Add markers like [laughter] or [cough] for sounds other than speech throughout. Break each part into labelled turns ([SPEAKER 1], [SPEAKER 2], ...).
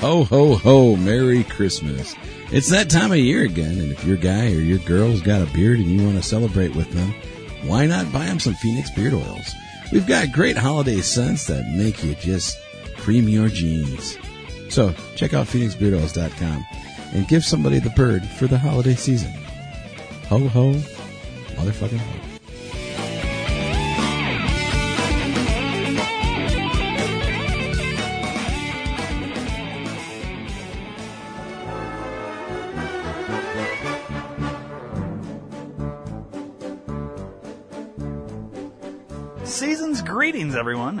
[SPEAKER 1] Ho, ho, ho. Merry Christmas. It's that time of year again, and if your guy or your girl's got a beard and you want to celebrate with them, why not buy them some Phoenix beard oils? We've got great holiday scents that make you just cream your jeans. So check out PhoenixBeardOils.com and give somebody the bird for the holiday season. Ho, ho, motherfucking ho.
[SPEAKER 2] Season's greetings, everyone.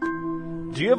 [SPEAKER 2] Do you have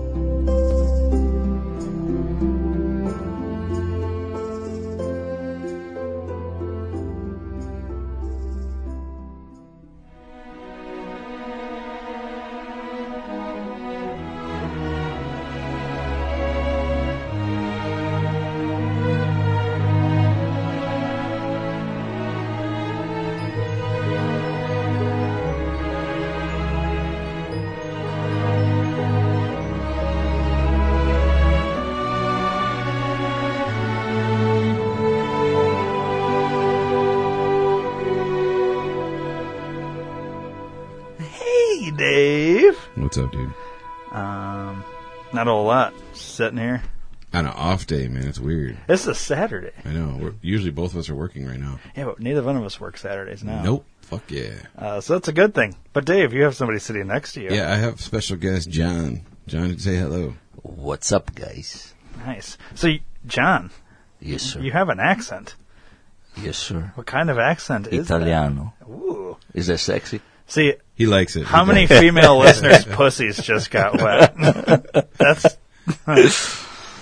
[SPEAKER 2] Hey, Dave.
[SPEAKER 1] What's up, dude?
[SPEAKER 2] Um, not a whole lot. Just sitting here.
[SPEAKER 1] On an off day, man. It's weird.
[SPEAKER 2] This is a Saturday.
[SPEAKER 1] I know. We're, usually both of us are working right now.
[SPEAKER 2] Yeah, but neither one of us work Saturdays now.
[SPEAKER 1] Nope. Fuck yeah.
[SPEAKER 2] Uh, so that's a good thing. But Dave, you have somebody sitting next to you.
[SPEAKER 1] Yeah, I have special guest John. John, say hello.
[SPEAKER 3] What's up, guys?
[SPEAKER 2] Nice. So, y- John,
[SPEAKER 3] Yes, sir.
[SPEAKER 2] you have an accent.
[SPEAKER 3] Yes, sir.
[SPEAKER 2] What kind of accent is that?
[SPEAKER 3] Italiano.
[SPEAKER 2] Ooh.
[SPEAKER 3] Is that sexy?
[SPEAKER 2] See,
[SPEAKER 1] He likes it.
[SPEAKER 2] How many female listeners' pussies just got wet?
[SPEAKER 1] [laughs]
[SPEAKER 2] That's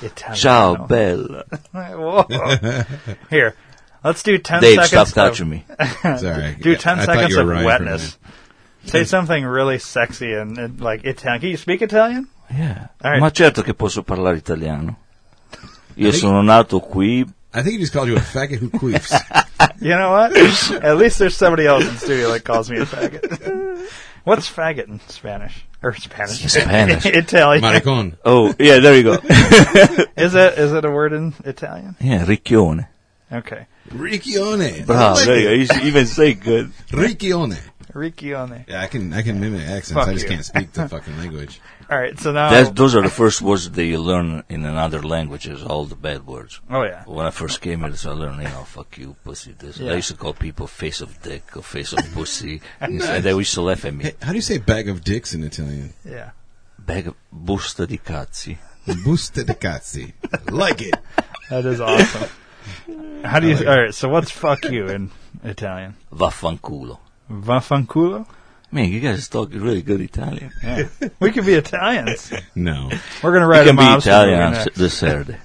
[SPEAKER 2] Italiano.
[SPEAKER 3] Ciao, [laughs] bella.
[SPEAKER 2] [laughs] Whoa. Here, let's do ten
[SPEAKER 3] Dave, stop
[SPEAKER 2] seconds.
[SPEAKER 3] touching
[SPEAKER 2] of,
[SPEAKER 3] me.
[SPEAKER 1] Sorry.
[SPEAKER 2] [laughs] Do ten
[SPEAKER 1] I thought
[SPEAKER 2] seconds
[SPEAKER 1] you were
[SPEAKER 2] of
[SPEAKER 1] Ryan for a
[SPEAKER 2] wetness. Say something really sexy and, and like Italian. Can you speak Italian?
[SPEAKER 3] Yeah.
[SPEAKER 2] All right.
[SPEAKER 3] Ma certo che posso parlare [laughs] italiano. Io sono nato qui.
[SPEAKER 1] minute. I think he just called you a faggot who queefs.
[SPEAKER 2] You
[SPEAKER 1] [laughs]
[SPEAKER 2] know what? At least there's somebody else in the studio that calls me a faggot. What's faggot in Spanish or Spanish? [laughs]
[SPEAKER 3] Spanish.
[SPEAKER 2] Italian.
[SPEAKER 1] Maricon.
[SPEAKER 3] Oh, yeah, there you [laughs] go.
[SPEAKER 2] Is it is it a word in Italian?
[SPEAKER 3] yeah, ricchione.
[SPEAKER 2] Okay.
[SPEAKER 1] Riccione.
[SPEAKER 3] Bravo, there you go. You even say [laughs] good.
[SPEAKER 1] Riccione.
[SPEAKER 2] Riccione.
[SPEAKER 1] Yeah, I can I can mimic accents.
[SPEAKER 2] Fuck
[SPEAKER 1] I just
[SPEAKER 2] you.
[SPEAKER 1] can't speak the fucking
[SPEAKER 2] [laughs]
[SPEAKER 1] language.
[SPEAKER 2] All right. So now.
[SPEAKER 3] That's, those are the first words that you learn in another language is all the bad words.
[SPEAKER 2] oh yeah.
[SPEAKER 3] When I first came here, so I learned, you know, fuck you, pussy, this.
[SPEAKER 2] Yeah.
[SPEAKER 3] I used to call people face of dick or face of [laughs] pussy. And so they used to laugh at me.
[SPEAKER 1] Hey, how do you say bag of dicks in Italian?
[SPEAKER 2] Yeah.
[SPEAKER 3] Bag of busta di cazzi.
[SPEAKER 1] Busta di cazzi. Like it.
[SPEAKER 2] That
[SPEAKER 1] [laughs]
[SPEAKER 2] is awesome. How do you? All right. So what's "fuck you" in Italian?
[SPEAKER 3] Vaffanculo.
[SPEAKER 2] Vaffanculo.
[SPEAKER 3] Man, you guys talk really good Italian.
[SPEAKER 2] Yeah. [laughs] We could be Italians.
[SPEAKER 1] No.
[SPEAKER 2] We're gonna
[SPEAKER 3] You
[SPEAKER 2] write a
[SPEAKER 3] can be
[SPEAKER 2] mob story
[SPEAKER 3] Italian on
[SPEAKER 2] next.
[SPEAKER 3] s- this Saturday.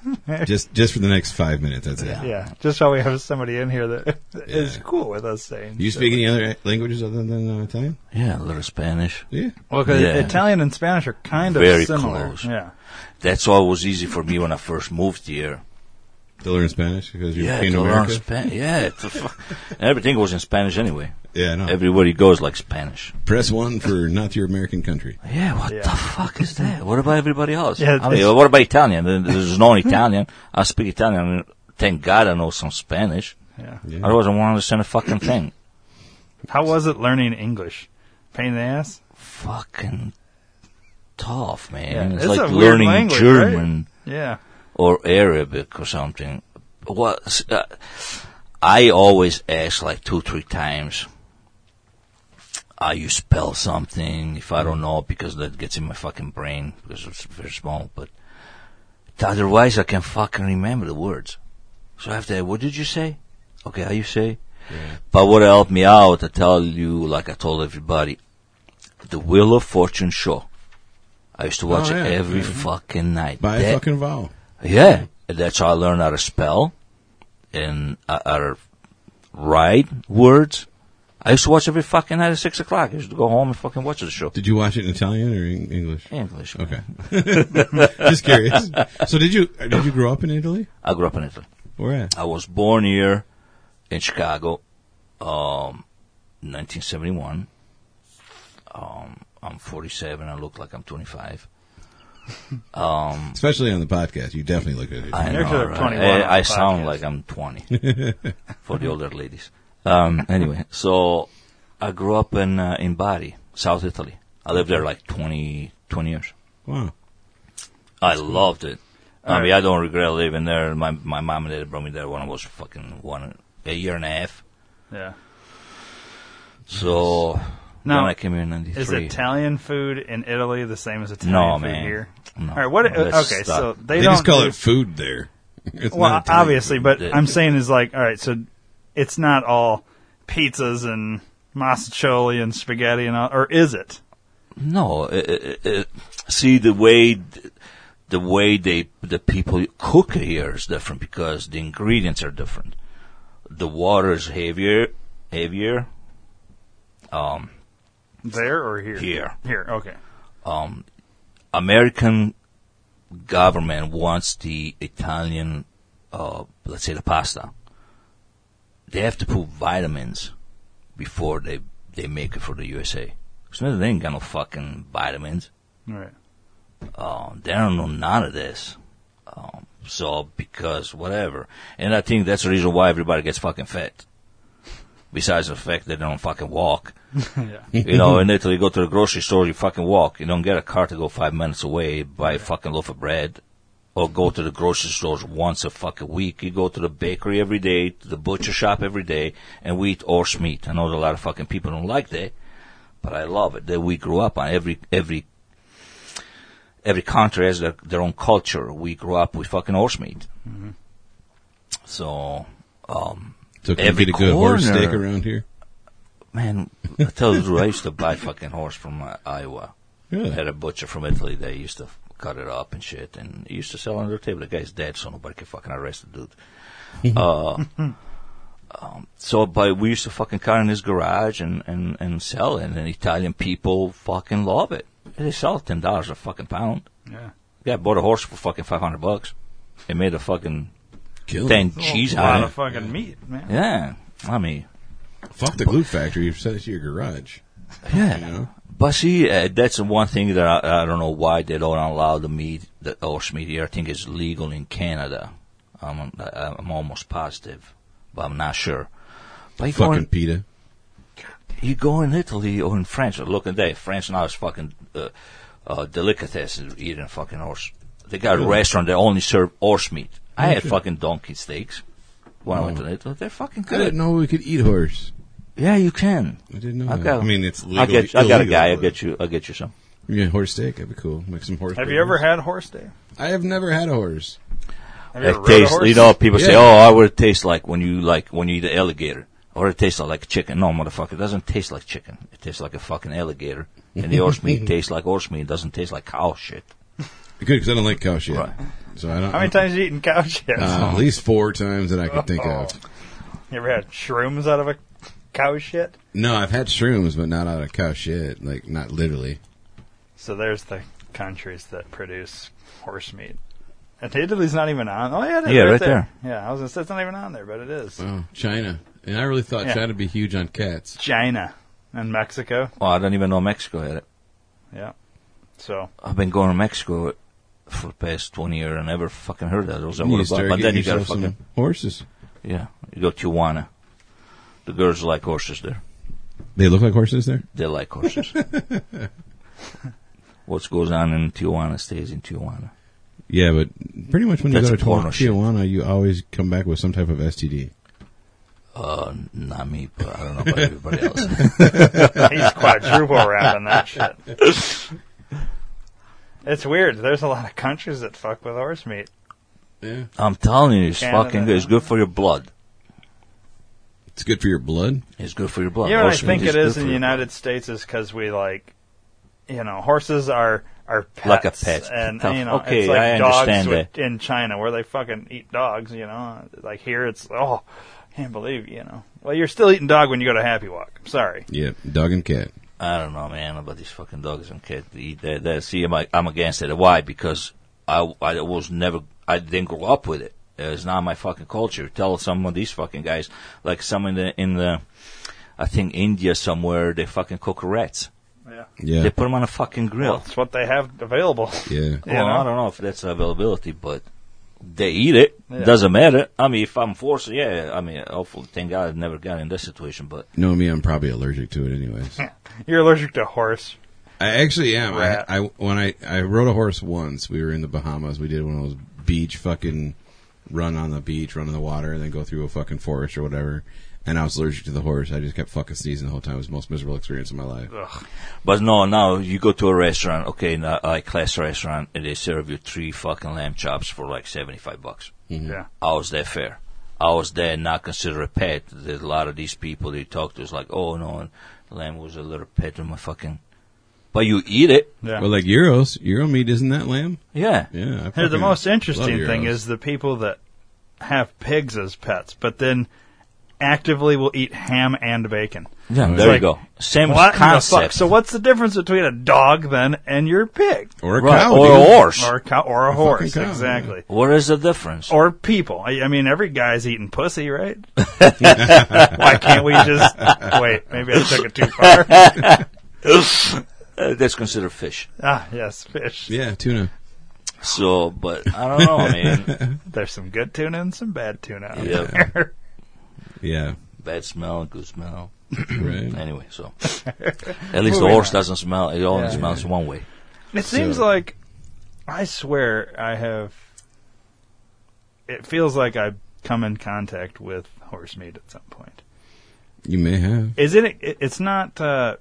[SPEAKER 1] Just just for the next five minutes, that's it.
[SPEAKER 2] Yeah. Just so we have somebody in here that that is
[SPEAKER 1] Yeah.
[SPEAKER 2] cool with us saying.
[SPEAKER 1] Do you speak any other languages other than uh, Italian?
[SPEAKER 3] Yeah, a little Spanish.
[SPEAKER 1] Yeah.
[SPEAKER 2] Well, 'cause
[SPEAKER 3] Yeah.
[SPEAKER 2] Italian and Spanish are kind of
[SPEAKER 3] Very
[SPEAKER 2] similar.
[SPEAKER 3] close.
[SPEAKER 2] Yeah.
[SPEAKER 3] That's all was easy for me when I first moved here.
[SPEAKER 1] To learn Spanish because you
[SPEAKER 3] Yeah,
[SPEAKER 1] came
[SPEAKER 3] to
[SPEAKER 1] to
[SPEAKER 3] learn
[SPEAKER 1] America.
[SPEAKER 3] Spanish. Yeah, to fu- everything was in Spanish anyway.
[SPEAKER 4] Yeah,
[SPEAKER 1] Oh.
[SPEAKER 4] I know.
[SPEAKER 3] Everywhere he goes, like Spanish.
[SPEAKER 4] Press one for not your American country.
[SPEAKER 3] Yeah, what
[SPEAKER 2] Yeah.
[SPEAKER 3] the fuck is that? What about everybody else?
[SPEAKER 2] Yeah,
[SPEAKER 3] I mean, what about Italian? There- There's no Italian. I speak Italian. I mean, thank God I know some Spanish.
[SPEAKER 2] Yeah.
[SPEAKER 4] Yeah.
[SPEAKER 3] Otherwise, I won't understand a fucking thing.
[SPEAKER 2] How was it learning English? Pain in the ass.
[SPEAKER 3] fucking tough, man.
[SPEAKER 2] Yeah,
[SPEAKER 3] it's,
[SPEAKER 2] it's
[SPEAKER 3] like
[SPEAKER 2] a weird
[SPEAKER 3] learning
[SPEAKER 2] language,
[SPEAKER 3] German
[SPEAKER 2] Yeah.
[SPEAKER 3] or Arabic or something. What? Uh, I always ask like two, three times. How you spell something? If I don't know, because that gets in my fucking brain because it's very small. But otherwise, I can fucking remember the words. So I have to. What did you say? Okay, how you say? But what helped me out, I tell you, like I told everybody, the Wheel of Fortune show. I used to watch
[SPEAKER 4] Oh, yeah,
[SPEAKER 3] it every
[SPEAKER 4] yeah.
[SPEAKER 3] fucking night.
[SPEAKER 4] By
[SPEAKER 3] That-
[SPEAKER 4] a fucking vowel.
[SPEAKER 3] yeah, that's how I learned how to spell and uh, how to write words. I used to watch every fucking night at six o'clock. I used to go home and fucking watch the show.
[SPEAKER 4] Did you watch it in Italian or in English?
[SPEAKER 3] English. man.
[SPEAKER 4] Okay, [laughs] just curious. So did you uh, did you grow up in Italy?
[SPEAKER 3] I grew up in Italy.
[SPEAKER 4] Where at?
[SPEAKER 3] I was born here in Chicago, um, 1971. Um, I'm 47. I look like I'm 25. Um,
[SPEAKER 4] Especially on the podcast, you definitely look at it.
[SPEAKER 3] I,
[SPEAKER 2] You're
[SPEAKER 3] know,
[SPEAKER 2] sort of
[SPEAKER 3] right?
[SPEAKER 2] 21 on
[SPEAKER 3] Eh, I, I
[SPEAKER 2] the
[SPEAKER 3] sound
[SPEAKER 2] podcast.
[SPEAKER 3] like I'm 20
[SPEAKER 2] [laughs]
[SPEAKER 3] for the older ladies. Um, anyway, so I grew up in uh, in Bari, South Italy. I lived there like 20, 20 years.
[SPEAKER 4] wow.
[SPEAKER 3] I loved it. I
[SPEAKER 2] All
[SPEAKER 3] mean, I don't regret living there. My my mom and dad brought me there when I was fucking one a year and a half.
[SPEAKER 2] Yeah.
[SPEAKER 3] So
[SPEAKER 2] Now,
[SPEAKER 3] when I came here in '93,
[SPEAKER 2] Is Italian food in Italy the same as Italian
[SPEAKER 3] no
[SPEAKER 2] food
[SPEAKER 3] man.
[SPEAKER 2] here?
[SPEAKER 3] No.
[SPEAKER 2] All right. What?
[SPEAKER 3] Let's
[SPEAKER 2] Okay.
[SPEAKER 3] stop.
[SPEAKER 2] So they,
[SPEAKER 4] They,
[SPEAKER 2] don't
[SPEAKER 4] just call
[SPEAKER 2] do-
[SPEAKER 4] it food there. [laughs] It's
[SPEAKER 2] Well,
[SPEAKER 4] not Italian.
[SPEAKER 2] obviously, but
[SPEAKER 3] Yeah.
[SPEAKER 2] I'm saying is like, all right, so it's not all pizzas and masticholi and spaghetti and all, or is it?
[SPEAKER 3] No, uh, uh, uh, see the way the way they the people cook here is different because the ingredients are different. The water is heavier, heavier. Um,
[SPEAKER 2] There or here?
[SPEAKER 3] Here.
[SPEAKER 2] Here. Okay.
[SPEAKER 3] um, American government wants the Italian, uh, let's say the pasta. They have to put vitamins before they they make it for the USA. So they ain't got no fucking vitamins.
[SPEAKER 2] All right.
[SPEAKER 3] Um, they don't know none of this. Um, so because whatever, and I think that's the reason why everybody gets fucking fat. Besides the fact that they don't fucking walk,
[SPEAKER 2] yeah.
[SPEAKER 3] you know, in Italy, you go to the grocery store, you fucking walk. You don't get a car to go five minutes away, buy a fucking loaf of bread, or go to the grocery stores once a fucking week. You go to the bakery every day, to the butcher shop every day, and we eat horse meat. I know that a lot of fucking people don't like that, but I love it. That we grew up on every every every country has their, their own culture. We grew up with fucking horse meat. So, um,
[SPEAKER 4] So can you
[SPEAKER 3] Every
[SPEAKER 4] get a good horse
[SPEAKER 3] corner.
[SPEAKER 4] steak around here?
[SPEAKER 3] man, I tell you, the truth, I used to buy fucking horse from uh, Iowa.
[SPEAKER 4] Yeah.
[SPEAKER 3] had a butcher from Italy. They used to cut it up and shit, and he used to sell it under the table. The guy's dead, so nobody can fucking arrest the dude. uh, um, so, but we used to fucking cut in his garage and and and sell it. And Italian people fucking love it. They sell it ten dollars a fucking pound.
[SPEAKER 2] Yeah.
[SPEAKER 3] Yeah, I bought a horse for fucking five hundred bucks. It made a fucking
[SPEAKER 4] Kill
[SPEAKER 3] ten
[SPEAKER 4] it.
[SPEAKER 3] cheese
[SPEAKER 2] a lot
[SPEAKER 3] out
[SPEAKER 2] of
[SPEAKER 3] of
[SPEAKER 2] fucking meat, man.
[SPEAKER 3] it. Yeah, I mean,
[SPEAKER 4] Fuck the glue factory. You've set it to your garage.
[SPEAKER 3] yeah.
[SPEAKER 4] You know?
[SPEAKER 3] But see, uh, that's the one thing that I, I don't know why they don't allow the meat, the horse meat here. I think it's legal in Canada. I'm, I- I'm almost positive, but I'm not sure. But you go,
[SPEAKER 4] Fucking
[SPEAKER 3] in,
[SPEAKER 4] pita.
[SPEAKER 3] you go in Italy or in France, or look at that, France now is fucking uh, uh, delicatessen eating fucking horse. They got a
[SPEAKER 4] Really?
[SPEAKER 3] restaurant that only serve horse meat. I had
[SPEAKER 4] Okay.
[SPEAKER 3] fucking donkey steaks when I went
[SPEAKER 4] Oh.
[SPEAKER 3] to Italy. They're fucking
[SPEAKER 4] I
[SPEAKER 3] good.
[SPEAKER 4] didn't know we could eat horse.
[SPEAKER 3] Yeah, you can.
[SPEAKER 4] I didn't know.
[SPEAKER 3] I
[SPEAKER 4] that.
[SPEAKER 3] got-
[SPEAKER 4] I mean, it's legal.
[SPEAKER 3] I get. I got a
[SPEAKER 4] illegal,
[SPEAKER 3] guy. I
[SPEAKER 4] but-
[SPEAKER 3] get you. I get you some.
[SPEAKER 4] Yeah, horse steak. That'd be cool. Make some horse.
[SPEAKER 2] Have you
[SPEAKER 4] burgers.
[SPEAKER 2] ever had horse day?
[SPEAKER 4] I have never had a horse.
[SPEAKER 2] Have you ever
[SPEAKER 3] It
[SPEAKER 2] rode a
[SPEAKER 3] tastes,
[SPEAKER 2] horse?
[SPEAKER 3] you know, people say,
[SPEAKER 4] Yeah.
[SPEAKER 3] "Oh, I would it taste like when you like when you eat an alligator, or it tastes like chicken." No, motherfucker, it doesn't taste like chicken. It tastes like a fucking alligator, and the horse meat tastes like horse meat. It doesn't taste like cow shit.
[SPEAKER 4] Good because I don't like cow shit.
[SPEAKER 3] Right.
[SPEAKER 4] So I don't.
[SPEAKER 2] How many times you eaten cow shit?
[SPEAKER 3] Uh-huh.
[SPEAKER 4] Uh, at least four times that I could think of.
[SPEAKER 2] [laughs]
[SPEAKER 3] Oh.
[SPEAKER 2] You ever had shrooms out of a cow shit?
[SPEAKER 4] No, I've had shrooms, but not out of cow shit. Like not literally.
[SPEAKER 2] So there's the countries that produce horse meat. And Italy's not even on. Oh yeah, it is
[SPEAKER 3] Yeah,
[SPEAKER 2] right,
[SPEAKER 3] right there.
[SPEAKER 2] Yeah, I was gonna say it's not even on there, but it is.
[SPEAKER 4] Wow, China.
[SPEAKER 1] And I really thought
[SPEAKER 2] Yeah.
[SPEAKER 1] China would be huge on cats.
[SPEAKER 2] China and Mexico.
[SPEAKER 3] Oh, I don't even know Mexico had it.
[SPEAKER 2] Yeah.
[SPEAKER 3] [laughs]
[SPEAKER 2] So
[SPEAKER 3] I've been going to Mexico for the past 20 years and never fucking heard of those. I
[SPEAKER 1] You
[SPEAKER 3] would have
[SPEAKER 1] start
[SPEAKER 3] gone, but then
[SPEAKER 1] getting
[SPEAKER 3] you gotta
[SPEAKER 1] yourself some
[SPEAKER 3] fucking,
[SPEAKER 1] horses.
[SPEAKER 3] yeah, you go to Tijuana. The girls like horses there.
[SPEAKER 1] They look like horses there.
[SPEAKER 3] They like horses. [laughs] what goes on in Tijuana stays in Tijuana.
[SPEAKER 1] Yeah, but pretty much when you
[SPEAKER 3] That's
[SPEAKER 1] go to
[SPEAKER 3] porno
[SPEAKER 1] Tijuana,
[SPEAKER 3] shit.
[SPEAKER 1] Tijuana, you always come back with some type of STD.
[SPEAKER 3] Uh, not me, but I don't know about everybody else.
[SPEAKER 2] he's quadruple wrapping that shit. It's weird. There's a lot of countries that fuck with horse meat.
[SPEAKER 1] Yeah,
[SPEAKER 3] [laughs] I'm telling you, it's
[SPEAKER 2] Canada.
[SPEAKER 3] fucking good. It's good for your blood.
[SPEAKER 4] It's good for your blood.
[SPEAKER 3] It's good for your blood.
[SPEAKER 2] You know what I
[SPEAKER 3] Horse meat
[SPEAKER 2] think it
[SPEAKER 3] good
[SPEAKER 2] is
[SPEAKER 3] for
[SPEAKER 2] in the
[SPEAKER 3] your-
[SPEAKER 2] United States is because we like, you know, horses are are pets
[SPEAKER 3] Like a pet.
[SPEAKER 2] and
[SPEAKER 3] Tough.
[SPEAKER 2] you know,
[SPEAKER 3] Okay,
[SPEAKER 2] it's like
[SPEAKER 3] I
[SPEAKER 2] dogs
[SPEAKER 3] understand
[SPEAKER 2] with- in China where they fucking eat dogs. You know, like here it's oh, can't believe you know. Well, you're still eating dog when you go to Happy Walk. I'm sorry.
[SPEAKER 4] Yeah, dog and cat.
[SPEAKER 3] I don't know, man, about these fucking dogs and cats. They eat that. that. See, I'm, I'm against it. Why? Because I, I was never, I didn't grow up with it. It's not my fucking culture. Tell some of these fucking guys, like some in the, in the, I think India somewhere, they fucking cook rats.
[SPEAKER 2] Yeah,
[SPEAKER 4] Yeah,
[SPEAKER 3] They put them on a fucking grill.
[SPEAKER 2] that's what they have available. [laughs]
[SPEAKER 4] yeah.
[SPEAKER 2] You
[SPEAKER 3] well,
[SPEAKER 2] know?
[SPEAKER 3] I don't know if that's availability, but they eat it.
[SPEAKER 2] Yeah.
[SPEAKER 3] Doesn't matter. I mean, if I'm forced, yeah. I mean, hopefully, thank God, I've never got in this situation. But
[SPEAKER 4] No, me, I'm probably allergic to it, anyways.
[SPEAKER 2] You're allergic to horse.
[SPEAKER 4] I actually am. I,
[SPEAKER 2] Rat.
[SPEAKER 4] I when I I rode a horse once. We were in the Bahamas. We did one of those beach fucking run on the beach, run in the water, and then go through a fucking forest or whatever. And I was allergic to the horse. I just kept fucking sneezing the whole time. It was the most miserable experience of my life.
[SPEAKER 3] But no, now you go to a restaurant, okay, now, like class restaurant, and they serve you three fucking lamb chops for like seventy-five bucks.
[SPEAKER 2] Yeah,
[SPEAKER 3] How is that fair? How is that not considered a pet? There's a lot of these people they talk to is like, oh no, and lamb was a little pet in my fucking. But you eat it,
[SPEAKER 2] yeah.
[SPEAKER 4] But like Euros, Euro meat isn't that lamb?
[SPEAKER 3] yeah.
[SPEAKER 4] Yeah. I
[SPEAKER 2] Here, the
[SPEAKER 4] fucking
[SPEAKER 2] most
[SPEAKER 4] love uh,
[SPEAKER 2] interesting
[SPEAKER 4] Euros.
[SPEAKER 2] thing is the people that have pigs as pets, but then actively will eat ham and bacon.
[SPEAKER 3] Yeah,
[SPEAKER 4] It's
[SPEAKER 3] there
[SPEAKER 2] like,
[SPEAKER 3] you go. Same
[SPEAKER 2] What in the fuck?
[SPEAKER 3] concept.
[SPEAKER 2] So what's the difference between a dog then and your pig
[SPEAKER 4] or a
[SPEAKER 3] Right,
[SPEAKER 4] cow
[SPEAKER 3] or
[SPEAKER 4] dude.
[SPEAKER 3] a horse.
[SPEAKER 2] or a cow or a, horse?
[SPEAKER 4] cow, yeah.
[SPEAKER 2] exactly.
[SPEAKER 3] what is the difference?
[SPEAKER 2] Or people. I, I mean, every guy's eating pussy,
[SPEAKER 4] [laughs]
[SPEAKER 2] right? Why can't we just wait? Maybe I took it too far. [laughs]
[SPEAKER 3] Uh, that's considered fish.
[SPEAKER 2] ah, yes, fish.
[SPEAKER 4] Yeah, tuna.
[SPEAKER 3] So, but I don't know,
[SPEAKER 2] [laughs]
[SPEAKER 3] man.
[SPEAKER 2] There's some good tuna and some bad tuna. out
[SPEAKER 3] Yeah.
[SPEAKER 2] there. [clears throat]
[SPEAKER 4] Yeah.
[SPEAKER 3] Bad smell, good smell.
[SPEAKER 4] Right.
[SPEAKER 3] Anyway,
[SPEAKER 2] [laughs]
[SPEAKER 3] so at least the
[SPEAKER 2] Moving
[SPEAKER 3] horse
[SPEAKER 2] on.
[SPEAKER 3] doesn't smell. It only
[SPEAKER 2] Yeah.
[SPEAKER 3] smells one way.
[SPEAKER 2] It seems
[SPEAKER 4] So-
[SPEAKER 2] like I swear I have. It feels like I've come in contact with horse meat at some point.
[SPEAKER 4] You may have.
[SPEAKER 2] Is it? it it's not. Uh,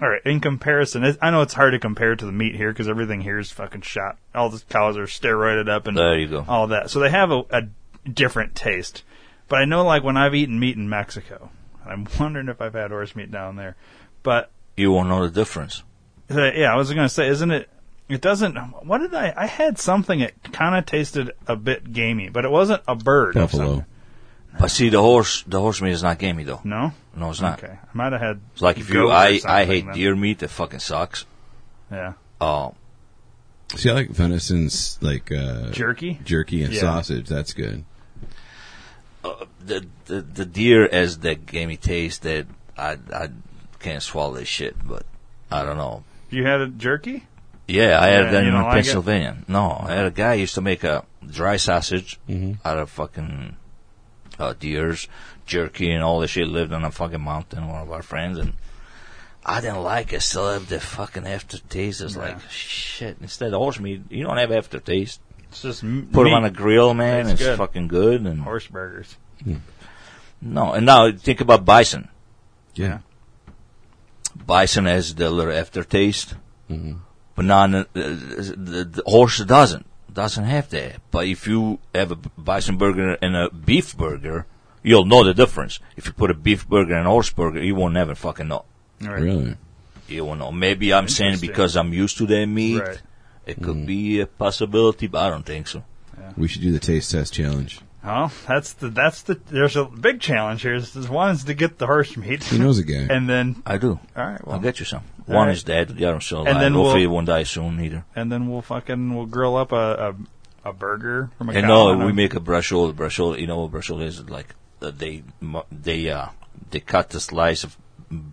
[SPEAKER 2] all right. In comparison, it, I know it's hard to compare to the meat here because everything here is fucking shot. All the cows are steroided up and
[SPEAKER 3] There you go.
[SPEAKER 2] all that. So they have a, a different taste. But I know, like when I've eaten meat in Mexico, I'm [laughs] wondering if I've had horse meat down there. But
[SPEAKER 3] You won't know the difference.
[SPEAKER 2] Uh, yeah, I was going to say, isn't it? It doesn't. What did I? I had something that kind of tasted a bit gamey, but it wasn't a bird. or
[SPEAKER 4] Buffalo.
[SPEAKER 2] something.
[SPEAKER 3] But see, the horse, the horse meat is not gamey though.
[SPEAKER 2] No.
[SPEAKER 3] No, it's not.
[SPEAKER 2] Okay. I might have had.
[SPEAKER 3] It's like if
[SPEAKER 2] goat
[SPEAKER 3] you,
[SPEAKER 2] or
[SPEAKER 3] I, I
[SPEAKER 2] something
[SPEAKER 3] hate
[SPEAKER 2] then.
[SPEAKER 3] deer meat. That fucking sucks.
[SPEAKER 2] Yeah.
[SPEAKER 3] Oh,
[SPEAKER 4] See, I like venison's like uh,
[SPEAKER 2] Jerky.
[SPEAKER 4] jerky and
[SPEAKER 2] Yeah.
[SPEAKER 4] sausage. That's good.
[SPEAKER 3] uh, the, the the deer has that gamey taste that I I can't swallow this shit. But I don't know.
[SPEAKER 2] You had a jerky?
[SPEAKER 3] Yeah, I had
[SPEAKER 2] Yeah,
[SPEAKER 3] that
[SPEAKER 2] you
[SPEAKER 3] in
[SPEAKER 2] don't like it?
[SPEAKER 3] Pennsylvania. No, I had a guy used to make a dry sausage
[SPEAKER 4] Mm-hmm.
[SPEAKER 3] out of fucking uh, deers, jerky, and all this shit. Lived on a fucking mountain, one of our friends, and I didn't like it. Still have the fucking aftertaste. It's like shit. Instead of horse meat, you don't have aftertaste.
[SPEAKER 2] It's just m-
[SPEAKER 3] Put
[SPEAKER 2] meat.
[SPEAKER 3] them on a grill, man.
[SPEAKER 2] Tastes
[SPEAKER 3] It's
[SPEAKER 2] good.
[SPEAKER 3] fucking good. And
[SPEAKER 2] horse burgers.
[SPEAKER 3] no, and now think about bison.
[SPEAKER 4] Yeah.
[SPEAKER 3] Bison has the little aftertaste,
[SPEAKER 4] Mm-hmm.
[SPEAKER 3] but not uh, the, the horse doesn't doesn't have that. But if you have a bison burger and a beef burger, you'll know the difference. If you put a beef burger and a horse burger, you will never fucking know.
[SPEAKER 2] All right.
[SPEAKER 4] Really.
[SPEAKER 3] You will know. Maybe I'm saying
[SPEAKER 2] Interesting.
[SPEAKER 3] because I'm used to that meat.
[SPEAKER 2] Right.
[SPEAKER 3] It could
[SPEAKER 2] Mm.
[SPEAKER 3] be a possibility, but I don't think so.
[SPEAKER 4] We should do the taste test challenge.
[SPEAKER 2] Well, that's the that's the there's a big challenge here. Is, is one is to get the horse meat,
[SPEAKER 4] He knows a guy.
[SPEAKER 2] [laughs] and then
[SPEAKER 3] I do.
[SPEAKER 2] all right, well,
[SPEAKER 3] I'll get you some.
[SPEAKER 2] all
[SPEAKER 3] One
[SPEAKER 2] right.
[SPEAKER 3] is dead, the other one's still
[SPEAKER 2] And
[SPEAKER 3] alive.
[SPEAKER 2] then
[SPEAKER 3] Hopefully,
[SPEAKER 2] we'll-
[SPEAKER 3] it won't die soon either.
[SPEAKER 2] and then we'll fucking we'll grill up a a, a burger from a
[SPEAKER 3] And
[SPEAKER 2] cow.
[SPEAKER 3] no,
[SPEAKER 2] a-
[SPEAKER 3] we make a bruschetta. Bruschetta, you know what bruschetta is? Like uh, they mu- they uh, they cut the slice of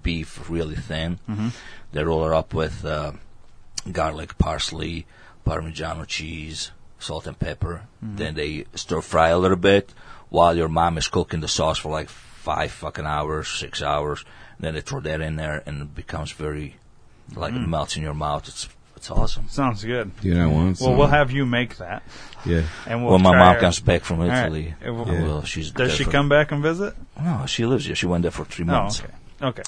[SPEAKER 3] beef really thin.
[SPEAKER 2] Mm-hmm.
[SPEAKER 3] They roll it up with uh, garlic, parsley, Parmigiano cheese, salt and pepper.
[SPEAKER 2] Mm-hmm.
[SPEAKER 3] Then they stir fry a little bit while your mom is cooking the sauce for like five fucking hours, six hours. Then they throw that in there and it becomes very like
[SPEAKER 2] Mm-hmm.
[SPEAKER 3] it melts in your mouth. It's it's awesome.
[SPEAKER 2] Sounds good.
[SPEAKER 1] Do you not want
[SPEAKER 2] Well,
[SPEAKER 1] some?
[SPEAKER 2] we'll have you make that,
[SPEAKER 1] Yeah.
[SPEAKER 2] and we'll.
[SPEAKER 3] Well, my
[SPEAKER 2] try
[SPEAKER 3] mom
[SPEAKER 2] our-
[SPEAKER 3] comes back from
[SPEAKER 2] right.
[SPEAKER 3] Italy.
[SPEAKER 2] It will-
[SPEAKER 3] I will. She's
[SPEAKER 2] Does
[SPEAKER 3] there
[SPEAKER 2] she
[SPEAKER 3] for-
[SPEAKER 2] come back and visit?
[SPEAKER 3] No, she lives here. She went there for three
[SPEAKER 2] No.
[SPEAKER 3] months.
[SPEAKER 2] Oh, okay. Okay.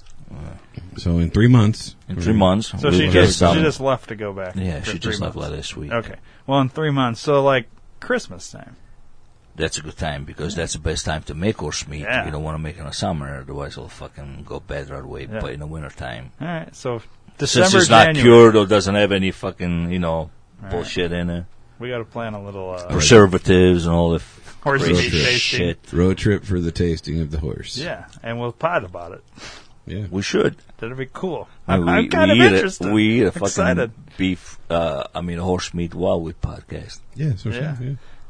[SPEAKER 1] So in three months.
[SPEAKER 3] In three months.
[SPEAKER 2] So
[SPEAKER 3] we
[SPEAKER 2] she
[SPEAKER 3] were
[SPEAKER 2] just
[SPEAKER 3] down-
[SPEAKER 2] she just left to go back.
[SPEAKER 3] yeah,
[SPEAKER 2] for
[SPEAKER 3] she
[SPEAKER 2] three
[SPEAKER 3] just left
[SPEAKER 2] months.
[SPEAKER 3] like this week.
[SPEAKER 2] Okay. Well, in three months, so like Christmas time.
[SPEAKER 3] That's a good time because that's the best time to make horse meat.
[SPEAKER 2] Yeah.
[SPEAKER 3] You don't want to make it in the summer, otherwise it'll fucking go bad right away.
[SPEAKER 2] Yeah.
[SPEAKER 3] But in the winter time,
[SPEAKER 2] All right. So
[SPEAKER 3] since
[SPEAKER 2] December,
[SPEAKER 3] it's not
[SPEAKER 2] January,
[SPEAKER 3] cured or doesn't have any fucking you know
[SPEAKER 2] Right.
[SPEAKER 3] bullshit in it,
[SPEAKER 2] we got to plan a little. Uh,
[SPEAKER 3] preservatives and all the f-
[SPEAKER 2] Horse
[SPEAKER 3] crazy
[SPEAKER 2] meat tasting.
[SPEAKER 3] shit.
[SPEAKER 1] Road trip for the tasting of the horse.
[SPEAKER 2] Yeah, and we'll pod about it.
[SPEAKER 1] Yeah.
[SPEAKER 3] We should.
[SPEAKER 2] That'll be cool.
[SPEAKER 3] I mean,
[SPEAKER 2] I'm, I'm kind of
[SPEAKER 3] eat
[SPEAKER 2] interested.
[SPEAKER 3] A, we eat a fucking
[SPEAKER 2] excited.
[SPEAKER 3] beef. Uh, I mean, horse meat while we podcast.
[SPEAKER 1] Yeah. So
[SPEAKER 2] Yeah.
[SPEAKER 1] yeah. Yeah.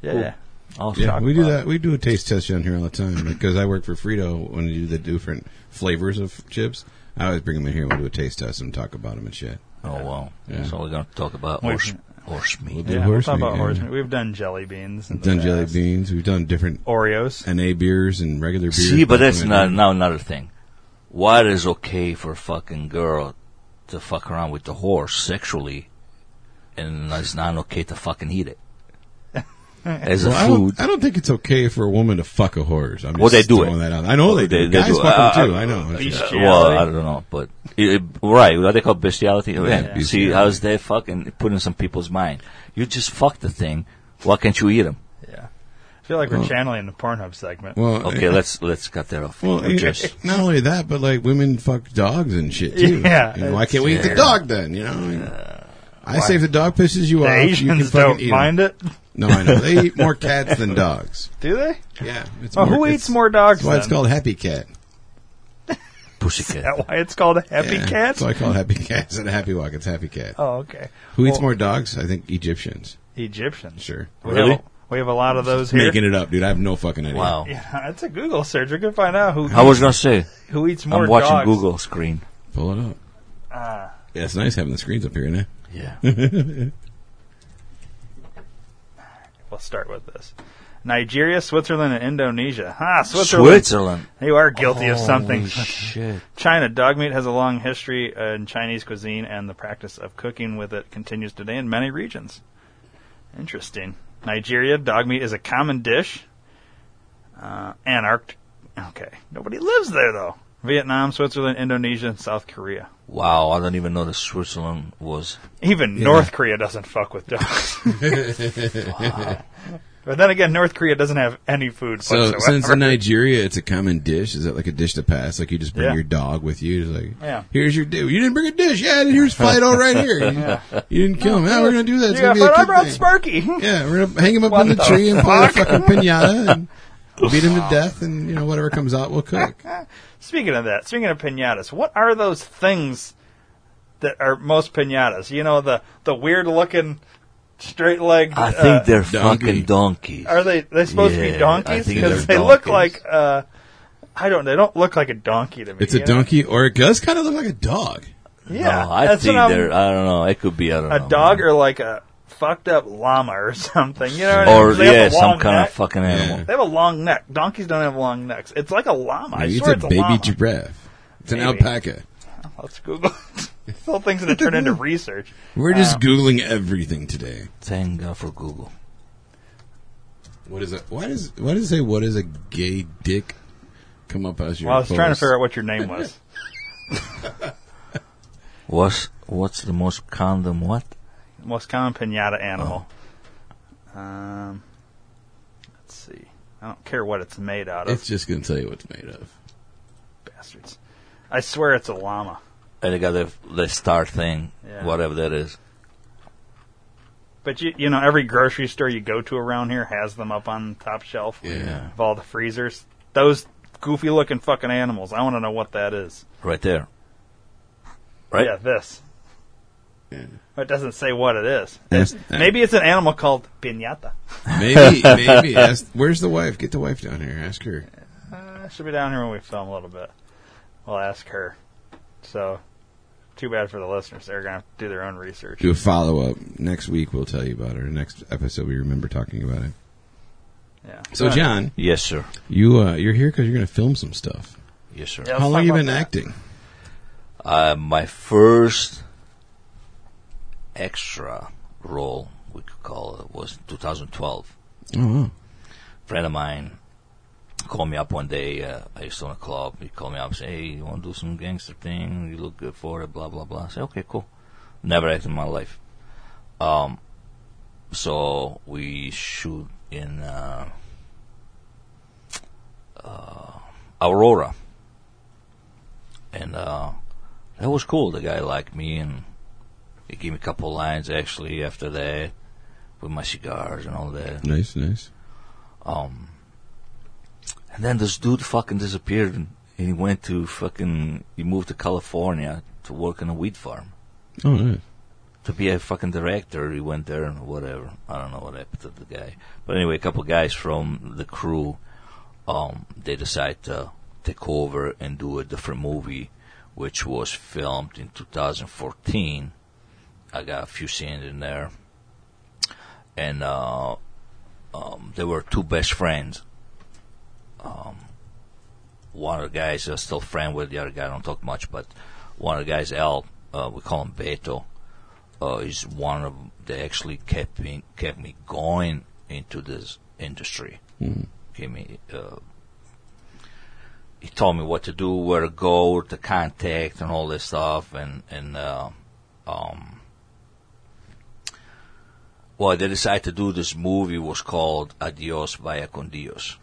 [SPEAKER 2] Yeah,
[SPEAKER 3] Cool.
[SPEAKER 2] yeah.
[SPEAKER 3] I'll
[SPEAKER 1] Yeah,
[SPEAKER 3] talk
[SPEAKER 1] we do
[SPEAKER 3] about
[SPEAKER 1] that. We do a taste test down here all the time because I work for Frito. When we do the different flavors of chips, I always bring them in here and we'll do a taste test and talk about them and shit.
[SPEAKER 3] Oh wow!
[SPEAKER 1] Yeah.
[SPEAKER 3] So we're gonna talk about
[SPEAKER 2] Wait.
[SPEAKER 3] horse horse meat.
[SPEAKER 1] do
[SPEAKER 2] yeah,
[SPEAKER 1] horse
[SPEAKER 2] we'll talk
[SPEAKER 1] meat,
[SPEAKER 2] about
[SPEAKER 1] yeah.
[SPEAKER 2] horse meat. We've done jelly beans. in
[SPEAKER 1] We've
[SPEAKER 2] the
[SPEAKER 1] done jelly
[SPEAKER 2] past.
[SPEAKER 1] beans. We've done different
[SPEAKER 2] Oreos.
[SPEAKER 1] NA beers and regular beers.
[SPEAKER 3] See, but that's
[SPEAKER 1] Something
[SPEAKER 3] not
[SPEAKER 1] like
[SPEAKER 3] now another thing. What is okay for a fucking girl to fuck around with the horse sexually, and it's not okay to fucking eat it as
[SPEAKER 1] that. Well, I,
[SPEAKER 3] a food?
[SPEAKER 1] don't, I don't think it's okay for a woman to fuck a horse. I'm
[SPEAKER 3] Well,
[SPEAKER 1] just
[SPEAKER 3] they do
[SPEAKER 1] throwing
[SPEAKER 3] it.
[SPEAKER 1] that out. I know they, do.
[SPEAKER 3] They- they
[SPEAKER 1] Guys
[SPEAKER 3] do.
[SPEAKER 1] fuck
[SPEAKER 3] Uh,
[SPEAKER 1] them too.
[SPEAKER 3] uh,
[SPEAKER 1] I know.
[SPEAKER 2] beast-
[SPEAKER 3] Uh,
[SPEAKER 2] Bestiality.
[SPEAKER 3] well, I don't know, but it, it- right, what they call bestiality. Man,
[SPEAKER 1] Yeah.
[SPEAKER 3] See, how's that fucking put in some people's mind? You just fuck the thing. Why can't you eat them?
[SPEAKER 2] Yeah. I feel like we're channeling the Pornhub segment.
[SPEAKER 1] Well,
[SPEAKER 3] Okay,
[SPEAKER 1] eh,
[SPEAKER 3] let's let's cut that off.
[SPEAKER 1] well, eh, [laughs]
[SPEAKER 3] Just-
[SPEAKER 1] not only that, but like women fuck dogs and shit too.
[SPEAKER 2] Yeah,
[SPEAKER 1] You know, why can't we eat the
[SPEAKER 3] yeah.
[SPEAKER 1] dog then? You know. I say if the dog pisses you
[SPEAKER 2] the
[SPEAKER 1] off, you can
[SPEAKER 2] Asians
[SPEAKER 1] fucking
[SPEAKER 2] don't
[SPEAKER 1] eat 'em.
[SPEAKER 2] mind it,
[SPEAKER 1] No, I know. They eat
[SPEAKER 2] [laughs]
[SPEAKER 1] more cats than dogs.
[SPEAKER 2] do they?
[SPEAKER 1] Yeah. It's
[SPEAKER 2] Well, Oh, who
[SPEAKER 1] it's-
[SPEAKER 2] eats more dogs?
[SPEAKER 1] That's why it's
[SPEAKER 2] then?
[SPEAKER 1] called Happy Cat.
[SPEAKER 3] pussycat.
[SPEAKER 2] Is that why it's called a happy
[SPEAKER 1] yeah,
[SPEAKER 2] cat?
[SPEAKER 1] That's why I call it Happy Cat. It's not a Happy Walk. It's Happy Cat.
[SPEAKER 2] oh, okay.
[SPEAKER 1] Who eats
[SPEAKER 2] Well,
[SPEAKER 1] more dogs? I think Egyptians.
[SPEAKER 2] Egyptians.
[SPEAKER 1] Sure.
[SPEAKER 2] We have- We have a lot of those here.
[SPEAKER 1] Making it up, dude. I have no fucking idea.
[SPEAKER 3] Wow.
[SPEAKER 2] [laughs] Yeah, that's a Google search. We can find out who
[SPEAKER 3] I was gonna say
[SPEAKER 2] who eats more
[SPEAKER 3] I'm watching
[SPEAKER 2] dogs.
[SPEAKER 3] Google screen.
[SPEAKER 1] Pull it up.
[SPEAKER 2] Ah.
[SPEAKER 1] Yeah, it's nice having the screens up here, isn't it?
[SPEAKER 3] Yeah.
[SPEAKER 2] We'll start with this. Nigeria, Switzerland, and Indonesia. Ha, Switzerland.
[SPEAKER 3] Switzerland.
[SPEAKER 2] You are guilty of something.
[SPEAKER 1] Oh,
[SPEAKER 3] Holy shit.
[SPEAKER 2] China, dog meat has a long history uh, in Chinese cuisine, and the practice of cooking with it continues today in many regions. Interesting. Nigeria, dog meat is a common dish. Uh, Antarct. Okay. Nobody lives there, though. Vietnam, Switzerland, Indonesia, and South Korea.
[SPEAKER 3] Wow, I don't even know that Switzerland was.
[SPEAKER 2] Even North Korea doesn't fuck with dogs.
[SPEAKER 1] [laughs]
[SPEAKER 2] [laughs] but then again, North Korea doesn't have any food
[SPEAKER 1] So,
[SPEAKER 2] whatsoever.
[SPEAKER 1] since in Nigeria it's a common dish, is that like a dish to pass? Like you just bring
[SPEAKER 2] Yeah.
[SPEAKER 1] your dog with you? Just like,
[SPEAKER 2] Yeah.
[SPEAKER 1] here's your dish. You didn't bring a dish. Yeah, here's Fido right
[SPEAKER 2] [laughs]
[SPEAKER 1] here. You didn't kill him. Yeah, we're going to do that. It's gonna
[SPEAKER 2] yeah,
[SPEAKER 1] be a
[SPEAKER 2] but I
[SPEAKER 1] kid
[SPEAKER 2] brought
[SPEAKER 1] thing.
[SPEAKER 2] Sparky.
[SPEAKER 1] Yeah, we're gonna hang him up
[SPEAKER 2] What
[SPEAKER 1] on the
[SPEAKER 2] the
[SPEAKER 1] tree and play a fucking pinata and beat him to death, and you know whatever comes out, we'll
[SPEAKER 2] [laughs]
[SPEAKER 1] cook.
[SPEAKER 2] Speaking of that, speaking of pinatas, what are those things that are most pinatas? You know, the, the weird looking straight legged.
[SPEAKER 3] I think they're
[SPEAKER 1] donkey.
[SPEAKER 3] fucking donkeys.
[SPEAKER 2] Are they they supposed to
[SPEAKER 3] Yeah,
[SPEAKER 2] be
[SPEAKER 3] I
[SPEAKER 2] donkeys?
[SPEAKER 3] think
[SPEAKER 2] Because
[SPEAKER 3] they're
[SPEAKER 2] they look
[SPEAKER 3] donkeys.
[SPEAKER 2] like. Uh, I don't. They don't look like a donkey to me.
[SPEAKER 1] It's a
[SPEAKER 2] you know?
[SPEAKER 1] donkey, or it does kind of look like a dog.
[SPEAKER 2] Yeah,
[SPEAKER 3] no, Oh, I
[SPEAKER 2] that's
[SPEAKER 3] think
[SPEAKER 2] what I'm-
[SPEAKER 3] they're. um, I don't know. It could be. I don't know.
[SPEAKER 2] a dog or like a fucked up llama or [laughs] something. You know, what I mean?
[SPEAKER 3] or
[SPEAKER 2] They have
[SPEAKER 3] yeah,
[SPEAKER 2] a
[SPEAKER 3] some
[SPEAKER 2] long
[SPEAKER 3] kind
[SPEAKER 2] neck.
[SPEAKER 3] of fucking animal.
[SPEAKER 2] They have a long neck. Donkeys don't have long necks. It's like a llama. I
[SPEAKER 1] Maybe it's
[SPEAKER 2] swear
[SPEAKER 1] a
[SPEAKER 2] it's a
[SPEAKER 1] baby
[SPEAKER 2] llama.
[SPEAKER 1] giraffe. It's an
[SPEAKER 2] Maybe.
[SPEAKER 1] alpaca.
[SPEAKER 2] Let's Google. [laughs] it. this whole thing's
[SPEAKER 3] [laughs]
[SPEAKER 2] gonna turn into research.
[SPEAKER 1] We're just googling everything today.
[SPEAKER 3] Thank God for Google.
[SPEAKER 1] What is it? Why does why does it say what is a gay dick come up as your?
[SPEAKER 2] Well, I was trying to
[SPEAKER 1] post?
[SPEAKER 2] figure out what
[SPEAKER 1] [laughs]
[SPEAKER 2] your name was.
[SPEAKER 3] What's what's the most condom? What?
[SPEAKER 2] Most common pinata animal.
[SPEAKER 1] Oh.
[SPEAKER 2] Um, let's see. I don't care what it's made out of,
[SPEAKER 1] It's just gonna tell you what it's made of.
[SPEAKER 2] bastards. I swear it's a llama.
[SPEAKER 3] And they got the the star thing,
[SPEAKER 2] Yeah.
[SPEAKER 3] whatever that is.
[SPEAKER 2] But you, you know, every grocery store you go to around here has them up on the top shelf
[SPEAKER 1] Yeah.
[SPEAKER 2] of all the freezers. Those goofy looking fucking animals. I want to know what that is.
[SPEAKER 3] Right there. Right.
[SPEAKER 2] Yeah, this.
[SPEAKER 1] Yeah.
[SPEAKER 2] It doesn't say what it is.
[SPEAKER 1] Yes.
[SPEAKER 2] Maybe it's an animal called piñata. [laughs]
[SPEAKER 1] Maybe maybe ask, where's the wife? Get the wife down here. Ask her.
[SPEAKER 2] Eh, She'll be down here when we film a little bit. We'll ask her. So, too bad for the listeners. They're going to have to do their own research.
[SPEAKER 1] Do a follow up next week. We'll tell you about her. Next episode, we remember talking about it.
[SPEAKER 2] Yeah.
[SPEAKER 1] So, John,
[SPEAKER 3] Yes, sir.
[SPEAKER 1] you uh, you're here because you're going to film some stuff.
[SPEAKER 3] Yes, sir.
[SPEAKER 2] Yeah. Let's
[SPEAKER 1] How long
[SPEAKER 2] talk
[SPEAKER 1] you
[SPEAKER 2] about
[SPEAKER 1] been
[SPEAKER 2] that.
[SPEAKER 1] acting?
[SPEAKER 3] Uh, my first extra role, we could call it, was 2012.
[SPEAKER 1] Oh, wow.
[SPEAKER 3] friend of mine called me up one day. Uh, I used to own a club. He called me up and said, Hey, you want to do some gangster thing? You look good for it, blah, blah, blah. I said, Okay, cool. Never acted in my life. Um, so we shoot in uh, uh, Aurora. And uh, that was cool. The guy liked me and he gave me a couple lines actually after that with my cigars and all that.
[SPEAKER 1] nice, nice.
[SPEAKER 3] Um, and then this dude fucking disappeared, and he went to fucking. He moved to California to work on a wheat farm
[SPEAKER 1] Oh, nice.
[SPEAKER 3] to be a fucking director. He went there and whatever. I don't know what happened to the guy. But anyway, a couple guys from the crew, um, they decided to take over and do a different movie, which was filmed in 2014. I got a few scenes in there, and uh, um, they were two best friends. Um, one of the guys is still friend with the other guy. I don't talk much, but one of the guys, Al, uh, we call him Beto uh, is one of they actually kept me kept me going into this industry. Mm. Gave me uh, he told me what to do, where to go, the contact, and all this stuff, and and uh, um. Well, they decided to do this movie was called Adios Vaya con Dios.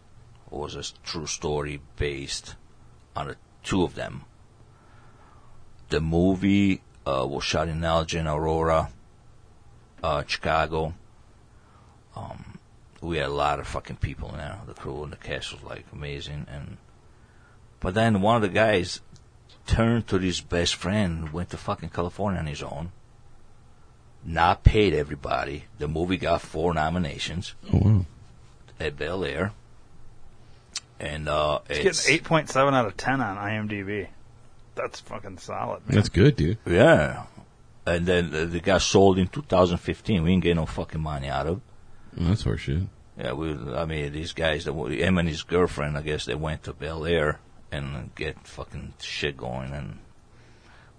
[SPEAKER 3] It was a true story based on the two of them the movie uh, was shot in Elgin, Aurora, uh, Chicago. Um, we had a lot of fucking people now. The crew and the cast was like amazing. And but then one of the guys turned to his best friend, who went to fucking California on his own. Not paid everybody. The movie got four nominations
[SPEAKER 1] Oh, wow. at
[SPEAKER 3] at Bel Air. And uh,
[SPEAKER 2] It's getting 8.7 out of 10 on IMDb. That's fucking solid, man.
[SPEAKER 1] That's good, dude.
[SPEAKER 3] Yeah. And then uh, they got sold in 2015. We didn't get no fucking money out of.
[SPEAKER 1] Oh, that's horseshit.
[SPEAKER 3] it. Yeah, we. I mean, these guys, that were- him and his girlfriend, I guess they went to Bel Air and get fucking shit going, and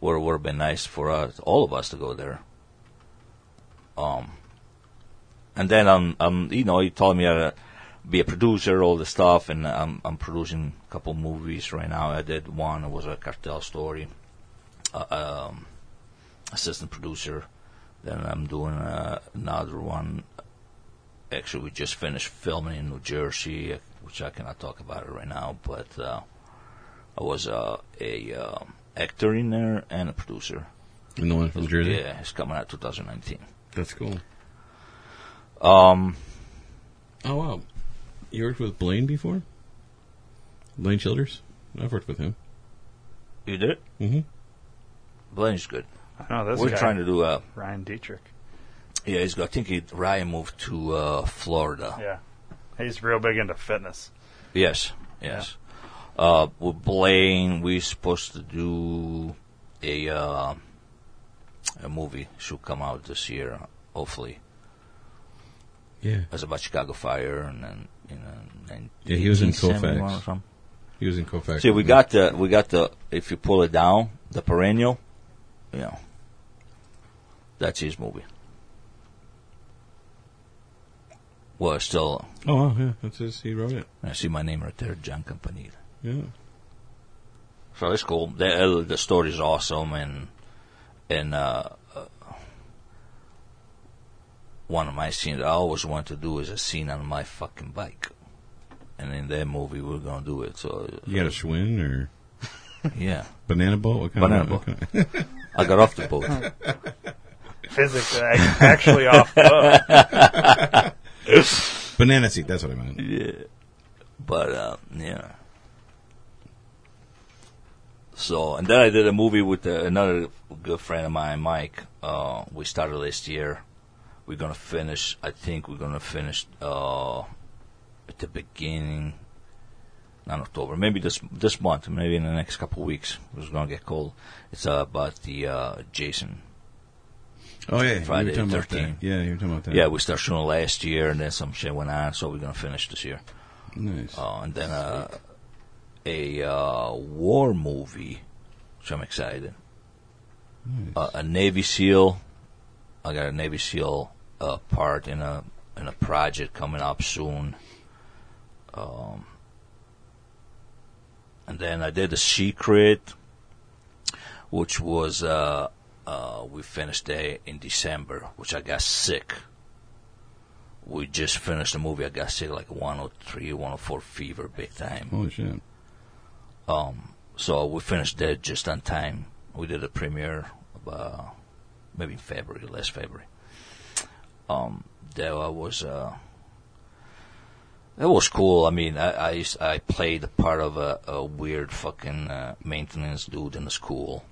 [SPEAKER 3] would would have been nice for us, all of us, to go there. Um. And then I'm, I'm, you know, he told me how to be a producer, all the stuff, and I'm, I'm producing a couple movies right now. I did one. It was a cartel story. Uh, um, assistant producer. Then I'm doing uh, another one. Actually, we just finished filming in New Jersey, uh, which I cannot talk about it right now. But uh, I was uh, a uh, actor in there and a producer.
[SPEAKER 1] And the one from Jersey?
[SPEAKER 3] Yeah, it's coming out 2019.
[SPEAKER 1] That's cool.
[SPEAKER 3] Um,
[SPEAKER 1] Oh, wow. You worked with Blaine before? Blaine Childers? I've worked with him.
[SPEAKER 3] you did? it?
[SPEAKER 1] Mm-hmm.
[SPEAKER 3] Blaine's good.
[SPEAKER 2] I know this
[SPEAKER 3] We're
[SPEAKER 2] guy,
[SPEAKER 3] trying to do a
[SPEAKER 2] Ryan Dietrich.
[SPEAKER 3] yeah. He's got. I think he, Ryan moved to uh, Florida.
[SPEAKER 2] Yeah. He's real big into fitness.
[SPEAKER 3] Yes, yes. Uh, with Blaine, we're supposed to do a uh, a movie. Should come out this year, hopefully.
[SPEAKER 1] Yeah.
[SPEAKER 3] It's about Chicago Fire, and then you know. And
[SPEAKER 1] Yeah, he was in
[SPEAKER 3] 1871
[SPEAKER 1] Colfax.
[SPEAKER 3] or something.
[SPEAKER 1] He was in Colfax.
[SPEAKER 3] See, we got the we got the if you pull it down, the perennial. You know, that's his movie. Well, it's still,
[SPEAKER 1] Oh, wow, yeah. That's his, he wrote it.
[SPEAKER 3] I see my name right there, John Campanile.
[SPEAKER 1] Yeah.
[SPEAKER 3] So it's cool. The, uh, the story's awesome, and and uh, uh, one of my scenes I always want to do is a scene on my fucking bike, and in that movie we're gonna do it. So uh,
[SPEAKER 1] You got a Schwinn or
[SPEAKER 3] yeah,
[SPEAKER 1] banana boat? What kind
[SPEAKER 3] Banana
[SPEAKER 1] of
[SPEAKER 3] boat.
[SPEAKER 1] what kind
[SPEAKER 3] I got off the boat. [laughs]
[SPEAKER 2] Physically, ac- actually off
[SPEAKER 1] [laughs]
[SPEAKER 2] book.
[SPEAKER 1] of- [laughs] banana seat. That's what I meant.
[SPEAKER 3] yeah, but uh, yeah. So and then I did a movie with uh, another good friend of mine, Mike. Uh, we started last year. We're gonna finish. I think we're gonna finish uh, at the beginning. not October, maybe this this month, maybe in the next couple of weeks, it's gonna get cold. It's uh, about the uh, Jason.
[SPEAKER 1] Oh yeah,
[SPEAKER 3] Friday
[SPEAKER 1] you were talking about
[SPEAKER 3] 13.
[SPEAKER 1] that. Yeah, you were talking about that.
[SPEAKER 3] Yeah, we started shooting last year, and then some shit went on, so we're gonna finish this year.
[SPEAKER 1] nice.
[SPEAKER 3] Uh, and then uh, a uh, war movie, which I'm excited. Uh, a Navy SEAL. I got a Navy SEAL uh, part in a in a project coming up soon. Um, and then I did a secret, which was uh, uh, we finished there in December, which I got sick we just finished the movie. I got sick like 103, 104 fever, big time.
[SPEAKER 1] Holy shit!
[SPEAKER 3] Um, so we finished that just on time. We did a premiere about maybe in February, last February. Um, that was uh, that was cool. I mean, I I, used- I played the part of a, a weird fucking uh, maintenance dude in a school,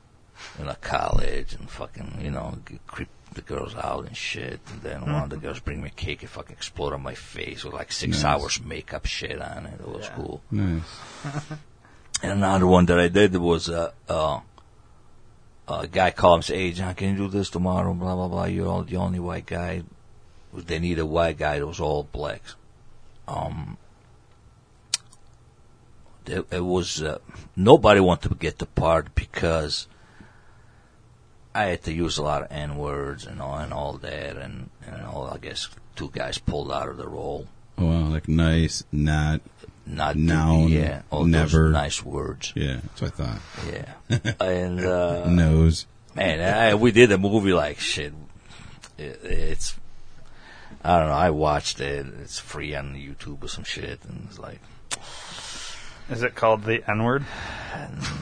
[SPEAKER 3] in a college, and fucking you know g- creep the girls out and shit. And then one of the girls bring me cake and fucking explode on my face with like
[SPEAKER 1] Nice.
[SPEAKER 3] six hours makeup shit on it. It was cool.
[SPEAKER 1] Nice.
[SPEAKER 3] And another one that I did was uh, uh, a guy called and said, Hey, John, can you do this tomorrow? Blah, blah, blah. You're all, the only white guy. They need a white guy that was all blacks. Um, it, it was, uh, nobody wanted to get the part because I had to use a lot of N words and all, and all that. And, and all, I guess two guys pulled out of the role.
[SPEAKER 1] Oh wow, like nice, not.
[SPEAKER 3] Not to
[SPEAKER 1] Noun,
[SPEAKER 3] be, yeah, all
[SPEAKER 1] never.
[SPEAKER 3] those nice words.
[SPEAKER 1] Yeah, that's what I thought.
[SPEAKER 3] Yeah. and, uh,
[SPEAKER 1] Nose.
[SPEAKER 3] Man, I, we did a movie like shit. It, it's I don't know. I watched it. It's free on YouTube or some shit, and it's like
[SPEAKER 2] Is it called the N word?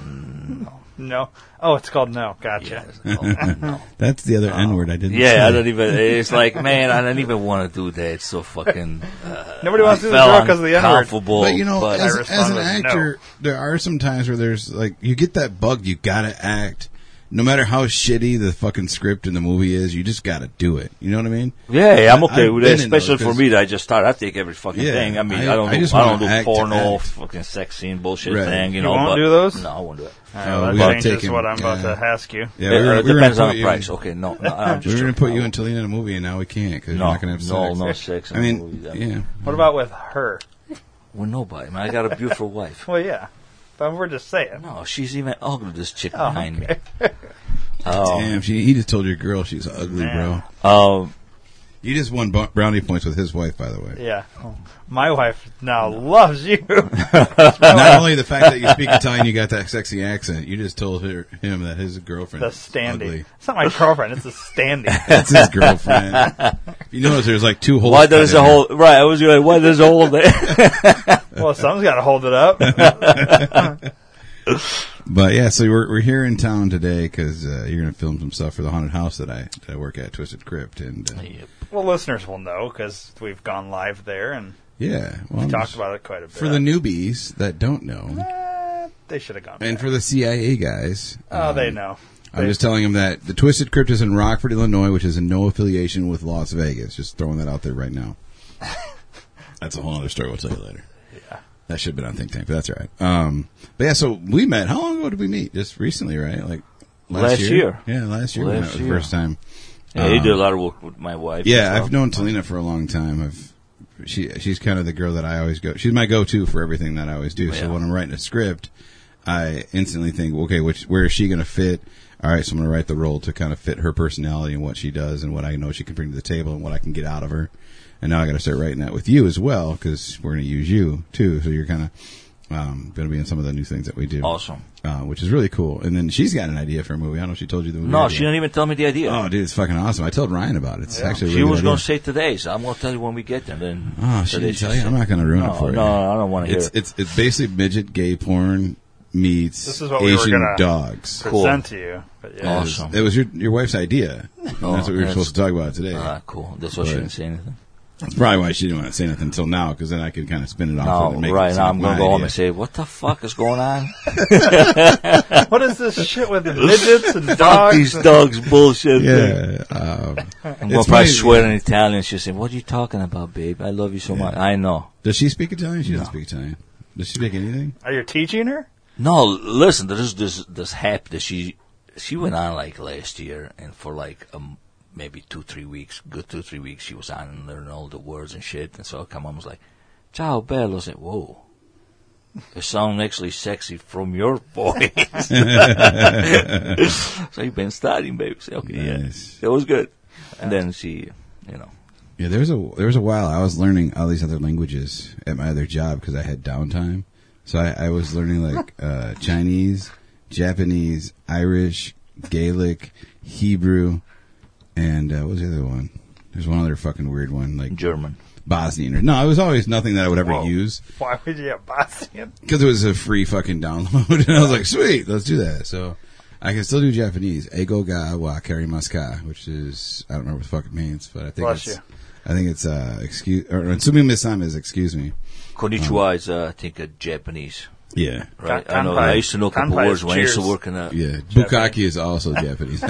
[SPEAKER 3] no,
[SPEAKER 2] No. Oh, it's called no. Gotcha.
[SPEAKER 3] yeah, it's called- no.
[SPEAKER 1] That's the other N word I [laughs] didn't.
[SPEAKER 3] uh, yeah.
[SPEAKER 1] say.
[SPEAKER 3] I don't even. It's like, man, I don't even want to do that. It's so fucking. Uh,
[SPEAKER 2] Nobody wants to do the
[SPEAKER 3] fell
[SPEAKER 2] drill because of the N word.
[SPEAKER 3] uncomfortable,
[SPEAKER 1] But you know,
[SPEAKER 3] but-
[SPEAKER 1] as,
[SPEAKER 2] I
[SPEAKER 1] as an
[SPEAKER 2] responded,
[SPEAKER 1] actor, there are some times where there's like you get that bug. You gotta act, no matter how shitty the fucking script in the movie is. You just gotta do it. You know what I mean?
[SPEAKER 3] yeah, I'm okay
[SPEAKER 1] I've
[SPEAKER 3] with
[SPEAKER 1] been
[SPEAKER 3] that.
[SPEAKER 1] in those
[SPEAKER 3] Especially for
[SPEAKER 1] 'cause-
[SPEAKER 3] me, that I just start. I take every fucking
[SPEAKER 1] Yeah,
[SPEAKER 3] thing. I mean,
[SPEAKER 1] I-
[SPEAKER 3] I, don't.
[SPEAKER 1] I just
[SPEAKER 3] do, I don't
[SPEAKER 1] wanna
[SPEAKER 3] do
[SPEAKER 1] act to
[SPEAKER 3] porno,
[SPEAKER 1] act.
[SPEAKER 3] fucking sex scene bullshit
[SPEAKER 1] Right.
[SPEAKER 3] thing. You,
[SPEAKER 2] You
[SPEAKER 3] know,
[SPEAKER 2] won't
[SPEAKER 3] but
[SPEAKER 2] do those?
[SPEAKER 3] No, I won't do it.
[SPEAKER 2] All
[SPEAKER 1] Oh,
[SPEAKER 2] right,
[SPEAKER 1] we
[SPEAKER 2] that
[SPEAKER 1] gotta
[SPEAKER 2] changes
[SPEAKER 1] take him,
[SPEAKER 2] what I'm about
[SPEAKER 1] yeah.
[SPEAKER 2] to ask you.
[SPEAKER 1] Yeah,
[SPEAKER 3] it,
[SPEAKER 1] we were-
[SPEAKER 3] it
[SPEAKER 1] we were gonna
[SPEAKER 3] depends
[SPEAKER 1] put
[SPEAKER 3] on the
[SPEAKER 1] you-
[SPEAKER 3] price. Okay, no, no I'm
[SPEAKER 1] We [laughs]
[SPEAKER 3] just
[SPEAKER 1] were gonna
[SPEAKER 3] joking.
[SPEAKER 1] put
[SPEAKER 3] I
[SPEAKER 1] you
[SPEAKER 3] won't.
[SPEAKER 1] and Talina in a movie, and now we can't because
[SPEAKER 3] No,
[SPEAKER 1] we're not gonna have sex.
[SPEAKER 3] no, no sex.
[SPEAKER 1] I mean, yeah.
[SPEAKER 2] What about with her?
[SPEAKER 3] With nobody, man. I got a beautiful wife.
[SPEAKER 2] Well, yeah. But we're just saying.
[SPEAKER 3] No, she's even ugly. This chick
[SPEAKER 2] Oh,
[SPEAKER 3] behind me. Oh,
[SPEAKER 1] Damn, she, he just told your girl she's ugly,
[SPEAKER 2] Man.
[SPEAKER 1] bro.
[SPEAKER 3] um,
[SPEAKER 1] You just won bo- brownie points with his wife, by the
[SPEAKER 3] [laughs]
[SPEAKER 1] way.
[SPEAKER 2] Yeah. My wife now loves you. [laughs]
[SPEAKER 1] Not only the fact that you speak Italian, you got that sexy accent. You just told her, him that his girlfriend.
[SPEAKER 2] the
[SPEAKER 1] is
[SPEAKER 2] standing.
[SPEAKER 1] ugly.
[SPEAKER 2] It's not my girlfriend. It's the standing.
[SPEAKER 1] [laughs] That's his girlfriend.
[SPEAKER 3] [laughs]
[SPEAKER 1] If you notice, there's like two holes.
[SPEAKER 3] why there's
[SPEAKER 1] cut in
[SPEAKER 3] a whole right? I was like, why there's a
[SPEAKER 1] [laughs]
[SPEAKER 3] whole there?
[SPEAKER 2] well, someone's got to hold it up. [laughs]
[SPEAKER 1] it. But yeah, so we're we're here in town today because uh, you're gonna film some stuff for the haunted house that I that I work at, Twisted Crypt, and uh,
[SPEAKER 2] well, listeners will know because we've gone live there and
[SPEAKER 1] yeah, well, I'm
[SPEAKER 2] talked
[SPEAKER 1] just-
[SPEAKER 2] about it quite a bit.
[SPEAKER 1] for the newbies that don't know,
[SPEAKER 2] Eh, they should have gone.
[SPEAKER 1] and
[SPEAKER 2] back.
[SPEAKER 1] for the CIA guys.
[SPEAKER 2] oh, they
[SPEAKER 1] um,
[SPEAKER 2] know.
[SPEAKER 1] I'm just telling him that the Twisted Crypt is in Rockford, Illinois, which is in no affiliation with Las Vegas. Just throwing that out there right now. [laughs] that's a whole other story. We'll tell you later.
[SPEAKER 2] Yeah.
[SPEAKER 1] That should have been on Think Tank, but that's all right. Um, but yeah, so we met. How long ago did we meet? Just recently, right? Like
[SPEAKER 3] Last year.
[SPEAKER 1] Yeah, last year we
[SPEAKER 3] Last
[SPEAKER 1] met for the
[SPEAKER 3] year.
[SPEAKER 1] first time.
[SPEAKER 3] [laughs] yeah, you did a lot of work with my wife.
[SPEAKER 1] Um, Yeah,
[SPEAKER 3] as well.
[SPEAKER 1] I've known Talina for a long time. I've she she's kind of the girl that I always go. She's my go-to for everything that I always do.
[SPEAKER 3] Yeah.
[SPEAKER 1] So when I'm writing a script, I instantly think, okay, which where is she going to fit? All right, so I'm going to write the role to kind of fit her personality and what she does and what I know she can bring to the table and what I can get out of her. And now I got to start writing that with you as well because we're going to use you too. So you're kind of um, going to be in some of the new things that we do,
[SPEAKER 3] Awesome.
[SPEAKER 1] uh, which is really cool. And then she's got an idea for a movie. I don't know if she told you the movie.
[SPEAKER 3] No,
[SPEAKER 1] idea.
[SPEAKER 3] she didn't even tell me the idea.
[SPEAKER 1] Oh, dude, it's fucking awesome. I told Ryan about it. It's actually a
[SPEAKER 3] she
[SPEAKER 1] really
[SPEAKER 3] was
[SPEAKER 1] good idea.
[SPEAKER 3] going to say today, so I'm going to tell you when we get there. Then
[SPEAKER 1] Oh, she
[SPEAKER 3] today
[SPEAKER 1] didn't tell you. I'm not going to ruin
[SPEAKER 3] No,
[SPEAKER 1] it for you.
[SPEAKER 3] no, I don't wanna hear
[SPEAKER 1] it's,
[SPEAKER 3] it.
[SPEAKER 1] It's it's basically midget gay porn meets
[SPEAKER 2] This is what we were
[SPEAKER 1] Asian
[SPEAKER 2] gonna-
[SPEAKER 1] dogs.
[SPEAKER 3] Cool.
[SPEAKER 2] Present to you. But yeah.
[SPEAKER 3] Oh,
[SPEAKER 1] That was-
[SPEAKER 3] Awesome. Oh,
[SPEAKER 1] That was your your wife's idea. And that's what we were
[SPEAKER 3] that's-
[SPEAKER 1] supposed to talk about today.
[SPEAKER 3] Ah, cool. That's why she
[SPEAKER 1] Right.
[SPEAKER 3] didn't say anything.
[SPEAKER 1] That's probably why she didn't want to say nothing until now, because then I could kind of spin it off.
[SPEAKER 3] No,
[SPEAKER 1] and make
[SPEAKER 3] Oh, right
[SPEAKER 1] it
[SPEAKER 3] now I'm
[SPEAKER 1] going to
[SPEAKER 3] go home and say, "What the fuck is going
[SPEAKER 1] [laughs]
[SPEAKER 3] on?"
[SPEAKER 2] [laughs] what is this shit with
[SPEAKER 1] [laughs]
[SPEAKER 2] midgets and dogs?
[SPEAKER 3] These
[SPEAKER 2] and-
[SPEAKER 3] dogs bullshit.
[SPEAKER 1] Yeah, um,
[SPEAKER 3] I'm gonna
[SPEAKER 1] It's
[SPEAKER 3] probably
[SPEAKER 1] funny-
[SPEAKER 3] swear in Italian. She'll say, "What are you talking about, babe? I love you so much." I know.
[SPEAKER 1] does she speak Italian? She doesn't speak Italian. Does she pick anything?
[SPEAKER 2] Are you teaching her?
[SPEAKER 3] No, listen, there's this this hap that she she went on like last year, and for like um maybe two three weeks, good two three weeks, she was on and learning all the words and shit. And so I come on, was like, "Ciao bello," I said, "Whoa." It sounds actually sexy from your [laughs] voice. so you've been studying, baby. Say, okay,
[SPEAKER 1] Nice.
[SPEAKER 3] yeah, it was good. And then she, you know,
[SPEAKER 1] Yeah, there was a there was a while I was learning all these other languages at my other job because I had downtime. So I, I was learning like uh, Chinese, Japanese, Irish, Gaelic, Hebrew, and uh, what was the other one? There's one other fucking weird one like
[SPEAKER 3] German.
[SPEAKER 1] Bosnian. Or, no, it was always nothing that I would ever
[SPEAKER 2] Whoa.
[SPEAKER 1] use
[SPEAKER 2] Why would you have Bosnian?
[SPEAKER 1] because it was a free fucking download, [laughs] and I was like, sweet, let's do that. So I can still do Japanese. Ego ga wa karimaska, which is I don't remember what the fuck it means, but I think
[SPEAKER 2] Bless
[SPEAKER 1] it's
[SPEAKER 2] you.
[SPEAKER 1] I think it's uh excuse or Tsumi Misam is excuse me.
[SPEAKER 3] Konnichiwa is, uh, I think, a Japanese,
[SPEAKER 1] Yeah.
[SPEAKER 3] right?
[SPEAKER 2] Kan-
[SPEAKER 3] I know.
[SPEAKER 2] kanpai.
[SPEAKER 3] I used to know a couple
[SPEAKER 2] Kanpai is
[SPEAKER 3] words when I used to
[SPEAKER 2] cheers.
[SPEAKER 3] work in [laughs] a
[SPEAKER 1] Yeah. Bukaki is
[SPEAKER 2] [laughs]
[SPEAKER 1] also Japanese, I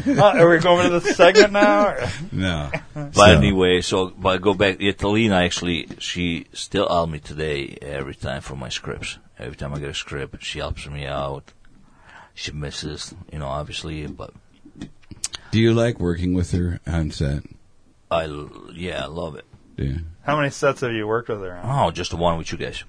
[SPEAKER 1] think.
[SPEAKER 2] Uh, are we going to the segment now? or-
[SPEAKER 1] [laughs] no.
[SPEAKER 3] But
[SPEAKER 1] So-
[SPEAKER 3] anyway, so but I go back. Italina actually, she still helps me today every time for my scripts. Every time I get a script, she helps me out. She misses, you know, obviously, but
[SPEAKER 1] Do you like working with her on set?
[SPEAKER 3] I l- yeah, I love it.
[SPEAKER 1] Yeah.
[SPEAKER 2] How many sets have you worked with her on?
[SPEAKER 3] Oh, just the one with you guys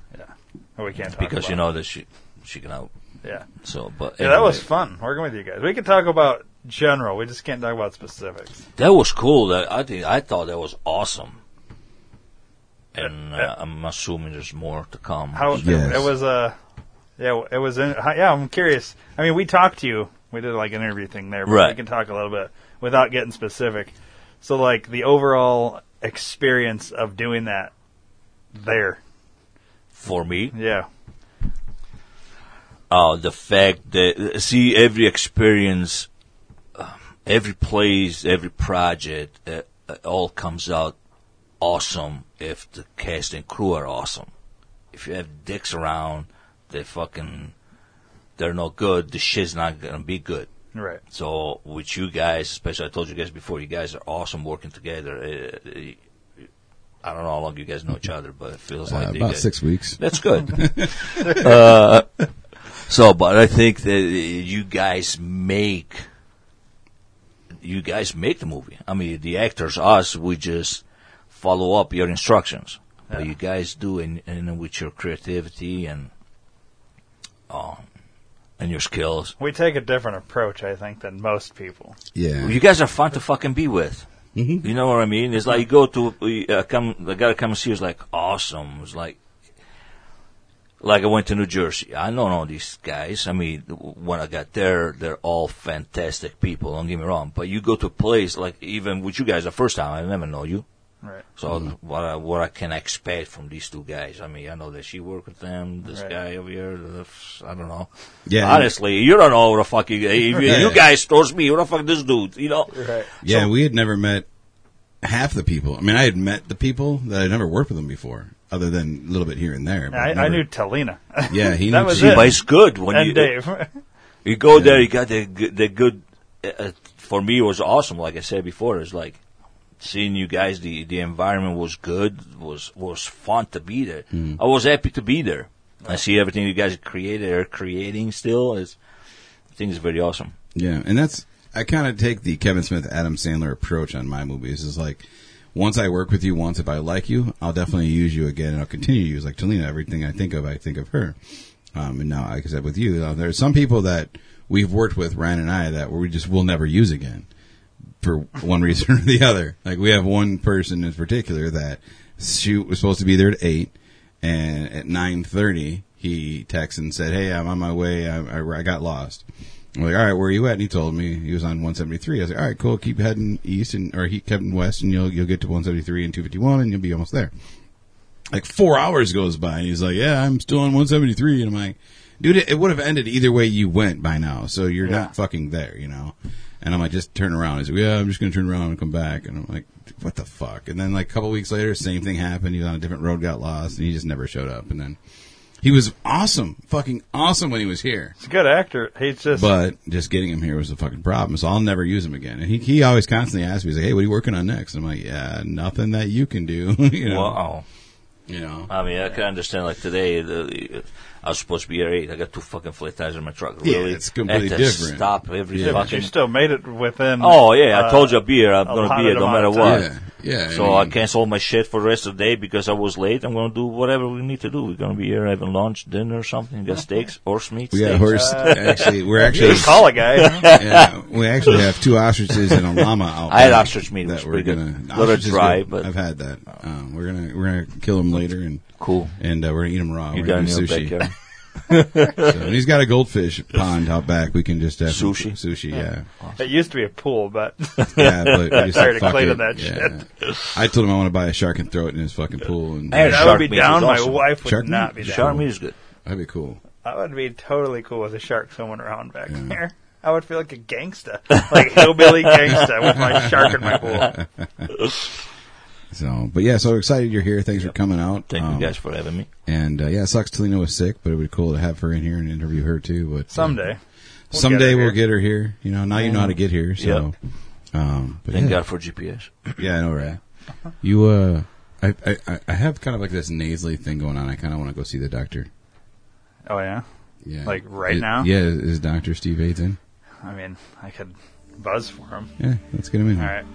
[SPEAKER 2] Oh, we can't talk
[SPEAKER 3] because
[SPEAKER 2] about
[SPEAKER 3] you know that she she can help.
[SPEAKER 2] it. Yeah.
[SPEAKER 3] So, but
[SPEAKER 2] Yeah, that
[SPEAKER 3] anyway,
[SPEAKER 2] was fun working with you guys. We could talk about general. We just can't talk about specifics.
[SPEAKER 3] that was cool. That I think I thought that was awesome. And
[SPEAKER 2] Uh, uh,
[SPEAKER 3] uh, I'm assuming there's more to come.
[SPEAKER 2] How
[SPEAKER 1] Yes.
[SPEAKER 2] it, was uh, yeah, it was. In, hi- yeah, I'm curious. I mean, we talked to you. We did like an interview thing there, but we
[SPEAKER 3] Right.
[SPEAKER 2] can talk a little bit without getting specific. So, like the overall experience of doing that there.
[SPEAKER 3] for me?
[SPEAKER 2] Yeah.
[SPEAKER 3] uh, the fact that see every experience, um, every place, every project, uh, it all comes out awesome if the cast and crew are awesome. If you have dicks around, they fucking they're no good. The shit's not gonna be good.
[SPEAKER 2] Right.
[SPEAKER 3] So with you guys, especially, I told you guys before, you guys are awesome working together. Uh, uh, I don't know how long you guys know each other, but it feels like
[SPEAKER 1] Uh,
[SPEAKER 3] you
[SPEAKER 1] about
[SPEAKER 3] guys-
[SPEAKER 1] six weeks.
[SPEAKER 3] that's good. uh, so, but I think that you guys make you guys make the movie. I mean, the actors, us, we just follow up your instructions. But you guys do, and and with your creativity and uh, and your skills,
[SPEAKER 2] We take a different approach, I think, than most people.
[SPEAKER 1] Yeah.
[SPEAKER 3] you guys are fun to fucking be with. You know what I mean? It's like you go to uh, come the guy come and see you is like awesome. It's like like I went to New Jersey. I know all these guys. I mean, when I got there, they're all fantastic people. Don't get me wrong. But you go to a place like even with you guys the first time, I never know you.
[SPEAKER 2] Right.
[SPEAKER 3] So what I, what I can expect from these two guys? I mean, I know that she worked with them. This
[SPEAKER 2] Right.
[SPEAKER 3] guy over here, the- I don't know.
[SPEAKER 1] Yeah.
[SPEAKER 3] Honestly, you don't know who the fuck you. If you,
[SPEAKER 1] Right.
[SPEAKER 3] you guys towards me, who the fuck this dude? You know.
[SPEAKER 2] Right.
[SPEAKER 1] Yeah, we had never met half the people. I mean, I had met the people that I'd never worked with them before, other than a little bit here and there. but
[SPEAKER 2] I, I
[SPEAKER 1] never-
[SPEAKER 2] knew Talina.
[SPEAKER 1] Yeah, he
[SPEAKER 2] That
[SPEAKER 1] knew
[SPEAKER 2] was
[SPEAKER 1] Gene.
[SPEAKER 2] it.
[SPEAKER 3] But it's good when
[SPEAKER 2] and
[SPEAKER 3] you
[SPEAKER 2] Dave. [laughs]
[SPEAKER 3] you go there. You got the g- the good. uh, Uh, for me, it was awesome. Like I said before, it's like seeing you guys. The the environment was good. Was was fun to be there.
[SPEAKER 1] Mm.
[SPEAKER 3] I was happy to be there. I see everything you guys created are creating still. Is I think it's very awesome.
[SPEAKER 1] Yeah, and that's I kind of take the Kevin Smith Adam Sandler approach on my movies. Is like once I work with you, once if I like you, I'll definitely use you again, and I'll continue to use like Talina. Everything I think of, I think of her. Um, and now, like I said, with you, uh, there are some people that we've worked with, Ryan and I, that we just will never use again for one reason [laughs] or the other. Like we have one person in particular that she was supposed to be there at eight, and at nine thirty he texted and said, "Hey, I'm on my way. I, I, I got lost." I'm like, "All right, where are you at?" And he told me he was on one seventy three. I was like, "All right, cool. Keep heading east and or he kept heading west, and you'll you'll get to one seventy three and two fifty one, and you'll be almost there." like four hours goes by and he's like, yeah, I'm still on 173. And I'm like, dude, it, it would have ended either way you went by now. So you're not fucking there, you know? And I'm like, just turn around. He's like, yeah, I'm just going to turn around and come back. And I'm like, what the fuck? And then like a couple weeks later, same thing happened. He was on a different road, got lost and he just never showed up. And then he was awesome, fucking awesome when he was here.
[SPEAKER 2] He's a good actor. He's just.
[SPEAKER 1] But just getting him here was the fucking problem. So I'll never use him again. And he, he always constantly asks me, he's like, hey, what are [laughs] you working on next? And I'm like, yeah, nothing that you can do. you know?
[SPEAKER 3] Wow.
[SPEAKER 1] You know,
[SPEAKER 3] I mean, I can understand. Like today, the, I was supposed to be at eight. I got two fucking flat tires in my truck.
[SPEAKER 1] Yeah,
[SPEAKER 3] Really,
[SPEAKER 1] it's completely
[SPEAKER 3] I had to
[SPEAKER 1] different.
[SPEAKER 3] Stop every
[SPEAKER 1] Yeah,
[SPEAKER 2] But you
[SPEAKER 3] fucking.
[SPEAKER 2] still made it within.
[SPEAKER 3] [laughs] Oh yeah,
[SPEAKER 2] uh,
[SPEAKER 3] I told you I'll be here. I'm
[SPEAKER 2] a
[SPEAKER 3] gonna be
[SPEAKER 2] hundred
[SPEAKER 3] here no
[SPEAKER 2] amount
[SPEAKER 3] matter
[SPEAKER 2] of
[SPEAKER 3] what.
[SPEAKER 1] yeah, yeah.
[SPEAKER 3] So I
[SPEAKER 1] mean,
[SPEAKER 3] cancel my shit for the rest of the day because I was late. I'm gonna do whatever we need to do. We're gonna be here having lunch, dinner, or something. Got steaks,
[SPEAKER 2] [laughs]
[SPEAKER 3] horse meat.
[SPEAKER 1] We
[SPEAKER 3] steaks.
[SPEAKER 1] got horse.
[SPEAKER 3] Uh,
[SPEAKER 1] actually,
[SPEAKER 3] [laughs]
[SPEAKER 1] we're actually.
[SPEAKER 2] Just call a guy. [laughs]
[SPEAKER 1] yeah, we actually have two ostriches and a llama out.
[SPEAKER 3] [laughs] I had
[SPEAKER 1] back
[SPEAKER 3] ostrich meat,
[SPEAKER 1] That
[SPEAKER 3] which
[SPEAKER 1] we're
[SPEAKER 3] was pretty
[SPEAKER 1] gonna
[SPEAKER 3] good. Little
[SPEAKER 1] ostrich is
[SPEAKER 3] dry,
[SPEAKER 1] good.
[SPEAKER 3] but-
[SPEAKER 1] I've had that. Um, we're gonna we're gonna kill them later and
[SPEAKER 3] Cool.
[SPEAKER 1] and uh, we're gonna eat them raw.
[SPEAKER 3] You
[SPEAKER 1] we're
[SPEAKER 3] got
[SPEAKER 1] gonna do
[SPEAKER 3] in your
[SPEAKER 1] sushi. [laughs]
[SPEAKER 3] backyard.
[SPEAKER 1] So, and he's got a goldfish pond out back. We can just have
[SPEAKER 3] Sushi?
[SPEAKER 1] Sushi, yeah,
[SPEAKER 2] it used to be a pool,
[SPEAKER 3] [laughs]
[SPEAKER 2] but
[SPEAKER 1] yeah. But we just
[SPEAKER 2] Tired
[SPEAKER 1] like,
[SPEAKER 2] of
[SPEAKER 1] fuck
[SPEAKER 2] cleaning
[SPEAKER 1] it.
[SPEAKER 2] that
[SPEAKER 1] yeah. I told him I want to buy a shark and throw it in his fucking pool, and
[SPEAKER 3] Man,
[SPEAKER 2] I would
[SPEAKER 3] shark
[SPEAKER 2] be
[SPEAKER 3] meat is
[SPEAKER 2] down. My
[SPEAKER 3] awesome.
[SPEAKER 2] wife would
[SPEAKER 1] Shark meat?
[SPEAKER 2] not be down.
[SPEAKER 3] Shark meat is good.
[SPEAKER 1] that'd be cool.
[SPEAKER 2] I would be totally cool with a shark swimming around back there. I would feel like a gangsta, like hillbilly gangsta with my shark in my
[SPEAKER 3] [laughs]
[SPEAKER 2] pool.
[SPEAKER 1] So, but yeah, so excited you're here. Thanks for coming out.
[SPEAKER 3] Thank
[SPEAKER 1] Um,
[SPEAKER 3] you guys for having me.
[SPEAKER 1] And uh, yeah, it sucks Talina was sick, but it would be cool to have her in here and interview her too. But uh,
[SPEAKER 2] Someday. We'll
[SPEAKER 1] someday
[SPEAKER 2] get her
[SPEAKER 1] we'll
[SPEAKER 2] here.
[SPEAKER 1] get her here. You know, now you know how to get here. So, um, but
[SPEAKER 3] Thank
[SPEAKER 1] yeah,
[SPEAKER 3] God for GPS.
[SPEAKER 2] Ah.
[SPEAKER 1] yeah, I know, right?
[SPEAKER 2] Uh-huh.
[SPEAKER 1] You, uh, I, I- I, I have kind of like this nasally thing going on. I kind of want to go see the doctor.
[SPEAKER 2] Oh yeah.
[SPEAKER 1] Yeah,
[SPEAKER 2] Like, right
[SPEAKER 1] Is-
[SPEAKER 2] now?
[SPEAKER 1] Yeah, is Doctor Steve Aids in?
[SPEAKER 2] I mean, I could buzz for him.
[SPEAKER 1] Yeah, let's get him in.
[SPEAKER 2] All
[SPEAKER 1] here.
[SPEAKER 2] right.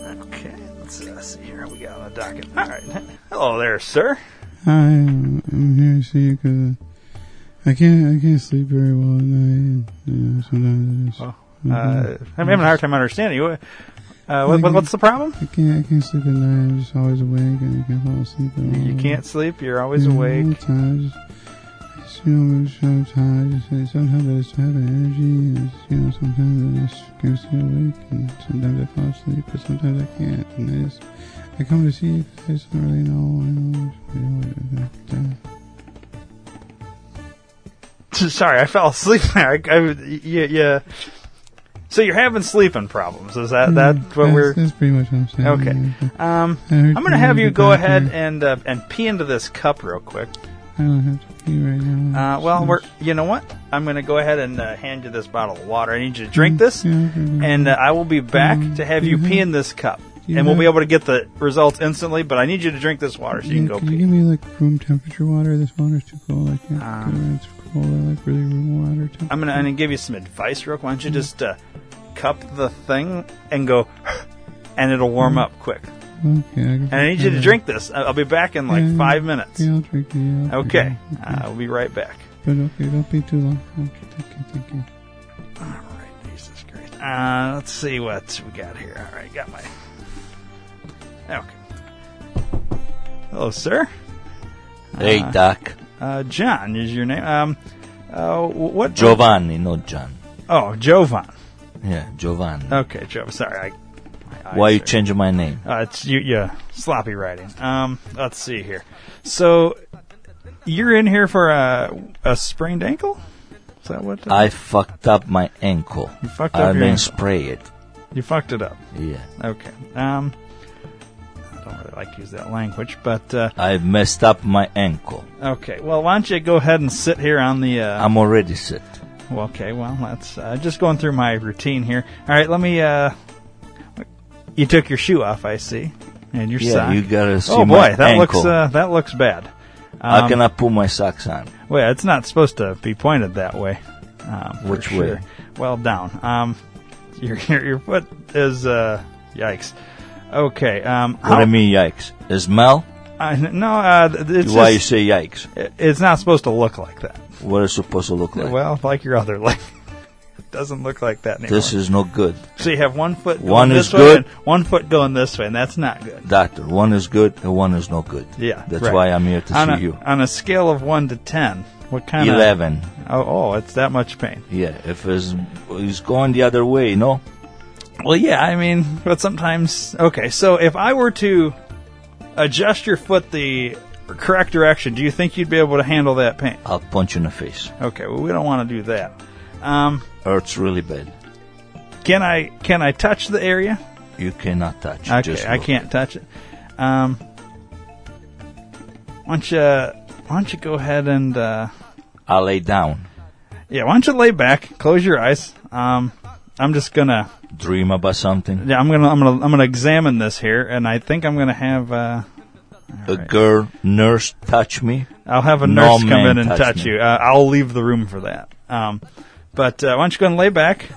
[SPEAKER 2] Okay. Let's uh, see here. What we got on the docket. All right. Hello there, sir.
[SPEAKER 1] Hi, I'm I'm here to see you because I can't, I can't sleep very well at night. And, you know, sometimes I just,
[SPEAKER 3] Mm-hmm.
[SPEAKER 2] Uh, I'm having a hard time understanding you. Uh, what, what, what's the problem?
[SPEAKER 1] I can't, I can't sleep at night. I'm just always awake and I can't fall asleep. At all.
[SPEAKER 2] You can't sleep. You're always awake. [laughs]
[SPEAKER 1] Sometimes, I just, you know, sometimes, I just- sometimes I just have energy. And I just, you know, sometimes I just can stay awake and sometimes I fall asleep, but sometimes I can't. And I just, I come to see you 'cause I just don't really know. I know, you know, what- what- what-
[SPEAKER 2] Sorry, I fell asleep there. I, I, yeah, yeah. So you're having sleeping problems. Is that that Uh, what
[SPEAKER 1] Hmm, that's,
[SPEAKER 2] we're?
[SPEAKER 1] That's pretty much what I'm saying.
[SPEAKER 2] Okay. Um, I'm gonna have you go ahead and uh, and pee into this cup real quick.
[SPEAKER 1] I don't have to pee right now.
[SPEAKER 2] Uh, well, we're you know what? I'm gonna go ahead and uh, hand you this bottle of water. I need you to drink this, and uh, I will be back to have you pee in this cup, and we'll be able to get the results instantly. But I need you to drink this water so you can go
[SPEAKER 1] can you give
[SPEAKER 2] pee.
[SPEAKER 1] me like room temperature water? This water's too cold. I can't. do it. It's cold. I like really room water. Temperature.
[SPEAKER 2] Uh, I'm gonna, I'm gonna give you some advice, real quick. Why don't you just uh, cup the thing and go, [sighs] and it'll warm up quick.
[SPEAKER 1] Okay. I
[SPEAKER 2] And I need you to drink this. I- I'll be back in like
[SPEAKER 1] Yeah.
[SPEAKER 2] five minutes.
[SPEAKER 1] Mm-hmm. Yeah, I'll drink it. Yeah, I'll drink
[SPEAKER 2] Okay.
[SPEAKER 1] it.
[SPEAKER 2] Uh, I'll be right back.
[SPEAKER 1] But okay, don't be too long. Okay, thank you, thank you.
[SPEAKER 2] All right, Jesus Christ. Uh, let's see what we got here. All right, got my. Okay. Hello, sir.
[SPEAKER 3] Hey, Doc.
[SPEAKER 2] Uh, John is your name. Um, uh, wh- what?
[SPEAKER 3] Giovanni, not John.
[SPEAKER 2] Oh, Jovan.
[SPEAKER 3] Yeah, Giovanni.
[SPEAKER 2] Okay, Joe. Sorry. I, my
[SPEAKER 3] Why
[SPEAKER 2] eyes
[SPEAKER 3] you
[SPEAKER 2] are-
[SPEAKER 3] changing my name?
[SPEAKER 2] Uh, it's you, yeah, sloppy writing. Um, let's see here. So, you're in here for a a sprained ankle? Is that what?
[SPEAKER 3] I fucked up my ankle.
[SPEAKER 2] You fucked
[SPEAKER 3] I
[SPEAKER 2] up your
[SPEAKER 3] didn't
[SPEAKER 2] ankle.
[SPEAKER 3] spray it.
[SPEAKER 2] you fucked it up.
[SPEAKER 3] Yeah.
[SPEAKER 2] Okay. Um, I don't really like to use that language, but uh,
[SPEAKER 3] I messed up my ankle.
[SPEAKER 2] okay. Well, why don't you go ahead and sit here on the? Uh,
[SPEAKER 3] I'm already sick.
[SPEAKER 2] well, okay. Well, that's uh, just going through my routine here. All right. Let me. Uh, you took your shoe off, I see, and your
[SPEAKER 3] Yeah,
[SPEAKER 2] sock.
[SPEAKER 3] you gotta see
[SPEAKER 2] oh
[SPEAKER 3] my
[SPEAKER 2] boy, that
[SPEAKER 3] ankle.
[SPEAKER 2] looks uh, um, that looks bad.
[SPEAKER 3] I cannot put my socks on.
[SPEAKER 2] Well, it's not supposed to be pointed that way. Um, for
[SPEAKER 3] Which
[SPEAKER 2] sure.
[SPEAKER 3] way?
[SPEAKER 2] Well, down. Um, your, your your foot is uh, yikes. Okay. Um,
[SPEAKER 3] What I mean, yikes. The Smell?
[SPEAKER 2] I, no, uh, th- it's
[SPEAKER 3] Why
[SPEAKER 2] just,
[SPEAKER 3] you say yikes?
[SPEAKER 2] it- it's not supposed to look like that.
[SPEAKER 3] What it's supposed to look like?
[SPEAKER 2] Well, like your other [laughs] leg, it doesn't look like that anymore.
[SPEAKER 3] this is no good,
[SPEAKER 2] so you have one foot going
[SPEAKER 3] One
[SPEAKER 2] this
[SPEAKER 3] is
[SPEAKER 2] way
[SPEAKER 3] good.
[SPEAKER 2] and one foot going this way, and that's not good.
[SPEAKER 3] doctor. One is good and one is no good.
[SPEAKER 2] Yeah,
[SPEAKER 3] That's
[SPEAKER 2] right.
[SPEAKER 3] why I'm here to
[SPEAKER 2] on
[SPEAKER 3] see
[SPEAKER 2] a,
[SPEAKER 3] you.
[SPEAKER 2] On a scale of one to ten, what kind of
[SPEAKER 3] Eleven.
[SPEAKER 2] Oh, oh, it's that much pain.
[SPEAKER 3] Yeah, if it's, it's going the other way, no.
[SPEAKER 2] Well, yeah, I mean, but sometimes. Okay, so if I were to adjust your foot the correct direction, do you think you'd be able to handle that pain?
[SPEAKER 3] I'll punch you in the face.
[SPEAKER 2] Okay, well, we don't want to do that. Um,
[SPEAKER 3] Hurts really bad.
[SPEAKER 2] can I can I touch the area?
[SPEAKER 3] You cannot touch.
[SPEAKER 2] Okay,
[SPEAKER 3] Just
[SPEAKER 2] I
[SPEAKER 3] look.
[SPEAKER 2] can't touch it. Um, why don't you why don't you go ahead and uh,
[SPEAKER 3] I lay down.
[SPEAKER 2] yeah, why don't you lay back, close your eyes. Um, I'm just gonna
[SPEAKER 3] dream about something.
[SPEAKER 2] Yeah, I'm gonna I'm gonna I'm gonna examine this here, and I think I'm gonna have uh,
[SPEAKER 3] A girl nurse touch me.
[SPEAKER 2] I'll have a
[SPEAKER 3] No
[SPEAKER 2] nurse come
[SPEAKER 3] man
[SPEAKER 2] in and
[SPEAKER 3] touch
[SPEAKER 2] touch
[SPEAKER 3] me.
[SPEAKER 2] you. Uh, I'll leave the room for that. Um, but uh, why don't you go and lay back?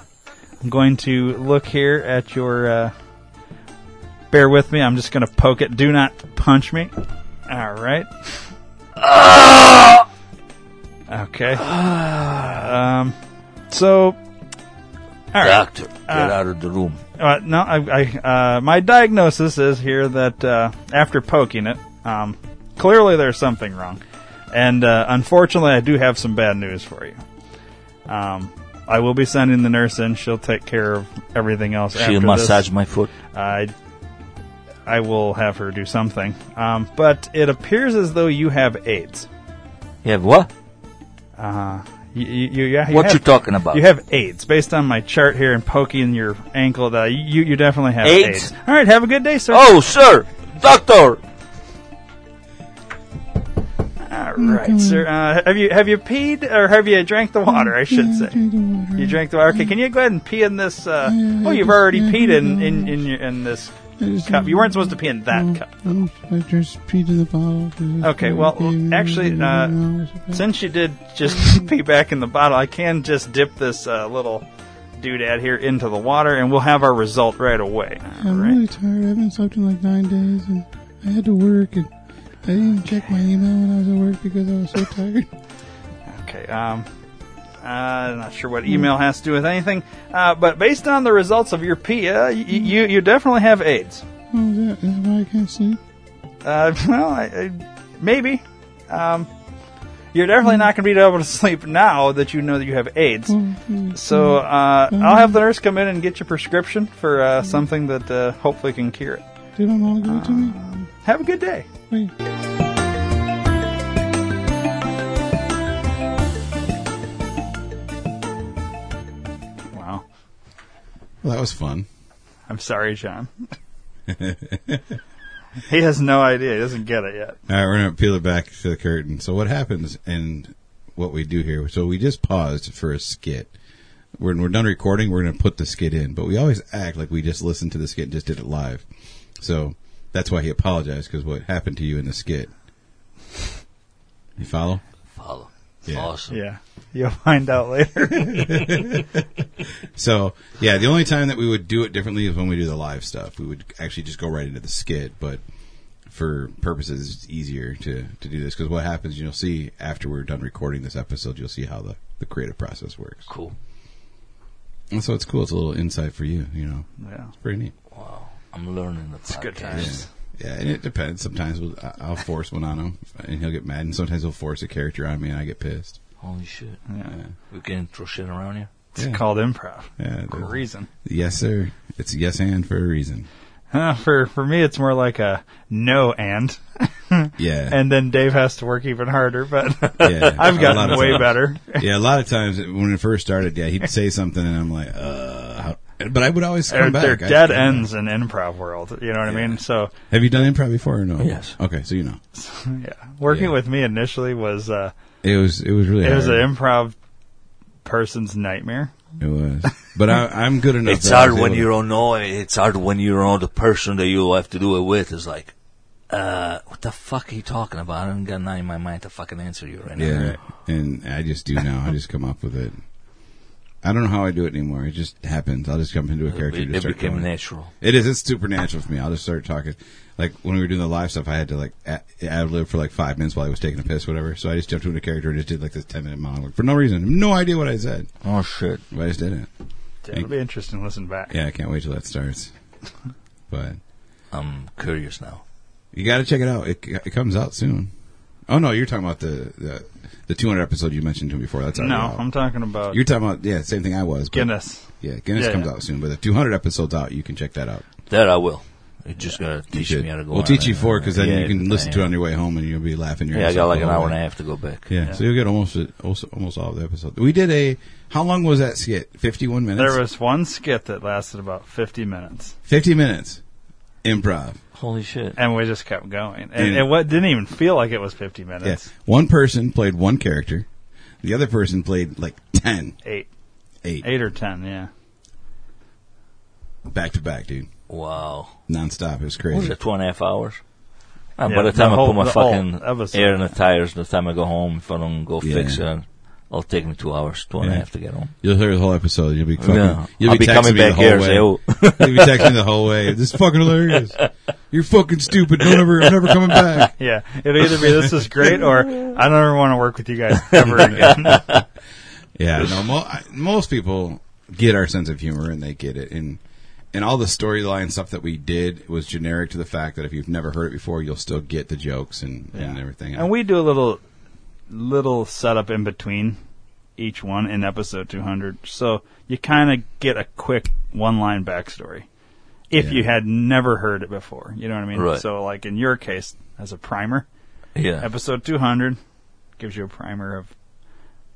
[SPEAKER 2] I'm going to look here at your. Uh, bear with me. I'm just going to poke it. Do not punch me. All
[SPEAKER 3] [sighs]
[SPEAKER 2] right. Okay. Um. So. All right.
[SPEAKER 3] Doctor, get out of the room.
[SPEAKER 2] Uh, no, I, I, uh, my diagnosis is here that uh, after poking it, um, clearly there's something wrong, and uh, unfortunately, I do have some bad news for you. Um, I will be sending the nurse in. She'll take care of everything else.
[SPEAKER 3] She'll
[SPEAKER 2] after
[SPEAKER 3] massage
[SPEAKER 2] This.
[SPEAKER 3] my foot.
[SPEAKER 2] I, I will have her do something. Um, but it appears as though you have AIDS.
[SPEAKER 3] You have what?
[SPEAKER 2] You, you, you, yeah, you
[SPEAKER 3] what
[SPEAKER 2] have,
[SPEAKER 3] you talking about?
[SPEAKER 2] You have AIDS. Based on my chart here and poking your ankle, that you you definitely have
[SPEAKER 3] AIDS?
[SPEAKER 2] AIDS. All right, have a good day, sir.
[SPEAKER 3] oh, sir, doctor.
[SPEAKER 2] All right, sir. Uh, have you have you peed or have you drank the water? I should say.
[SPEAKER 1] Mm-hmm.
[SPEAKER 2] You drank the water. Okay, can you go ahead and pee in this? Uh, oh, you've already peed in in in, your, in this cup. You weren't supposed to pee in
[SPEAKER 1] Oh,
[SPEAKER 2] that cup.
[SPEAKER 5] I just peed in the bottle.
[SPEAKER 2] Okay, well, actually, uh, since you did just [laughs] pee back in the bottle, I can just dip this uh, little doodad here into the water, and we'll have our result right away. All
[SPEAKER 5] I'm
[SPEAKER 2] right.
[SPEAKER 5] really tired. I haven't slept in like nine days, and I had to work, and I didn't check my email when I was at work because I was so tired. [laughs]
[SPEAKER 2] Okay. Um, uh, not sure what email has to do with anything, uh, but based on the results of your pee, uh, y- y- you you definitely have AIDS.
[SPEAKER 5] Oh, is that, is that why I can't sleep?
[SPEAKER 2] Uh, [laughs] well, I, I, maybe. Um, you're definitely not going to be able to [laughs] sleep now that you know that you have AIDS.
[SPEAKER 1] Mm-hmm.
[SPEAKER 2] So uh, I'll have the nurse come in and get your prescription for uh, something that uh, hopefully can cure it.
[SPEAKER 5] Did my mom give it to me?
[SPEAKER 1] Ah.
[SPEAKER 2] Have a good day.
[SPEAKER 5] Wait.
[SPEAKER 2] Wow.
[SPEAKER 1] Well, that was fun.
[SPEAKER 2] I'm sorry, John. [laughs] he has no idea. He doesn't get it yet.
[SPEAKER 1] All right, we're gonna peel it back to the curtain. So what happens and what we do here? So we just paused for a skit. When we're done recording, we're gonna put the skit in, but we always act like we just listened to the skit and just did it live. So that's why he apologized because what happened to you in the skit. You follow?
[SPEAKER 3] Follow.
[SPEAKER 1] Yeah.
[SPEAKER 3] Awesome.
[SPEAKER 2] Yeah. You'll find out later.
[SPEAKER 1] So yeah, the only time that we would do it differently is when we do the live stuff. We would actually just go right into the skit, but for purposes, it's easier to to do this because what happens, you'll see after we're done recording this episode, you'll see how the the creative process works.
[SPEAKER 3] Cool.
[SPEAKER 1] And so it's cool. It's a little insight for you. You know,
[SPEAKER 2] [laughs] yeah.
[SPEAKER 1] it's pretty neat.
[SPEAKER 3] Wow. I'm learning the
[SPEAKER 2] It's good
[SPEAKER 3] podcast.
[SPEAKER 2] times.
[SPEAKER 1] Yeah, and it depends. Sometimes we'll, I- I'll force one on him, and he'll get mad. And sometimes he'll force a character on me, and I get pissed.
[SPEAKER 3] Holy shit.
[SPEAKER 2] Yeah.
[SPEAKER 3] We can throw shit around here.
[SPEAKER 2] It's
[SPEAKER 1] Yeah.
[SPEAKER 2] called improv.
[SPEAKER 1] Yeah,
[SPEAKER 2] For a
[SPEAKER 1] the-
[SPEAKER 2] reason.
[SPEAKER 1] yes, sir. It's a yes and for a reason.
[SPEAKER 2] Uh, for for me, it's more like a no and,
[SPEAKER 1] Yeah,
[SPEAKER 2] and then Dave has to work even harder. But
[SPEAKER 1] [laughs] Yeah.
[SPEAKER 2] [laughs] I've
[SPEAKER 1] A lot
[SPEAKER 2] gotten
[SPEAKER 1] of
[SPEAKER 2] way
[SPEAKER 1] times.
[SPEAKER 2] better.
[SPEAKER 1] Yeah, a lot of times when it first started, yeah, he'd say something, and I'm like, uh, how- but I would always
[SPEAKER 2] They're,
[SPEAKER 1] come
[SPEAKER 2] they're
[SPEAKER 1] back. I-
[SPEAKER 2] dead ends in improv world. You know what I mean? So
[SPEAKER 1] Have you done improv before or no?
[SPEAKER 3] Yes.
[SPEAKER 1] Okay, so you know
[SPEAKER 2] yeah, working
[SPEAKER 1] Yeah.
[SPEAKER 2] with me initially was uh,
[SPEAKER 1] it was it was really
[SPEAKER 2] it was an
[SPEAKER 1] hard.
[SPEAKER 2] improv person's nightmare.
[SPEAKER 1] it was, but I, I'm good enough.
[SPEAKER 3] It's
[SPEAKER 1] that I
[SPEAKER 3] hard
[SPEAKER 1] was
[SPEAKER 3] when
[SPEAKER 1] able
[SPEAKER 3] you
[SPEAKER 1] to-
[SPEAKER 3] don't know. it. It's hard when you don't know the person that you have to do it with. It's like, uh, what the fuck are you talking about? I don't got nothing in my mind to fucking answer you right now.
[SPEAKER 1] Yeah, and I just do now. I just come up with it. I don't know how I do it anymore. It just happens. I'll just come into a character. and
[SPEAKER 3] It,
[SPEAKER 1] just
[SPEAKER 3] it
[SPEAKER 1] start
[SPEAKER 3] became
[SPEAKER 1] going.
[SPEAKER 3] natural.
[SPEAKER 1] It is. It's supernatural for me. I'll just start talking. Like when we were doing the live stuff, I had to like ad lib for like five minutes while I was taking a piss, whatever. So I just jumped into a character and just did like this ten minute monologue for no reason, no idea what I said.
[SPEAKER 3] Oh shit.
[SPEAKER 1] But I just did it.
[SPEAKER 2] Yeah, it'll be interesting to listen back.
[SPEAKER 1] Yeah, I can't wait till that
[SPEAKER 3] [laughs]
[SPEAKER 1] starts. But
[SPEAKER 3] I'm curious now.
[SPEAKER 1] you got to check it out. It, it comes out soon. Oh no, you're talking about the the, the 200 episode you mentioned to me before. That's already
[SPEAKER 2] no,
[SPEAKER 1] out.
[SPEAKER 2] I'm talking about
[SPEAKER 1] You're talking about yeah, same thing I was. but-
[SPEAKER 2] Guinness.
[SPEAKER 1] Yeah, Guinness
[SPEAKER 2] Yeah,
[SPEAKER 1] comes
[SPEAKER 2] yeah.
[SPEAKER 1] out soon, but the 200 episodes out, you can check that out.
[SPEAKER 3] That I will. You just gotta teach
[SPEAKER 1] You should.
[SPEAKER 3] me how to go.
[SPEAKER 1] we'll
[SPEAKER 3] on
[SPEAKER 1] teach you
[SPEAKER 3] and-
[SPEAKER 1] four because then
[SPEAKER 3] yeah,
[SPEAKER 1] you can listen to it
[SPEAKER 3] yeah.
[SPEAKER 1] on your way home and you'll be laughing your
[SPEAKER 3] Yeah, I
[SPEAKER 1] ass
[SPEAKER 3] got
[SPEAKER 1] off
[SPEAKER 3] like
[SPEAKER 1] the
[SPEAKER 3] an
[SPEAKER 1] whole
[SPEAKER 3] hour
[SPEAKER 1] way.
[SPEAKER 3] and a half to go back.
[SPEAKER 1] Yeah, so you'll get almost also- almost all of the episode. We did a how long was that skit? 51 minutes.
[SPEAKER 2] There was one skit that lasted about 50 minutes,
[SPEAKER 1] 50 minutes improv.
[SPEAKER 3] Holy shit.
[SPEAKER 2] and we just kept going, and
[SPEAKER 1] Yeah.
[SPEAKER 2] it what didn't even feel like it was 50
[SPEAKER 1] Yeah.
[SPEAKER 2] minutes.
[SPEAKER 1] One person played one character. The other person played like 10,
[SPEAKER 2] Eight,
[SPEAKER 1] 8.
[SPEAKER 2] eight or ten, yeah.
[SPEAKER 1] back to back, dude,
[SPEAKER 3] Wow.
[SPEAKER 1] nonstop. It was
[SPEAKER 3] Was
[SPEAKER 1] crazy.
[SPEAKER 3] it two and a half hours? Uh,
[SPEAKER 2] Yeah,
[SPEAKER 3] by the time
[SPEAKER 2] the
[SPEAKER 3] I
[SPEAKER 2] whole-
[SPEAKER 3] put my
[SPEAKER 2] the whole
[SPEAKER 3] fucking
[SPEAKER 2] episode.
[SPEAKER 3] air in the tires, the time I go home, if I don't go
[SPEAKER 1] Yeah.
[SPEAKER 3] fix it, it'll take me two hours, two and a
[SPEAKER 1] Yeah.
[SPEAKER 3] half to get home.
[SPEAKER 1] You'll hear the whole episode. You'll be fucking.
[SPEAKER 3] Yeah.
[SPEAKER 1] You'll
[SPEAKER 3] I'll be
[SPEAKER 1] texting
[SPEAKER 3] coming
[SPEAKER 1] me
[SPEAKER 3] back
[SPEAKER 1] the whole
[SPEAKER 3] here and say,
[SPEAKER 1] way.
[SPEAKER 3] "Oh." [laughs]
[SPEAKER 1] You'll be texting the whole way. This is fucking hilarious. You're fucking stupid. Don't ever. I'm never coming back.
[SPEAKER 2] Yeah, it'll either be this is
[SPEAKER 1] [laughs]
[SPEAKER 2] great or I don't ever want to work with you guys ever again.
[SPEAKER 1] Yeah. No. Mo- I, most people get our sense of humor and they get it. And and all the storyline stuff that we did was generic to the fact that if you've never heard it before, you'll still get the jokes and, and everything.
[SPEAKER 2] and we do a little little setup in between each one in episode 200, so you kind of get a quick one line backstory if
[SPEAKER 1] Yeah.
[SPEAKER 2] you had never heard it before. You know what I mean?
[SPEAKER 3] Right.
[SPEAKER 2] So, like in your case, as a primer,
[SPEAKER 3] Yeah.
[SPEAKER 2] episode 200 gives you a primer of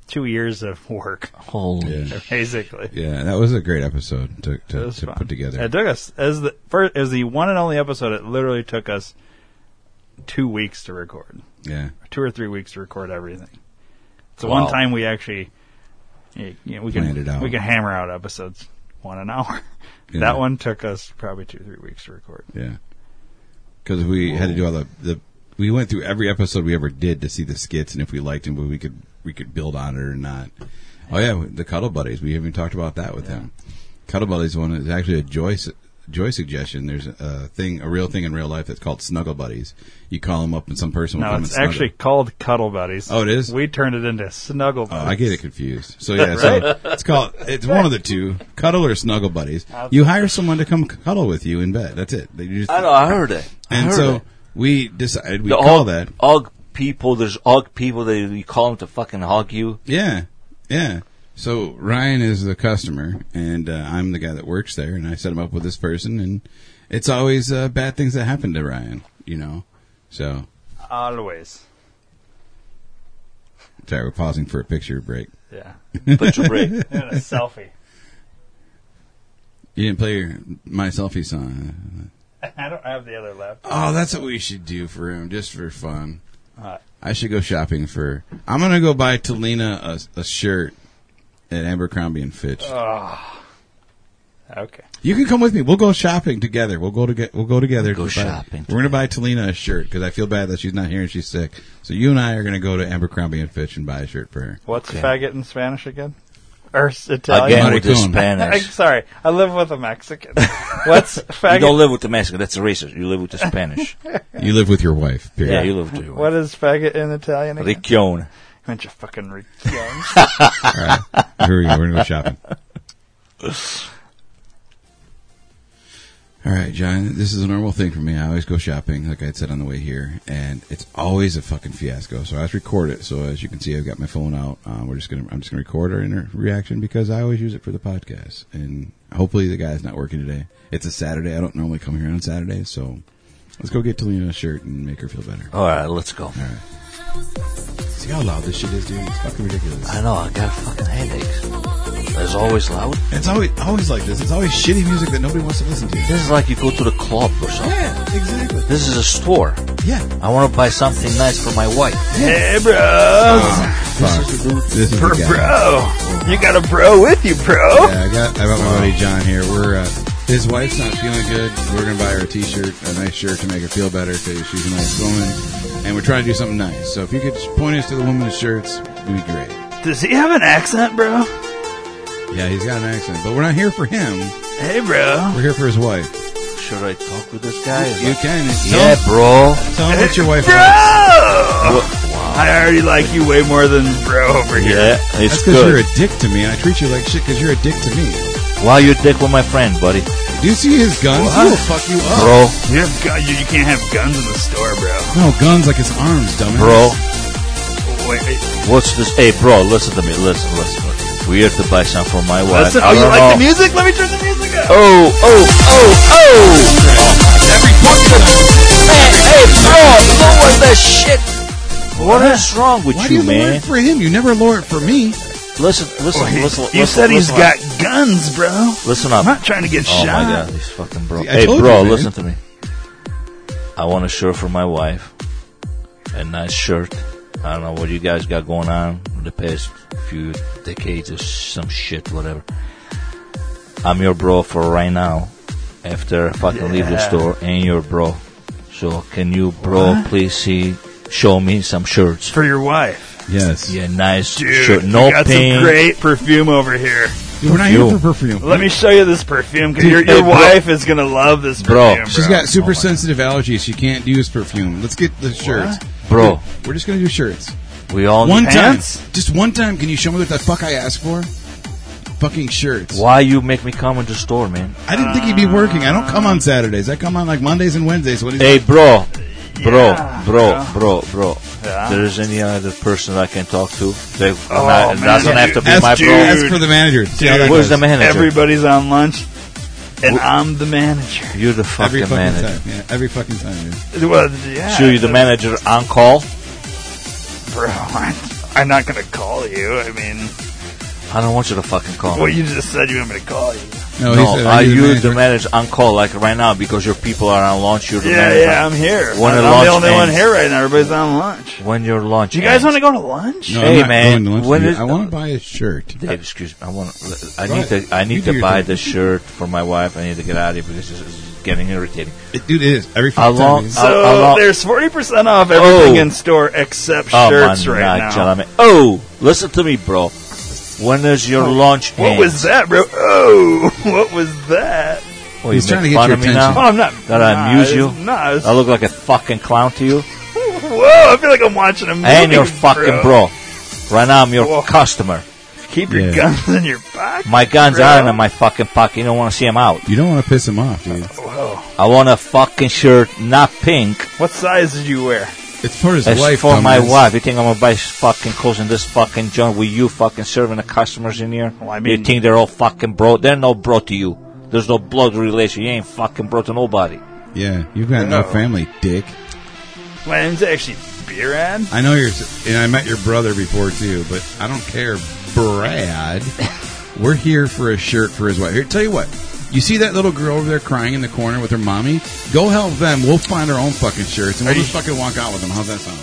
[SPEAKER 2] two years of [laughs]
[SPEAKER 3] [laughs]
[SPEAKER 2] work,
[SPEAKER 3] Holy.
[SPEAKER 1] Yeah.
[SPEAKER 2] basically.
[SPEAKER 1] Yeah, that was a great episode to
[SPEAKER 2] It
[SPEAKER 1] to,
[SPEAKER 2] was
[SPEAKER 1] to
[SPEAKER 2] fun.
[SPEAKER 1] put together.
[SPEAKER 2] It took us as the first as the one and only episode. It literally took us two weeks to record,
[SPEAKER 1] yeah,
[SPEAKER 2] two or three weeks to record everything. It's the
[SPEAKER 3] Wow.
[SPEAKER 2] one time we actually, you know, we
[SPEAKER 1] Planned
[SPEAKER 2] can
[SPEAKER 1] it out.
[SPEAKER 2] we can hammer out episodes one an hour.
[SPEAKER 1] Yeah.
[SPEAKER 2] That one took us probably two or three weeks to record.
[SPEAKER 1] yeah. Because we had to do all the, the we went through every episode we ever did to see the skits and if we liked them, but we could we could build on it or not. Oh yeah, the Cuddle Buddies. We haven't talked about that with him. Cuddle Buddies one is actually a joy su- joy suggestion. There's a thing, a real thing in real life that's called Snuggle Buddies. You call them up and some person will
[SPEAKER 2] No,
[SPEAKER 1] come
[SPEAKER 2] it's
[SPEAKER 1] and snuggle.
[SPEAKER 2] actually called Cuddle Buddies.
[SPEAKER 1] Oh, it is?
[SPEAKER 2] We turned it into Snuggle Buddies.
[SPEAKER 1] Oh, I get it confused. So yeah, so it's called it's one of the two, cuddle or snuggle buddies. You hire someone to come cuddle with you in bed. That's it. They just,
[SPEAKER 3] I know, I heard it. I
[SPEAKER 1] and
[SPEAKER 3] heard
[SPEAKER 1] so
[SPEAKER 3] it.
[SPEAKER 1] we decided we
[SPEAKER 3] the
[SPEAKER 1] call
[SPEAKER 3] Og,
[SPEAKER 1] that.
[SPEAKER 3] Og people, there's Og people that you call them to fucking hog you.
[SPEAKER 1] Yeah, yeah. So Ryan is the customer, and uh, I'm the guy that works there, and I set him up with this person, and it's always uh, bad things that happen to Ryan. You know, so
[SPEAKER 2] Always.
[SPEAKER 1] sorry, we're pausing for a picture break.
[SPEAKER 2] Yeah.
[SPEAKER 3] But you
[SPEAKER 1] [laughs]
[SPEAKER 3] break.
[SPEAKER 2] And a selfie. [laughs]
[SPEAKER 1] You didn't play your my selfie song.
[SPEAKER 2] I don't have the other lap.
[SPEAKER 1] Oh, that's what we should do for him, just for fun.
[SPEAKER 2] Alright.
[SPEAKER 1] I should go shopping for. I'm gonna go buy Talina a, a shirt at Abercrombie and Fitch.
[SPEAKER 2] Okay.
[SPEAKER 1] you can come with me. We'll go shopping together. We'll go to get. We'll go together.
[SPEAKER 3] Go
[SPEAKER 1] to buy-
[SPEAKER 3] shopping
[SPEAKER 1] We're gonna buy Talina a shirt because I feel bad that she's not here and she's sick. So you and I are gonna go to Abercrombie and Fitch and buy a shirt for her.
[SPEAKER 2] What's
[SPEAKER 3] Okay.
[SPEAKER 2] faggot in Spanish again? Or s- Italian?
[SPEAKER 3] Again, with the
[SPEAKER 1] Maricon.
[SPEAKER 2] [laughs] I'm
[SPEAKER 3] Spanish.
[SPEAKER 2] sorry, I live with a Mexican.
[SPEAKER 1] [laughs]
[SPEAKER 2] What's
[SPEAKER 3] You don't
[SPEAKER 2] faggot?
[SPEAKER 3] live with the Mexican. That's racist. You live with the Spanish.
[SPEAKER 1] You live with your wife. Period.
[SPEAKER 3] yeah, you live with
[SPEAKER 2] What
[SPEAKER 3] your
[SPEAKER 2] is faggot in Italian? Again?
[SPEAKER 3] Riccione.
[SPEAKER 2] Bunch of fucking re- young.
[SPEAKER 1] All right. Here we go. We're gonna go shopping. All right, John. This is a normal thing for me. I always go shopping, like I said on the way here, and it's always a fucking fiasco. So I just record it. So as you can see, I've got my phone out. Um, we're just gonna, I'm just gonna record our inter- reaction because I always use it for the podcast. And hopefully, the guy's not working today. It's a Saturday. I don't normally come here on Saturdays, so let's go get Talina a shirt and make her feel better.
[SPEAKER 3] All right, let's go.
[SPEAKER 1] See how loud this shit is, dude? It's fucking ridiculous.
[SPEAKER 3] I know, I got fucking headaches. It's always loud.
[SPEAKER 1] It's always always like this. It's always shitty music that nobody wants to listen to.
[SPEAKER 3] This is like you go to the club or something.
[SPEAKER 1] Yeah, exactly.
[SPEAKER 3] This is a store.
[SPEAKER 1] Yeah.
[SPEAKER 3] I want to buy something nice for my wife.
[SPEAKER 2] Hey, bro,
[SPEAKER 1] Ah, Fuck. This is the guy.
[SPEAKER 2] bro, you got a bro with you, bro.
[SPEAKER 1] Yeah, I got I got my buddy John here. We're uh, his wife's not feeling good. We're gonna buy her a T-shirt, a nice shirt to make her feel better because she's a nice woman, and we're trying to do something nice. So if you could just point us to the woman's shirts, it'd be great.
[SPEAKER 2] Does he have an accent, bro?
[SPEAKER 1] Yeah, he's got an accent, but we're not here for him.
[SPEAKER 2] Hey, bro.
[SPEAKER 1] We're here for his wife.
[SPEAKER 3] Should I talk with this guy?
[SPEAKER 1] You can tell,
[SPEAKER 3] Yeah, bro.
[SPEAKER 1] tell him what your [laughs] wife.
[SPEAKER 2] Bro,
[SPEAKER 1] Likes.
[SPEAKER 2] I already like you way more than bro over here.
[SPEAKER 3] Yeah,
[SPEAKER 1] That's
[SPEAKER 3] it's
[SPEAKER 1] because you're
[SPEAKER 3] good.
[SPEAKER 1] a dick to me, and I treat you like shit because you're a dick to me.
[SPEAKER 3] Why you dick with my friend, buddy?
[SPEAKER 1] Do you see his guns?
[SPEAKER 3] What?
[SPEAKER 1] He'll fuck you up.
[SPEAKER 3] Bro,
[SPEAKER 2] You have gun, you, you can't have guns in the store, bro.
[SPEAKER 1] No guns like his arms, dumbass.
[SPEAKER 3] bro.
[SPEAKER 2] Wait, wait.
[SPEAKER 3] What's this? Hey, bro, listen to me. Listen, listen. We have to buy some for my wife.
[SPEAKER 2] Listen,
[SPEAKER 3] I
[SPEAKER 2] oh, you
[SPEAKER 3] don't
[SPEAKER 2] like the
[SPEAKER 3] know.
[SPEAKER 2] music? Let me turn the music up.
[SPEAKER 3] Oh, oh, oh, oh!
[SPEAKER 1] Every fucking time.
[SPEAKER 3] Man, hey, bro, lower the shit. What is wrong with
[SPEAKER 1] Why do
[SPEAKER 3] you,
[SPEAKER 1] you lower
[SPEAKER 3] man?
[SPEAKER 1] it for him? You never lower it for me.
[SPEAKER 3] Listen, Oh, listen,
[SPEAKER 2] Wait,
[SPEAKER 3] listen.
[SPEAKER 2] you
[SPEAKER 3] listen,
[SPEAKER 2] said he's
[SPEAKER 3] listen
[SPEAKER 2] got
[SPEAKER 3] Up.
[SPEAKER 2] guns, bro.
[SPEAKER 3] Listen up.
[SPEAKER 2] I'm not trying to get
[SPEAKER 3] Oh
[SPEAKER 2] shot.
[SPEAKER 3] my god, he's fucking bro.
[SPEAKER 1] See, I
[SPEAKER 3] hey,
[SPEAKER 1] told
[SPEAKER 3] bro,
[SPEAKER 1] you, man.
[SPEAKER 3] listen to me. I want a shirt for my wife. A nice shirt. I don't know what you guys got going on in the past few decades or some shit, whatever. I'm your bro for right now. after I fucking leave the store, and you're bro. So can you, bro, please see, show me some shirts?
[SPEAKER 2] For your wife.
[SPEAKER 1] Yes.
[SPEAKER 3] Yeah, nice
[SPEAKER 2] Dude,
[SPEAKER 3] shirt.
[SPEAKER 2] we
[SPEAKER 3] No
[SPEAKER 2] got
[SPEAKER 3] pain.
[SPEAKER 2] some great perfume over here.
[SPEAKER 1] Dude, we're not here
[SPEAKER 3] Yo.
[SPEAKER 1] for perfume.
[SPEAKER 2] Let me show you this perfume because your,
[SPEAKER 3] Dude,
[SPEAKER 2] your
[SPEAKER 3] hey, bro.
[SPEAKER 2] wife is going to love this
[SPEAKER 3] Bro,
[SPEAKER 2] perfume.
[SPEAKER 1] She's
[SPEAKER 2] bro.
[SPEAKER 1] got super sensitive allergies. She can't use perfume. Let's get the shirts.
[SPEAKER 3] Bro,
[SPEAKER 1] We're just gonna do shirts.
[SPEAKER 3] we all
[SPEAKER 1] One
[SPEAKER 3] need
[SPEAKER 2] pants?
[SPEAKER 1] time. Just one time. Can you show me what the fuck I asked for? Fucking shirts.
[SPEAKER 3] Why you make me come in the store, man?
[SPEAKER 1] I didn't think he'd be working. I don't come on Saturdays. I come on like Mondays and Wednesdays. What do you
[SPEAKER 3] Hey, bro, bro,
[SPEAKER 2] Yeah,
[SPEAKER 3] bro,
[SPEAKER 2] yeah.
[SPEAKER 3] bro, bro.
[SPEAKER 2] Yeah.
[SPEAKER 3] There is any other person I can talk to? They,
[SPEAKER 2] Oh,
[SPEAKER 3] not- it
[SPEAKER 2] man,
[SPEAKER 3] doesn't have to
[SPEAKER 2] dude.
[SPEAKER 3] be
[SPEAKER 1] ask,
[SPEAKER 3] my
[SPEAKER 1] for-
[SPEAKER 2] Dude.
[SPEAKER 3] bro.
[SPEAKER 1] ask for the manager. See how that
[SPEAKER 3] Where's the
[SPEAKER 1] goes.
[SPEAKER 3] manager?
[SPEAKER 2] Everybody's on lunch, and I'm the manager.
[SPEAKER 3] You're the
[SPEAKER 1] Every
[SPEAKER 3] fucking,
[SPEAKER 1] fucking
[SPEAKER 3] manager.
[SPEAKER 1] time. Yeah, every fucking time. Dude.
[SPEAKER 2] Well, yeah.
[SPEAKER 3] So you're the manager on call?
[SPEAKER 2] Bro, I'm, I'm not going to call you. I mean,
[SPEAKER 3] I don't want you to fucking call.
[SPEAKER 2] well,
[SPEAKER 3] me.
[SPEAKER 2] you just said you want me to call you.
[SPEAKER 1] No,
[SPEAKER 3] no,
[SPEAKER 1] he said,
[SPEAKER 3] are
[SPEAKER 1] "Are
[SPEAKER 3] you
[SPEAKER 1] the
[SPEAKER 3] the
[SPEAKER 1] manager?"
[SPEAKER 3] manager on call like right now because your people are on lunch? You're the
[SPEAKER 2] Yeah,
[SPEAKER 3] manager.
[SPEAKER 2] yeah, I'm here.
[SPEAKER 3] When
[SPEAKER 2] I'm
[SPEAKER 3] the
[SPEAKER 2] the
[SPEAKER 3] lunch
[SPEAKER 2] only one
[SPEAKER 3] ends.
[SPEAKER 2] here right now. Everybody's on lunch.
[SPEAKER 3] When your lunch?
[SPEAKER 2] Do you guys
[SPEAKER 3] ends-
[SPEAKER 2] want to go to lunch?
[SPEAKER 1] No,
[SPEAKER 3] Hey,
[SPEAKER 1] I'm not
[SPEAKER 3] man,
[SPEAKER 1] going to lunch
[SPEAKER 3] when
[SPEAKER 1] with you.
[SPEAKER 3] is-
[SPEAKER 1] I want to buy a shirt.
[SPEAKER 3] Dave, excuse me. I want. I
[SPEAKER 1] Go
[SPEAKER 3] need
[SPEAKER 1] ahead.
[SPEAKER 3] to. I
[SPEAKER 1] You
[SPEAKER 3] need
[SPEAKER 1] do
[SPEAKER 3] to
[SPEAKER 1] your
[SPEAKER 3] buy
[SPEAKER 1] thing.
[SPEAKER 3] this shirt for my wife. I need to get out of here because this is getting irritating.
[SPEAKER 1] It, dude, it is every
[SPEAKER 3] How
[SPEAKER 1] fucking
[SPEAKER 3] long-
[SPEAKER 1] time. dude.
[SPEAKER 2] So
[SPEAKER 3] I'll- I'll-
[SPEAKER 2] there's 40% off everything
[SPEAKER 3] Oh.
[SPEAKER 2] in store except
[SPEAKER 3] Oh
[SPEAKER 2] shirts
[SPEAKER 3] my
[SPEAKER 2] right
[SPEAKER 3] God,
[SPEAKER 2] now.
[SPEAKER 3] gentlemen. Oh, listen to me, bro. When is your lunch?
[SPEAKER 2] Oh, What
[SPEAKER 3] end?
[SPEAKER 2] was that, bro? Oh, [laughs] what was that?
[SPEAKER 3] Oh,
[SPEAKER 1] He's
[SPEAKER 3] you
[SPEAKER 1] trying to
[SPEAKER 3] make
[SPEAKER 1] get
[SPEAKER 3] fun
[SPEAKER 1] your
[SPEAKER 3] of me
[SPEAKER 1] attention.
[SPEAKER 2] Oh,
[SPEAKER 3] now?
[SPEAKER 2] I'm not.
[SPEAKER 3] That I
[SPEAKER 2] nah,
[SPEAKER 3] amuse
[SPEAKER 2] it's-
[SPEAKER 3] you?
[SPEAKER 2] Nah, it's-
[SPEAKER 3] I look like a fucking clown to you,
[SPEAKER 2] [laughs] whoa! I feel like I'm watching a movie.
[SPEAKER 3] and your fucking bro. Right now, I'm your
[SPEAKER 2] Whoa.
[SPEAKER 3] customer.
[SPEAKER 2] Keep your
[SPEAKER 1] Yeah.
[SPEAKER 2] guns in your pocket.
[SPEAKER 3] My guns
[SPEAKER 2] bro.
[SPEAKER 3] aren't in my fucking pocket. You don't want to see them out.
[SPEAKER 1] You don't want to piss him off, dude.
[SPEAKER 2] Whoa!
[SPEAKER 3] I want a fucking shirt, not pink.
[SPEAKER 2] What size did you wear?
[SPEAKER 1] It's for his
[SPEAKER 3] It's
[SPEAKER 1] wife.
[SPEAKER 3] for my
[SPEAKER 1] dumbass.
[SPEAKER 3] wife. You think I'm gonna buy fucking clothes in this fucking junk with you fucking serving the customers in here?
[SPEAKER 2] Well, I
[SPEAKER 3] you
[SPEAKER 2] mean-
[SPEAKER 3] think they're all fucking bro? They're no bro to you. There's no blood relation. You ain't fucking bro to nobody.
[SPEAKER 1] Yeah, you've got no
[SPEAKER 2] No.
[SPEAKER 1] family, dick.
[SPEAKER 2] My name's actually Beerad.
[SPEAKER 1] I know you're, and I met your brother before too, but I don't care,
[SPEAKER 3] [laughs]
[SPEAKER 1] Brad. We're here for a shirt for his wife. Here, tell you what, you see that little girl over there crying in the corner with her mommy? Go help them. We'll find our own fucking shirts and we'll
[SPEAKER 2] Are you-
[SPEAKER 1] just fucking walk out with them. How's that sound?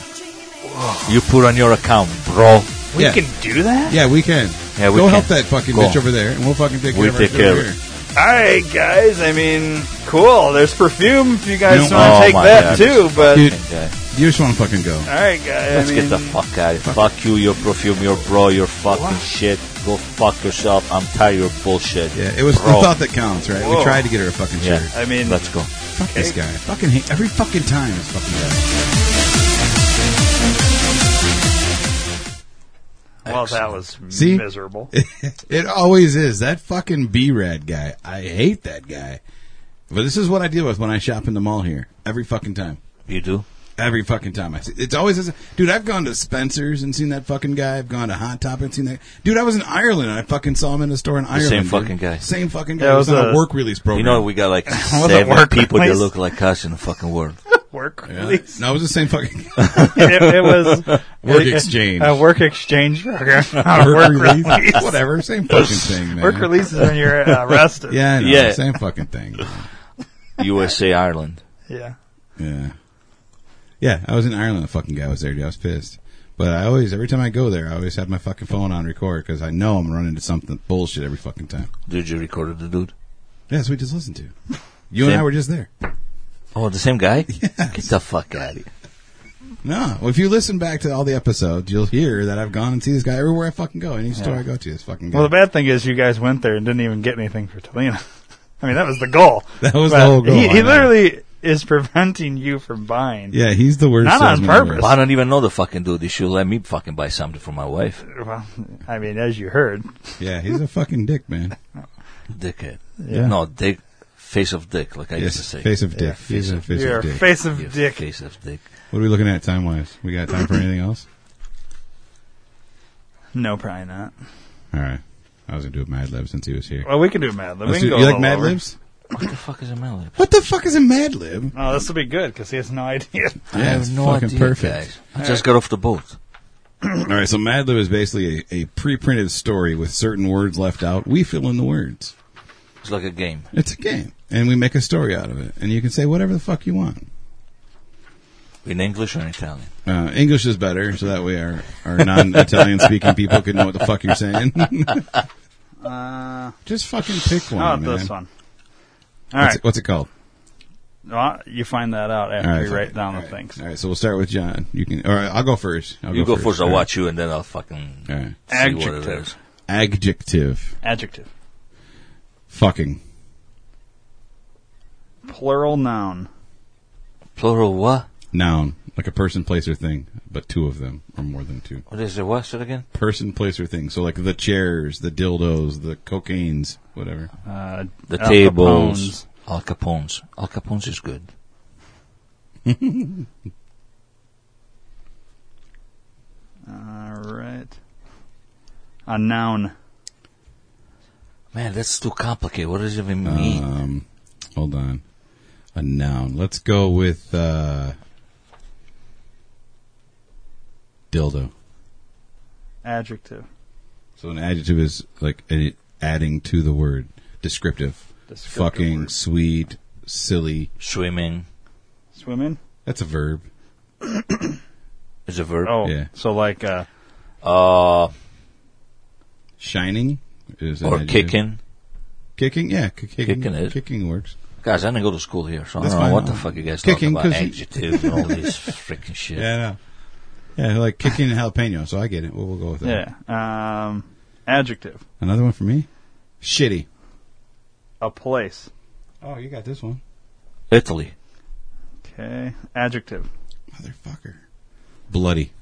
[SPEAKER 3] You put on your account, bro.
[SPEAKER 2] We
[SPEAKER 1] yeah,
[SPEAKER 2] can do that.
[SPEAKER 1] yeah, we can.
[SPEAKER 3] Yeah, we
[SPEAKER 1] Go
[SPEAKER 3] can.
[SPEAKER 1] help that fucking
[SPEAKER 3] Go.
[SPEAKER 1] bitch over there, and we'll fucking take care
[SPEAKER 3] We
[SPEAKER 1] of
[SPEAKER 3] take
[SPEAKER 1] her.
[SPEAKER 3] care of her.
[SPEAKER 2] All right, guys. I mean, cool. There's perfume if you guys
[SPEAKER 1] You know-
[SPEAKER 2] want to
[SPEAKER 3] Oh
[SPEAKER 2] take
[SPEAKER 3] my
[SPEAKER 2] that
[SPEAKER 3] God.
[SPEAKER 2] too. But
[SPEAKER 1] Dude,
[SPEAKER 3] Okay.
[SPEAKER 1] you just want to fucking go.
[SPEAKER 2] all right, guys.
[SPEAKER 3] uh, Let's
[SPEAKER 2] I mean,
[SPEAKER 3] get the fuck out of here. Fuck you, your perfume, your bro, your fucking shit. Go fuck yourself. I'm tired of your bullshit.
[SPEAKER 1] Yeah, it was
[SPEAKER 3] Bro.
[SPEAKER 1] the thought that counts, right? We
[SPEAKER 2] Whoa.
[SPEAKER 1] tried to get her a fucking
[SPEAKER 3] Yeah.
[SPEAKER 1] shirt.
[SPEAKER 2] I mean,
[SPEAKER 3] Let's go.
[SPEAKER 1] Fuck this guy. Fucking hate every fucking time. It's fucking guy.
[SPEAKER 2] well, that was
[SPEAKER 1] See?
[SPEAKER 2] miserable.
[SPEAKER 1] [laughs] It always is. That fucking B Rad guy. I hate that guy. But this is what I deal with when I shop in the mall here. Every fucking time.
[SPEAKER 3] You do?
[SPEAKER 1] Every fucking time I see it's always this, dude. I've gone to Spencer's and seen that fucking guy. I've gone to Hot Topic and seen that dude. I was in Ireland and I fucking saw him in a store in Ireland.
[SPEAKER 3] same
[SPEAKER 1] dude.
[SPEAKER 3] fucking guy.
[SPEAKER 1] Same fucking guy.
[SPEAKER 2] Yeah, it
[SPEAKER 1] it was
[SPEAKER 2] was
[SPEAKER 1] on a,
[SPEAKER 2] a-
[SPEAKER 1] work release program.
[SPEAKER 3] You know we got [laughs] like
[SPEAKER 2] Well, the
[SPEAKER 3] seven
[SPEAKER 2] work
[SPEAKER 3] people that
[SPEAKER 2] place.
[SPEAKER 3] look like us in the fucking [laughs] world.
[SPEAKER 2] work
[SPEAKER 1] Yeah.
[SPEAKER 2] release.
[SPEAKER 1] No, it was the same
[SPEAKER 3] [laughs]
[SPEAKER 1] fucking
[SPEAKER 2] [laughs] it, it
[SPEAKER 1] [laughs]
[SPEAKER 2] was
[SPEAKER 1] Work
[SPEAKER 2] it-
[SPEAKER 1] exchange.
[SPEAKER 2] A work exchange [laughs] program. Not
[SPEAKER 1] work
[SPEAKER 2] work
[SPEAKER 1] release.
[SPEAKER 2] release.
[SPEAKER 1] [laughs] Whatever. Same fucking thing, man.
[SPEAKER 2] Work release is when you're
[SPEAKER 1] [laughs]
[SPEAKER 2] uh, arrested.
[SPEAKER 1] Yeah, I know,
[SPEAKER 3] Yeah.
[SPEAKER 1] Same fucking thing.
[SPEAKER 3] USA, Ireland.
[SPEAKER 2] Yeah.
[SPEAKER 1] Yeah. Yeah, I was in Ireland. The fucking guy was there. Dude. I was pissed. But I always, every time I go there, I always have my fucking phone on record because I know I'm running into something bullshit every fucking time.
[SPEAKER 3] Did you record the dude?
[SPEAKER 1] Yeah, that's what we just listened to. You and
[SPEAKER 3] Same.
[SPEAKER 1] I were just there.
[SPEAKER 3] Oh, the same guy? [laughs] Get the fuck out of here.
[SPEAKER 1] No, well, if you listen back to all the episodes, you'll hear that I've gone and see this guy everywhere I fucking go. Any store I go to, this fucking guy.
[SPEAKER 2] Well, the bad thing is you guys went there and didn't even get anything for Talina. [laughs] I mean, that was the goal.
[SPEAKER 1] [laughs] That was the
[SPEAKER 2] But
[SPEAKER 1] whole goal,
[SPEAKER 2] He,
[SPEAKER 1] I
[SPEAKER 2] he
[SPEAKER 1] know.
[SPEAKER 2] literally is preventing you from buying.
[SPEAKER 1] yeah, he's the worst.
[SPEAKER 2] Not on
[SPEAKER 1] salesman ever.
[SPEAKER 2] purpose.
[SPEAKER 3] Well, I don't even know the fucking dude. You should let me fucking buy something for my wife.
[SPEAKER 2] Well, I mean, as you heard,
[SPEAKER 1] Yeah, he's a fucking dick, man.
[SPEAKER 3] Dickhead.
[SPEAKER 1] Yeah.
[SPEAKER 3] No, dick. Face of dick, like I used to
[SPEAKER 1] Yes,
[SPEAKER 3] say.
[SPEAKER 1] face of dick.
[SPEAKER 3] Yeah,
[SPEAKER 1] he's
[SPEAKER 3] face
[SPEAKER 1] a
[SPEAKER 3] of,
[SPEAKER 1] face
[SPEAKER 2] you're
[SPEAKER 1] of
[SPEAKER 2] a
[SPEAKER 1] dick.
[SPEAKER 2] face of
[SPEAKER 3] yeah,
[SPEAKER 2] dick.
[SPEAKER 3] Face of dick.
[SPEAKER 1] what are we looking at time wise? We got time for anything else?
[SPEAKER 2] No, probably not.
[SPEAKER 1] All right, I was gonna do a Mad Lib since he was here.
[SPEAKER 2] Well, we can do Mad Lib. We
[SPEAKER 1] Let's
[SPEAKER 2] can
[SPEAKER 1] do,
[SPEAKER 2] go
[SPEAKER 1] you
[SPEAKER 2] a
[SPEAKER 1] like
[SPEAKER 2] little
[SPEAKER 1] Mad
[SPEAKER 2] over.
[SPEAKER 1] Libs?
[SPEAKER 3] What the fuck is a mallet?
[SPEAKER 1] What the fuck is a Mad Lib?
[SPEAKER 2] Oh, this will be good because he has no [laughs] idea.
[SPEAKER 3] I have no idea, guys. I just got off the boat.
[SPEAKER 1] All right, so Mad Lib is basically a, a pre-printed story with certain words left out. We fill in the words.
[SPEAKER 3] It's like a game.
[SPEAKER 1] It's a game, and we make a story out of it. And you can say whatever the fuck you want.
[SPEAKER 3] In English or in Italian?
[SPEAKER 1] Uh, English is better, so that way our, our non-Italian speaking people can know what the fuck you're saying. [laughs]
[SPEAKER 2] Uh,
[SPEAKER 1] just fucking pick one,
[SPEAKER 2] not
[SPEAKER 1] man.
[SPEAKER 2] this one. All
[SPEAKER 1] what's,
[SPEAKER 2] right.
[SPEAKER 1] it, what's it called?
[SPEAKER 2] Well, you find that out after
[SPEAKER 1] All right,
[SPEAKER 2] you write down
[SPEAKER 1] all
[SPEAKER 2] the
[SPEAKER 1] right.
[SPEAKER 2] things.
[SPEAKER 1] All right, so we'll start with John. You can, or I'll go first. I'll
[SPEAKER 3] You go first. I'll
[SPEAKER 1] All right.
[SPEAKER 3] watch you, and then I'll fucking
[SPEAKER 1] All right.
[SPEAKER 3] see what it
[SPEAKER 2] Adjective.
[SPEAKER 3] is.
[SPEAKER 1] Adjective.
[SPEAKER 2] Adjective.
[SPEAKER 1] Fucking.
[SPEAKER 2] Plural noun.
[SPEAKER 3] Plural what?
[SPEAKER 1] Noun. Like a person, place, or thing, but two of them, or more than two.
[SPEAKER 3] What is it? What's it again?
[SPEAKER 1] Person, place, or thing. So like the chairs, the dildos, the cocaines, whatever.
[SPEAKER 2] Uh,
[SPEAKER 3] The
[SPEAKER 2] Al Capone's.
[SPEAKER 3] tables. Al Capone's. Al Capone's is good.
[SPEAKER 2] All right. A noun.
[SPEAKER 3] Man, that's too complicated. What does it even mean?
[SPEAKER 1] Um, hold on. A noun. Let's go with uh, dildo.
[SPEAKER 2] Adjective.
[SPEAKER 1] So an adjective is like a, adding to the word descriptive.
[SPEAKER 2] Descriptive
[SPEAKER 1] Fucking
[SPEAKER 2] word.
[SPEAKER 1] sweet, silly.
[SPEAKER 3] Swimming
[SPEAKER 2] Swimming.
[SPEAKER 1] That's a verb.
[SPEAKER 3] is a verb.
[SPEAKER 2] Oh,
[SPEAKER 1] Yeah.
[SPEAKER 2] so like uh,
[SPEAKER 3] Uh,
[SPEAKER 1] Shining is an
[SPEAKER 3] or
[SPEAKER 1] adjective.
[SPEAKER 3] kicking.
[SPEAKER 1] Kicking, yeah, k- kicking,
[SPEAKER 3] Kicking is-
[SPEAKER 1] kicking works.
[SPEAKER 3] Guys, I didn't go to school here, so
[SPEAKER 1] That's
[SPEAKER 3] I don't
[SPEAKER 1] fine.
[SPEAKER 3] know what the fuck you guys
[SPEAKER 1] Kicking,
[SPEAKER 3] talk about.
[SPEAKER 1] 'cause you-
[SPEAKER 3] Adjectives and all
[SPEAKER 1] [laughs]
[SPEAKER 3] this freaking shit.
[SPEAKER 1] Yeah, I know. Yeah, like kicking and jalapeno. So I get it. We'll, we'll go with that.
[SPEAKER 2] yeah. Um, adjective.
[SPEAKER 1] Another one for me. Shitty.
[SPEAKER 2] A place.
[SPEAKER 1] Oh, you got this one,
[SPEAKER 3] Italy.
[SPEAKER 2] Okay. Adjective.
[SPEAKER 1] motherfucker. Bloody.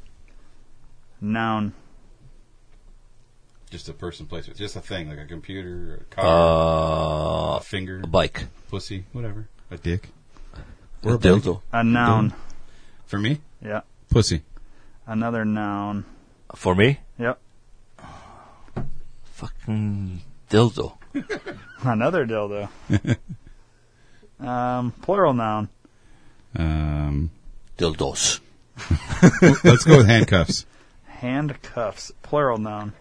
[SPEAKER 2] Noun.
[SPEAKER 1] Just a person, place, just a thing like a computer, a
[SPEAKER 3] Uh,
[SPEAKER 1] a finger,
[SPEAKER 3] a bike.
[SPEAKER 1] pussy, whatever, a dick.
[SPEAKER 3] A dildo.
[SPEAKER 2] A noun.
[SPEAKER 1] For me,
[SPEAKER 2] Yeah.
[SPEAKER 1] pussy.
[SPEAKER 2] Another noun. [laughs]
[SPEAKER 3] For me?
[SPEAKER 2] Yep.
[SPEAKER 3] Fucking dildo.
[SPEAKER 2] Another
[SPEAKER 1] [laughs]
[SPEAKER 2] dildo. um, plural noun.
[SPEAKER 1] Um,
[SPEAKER 3] Dildos.
[SPEAKER 1] let's go with handcuffs.
[SPEAKER 2] Handcuffs. Plural noun.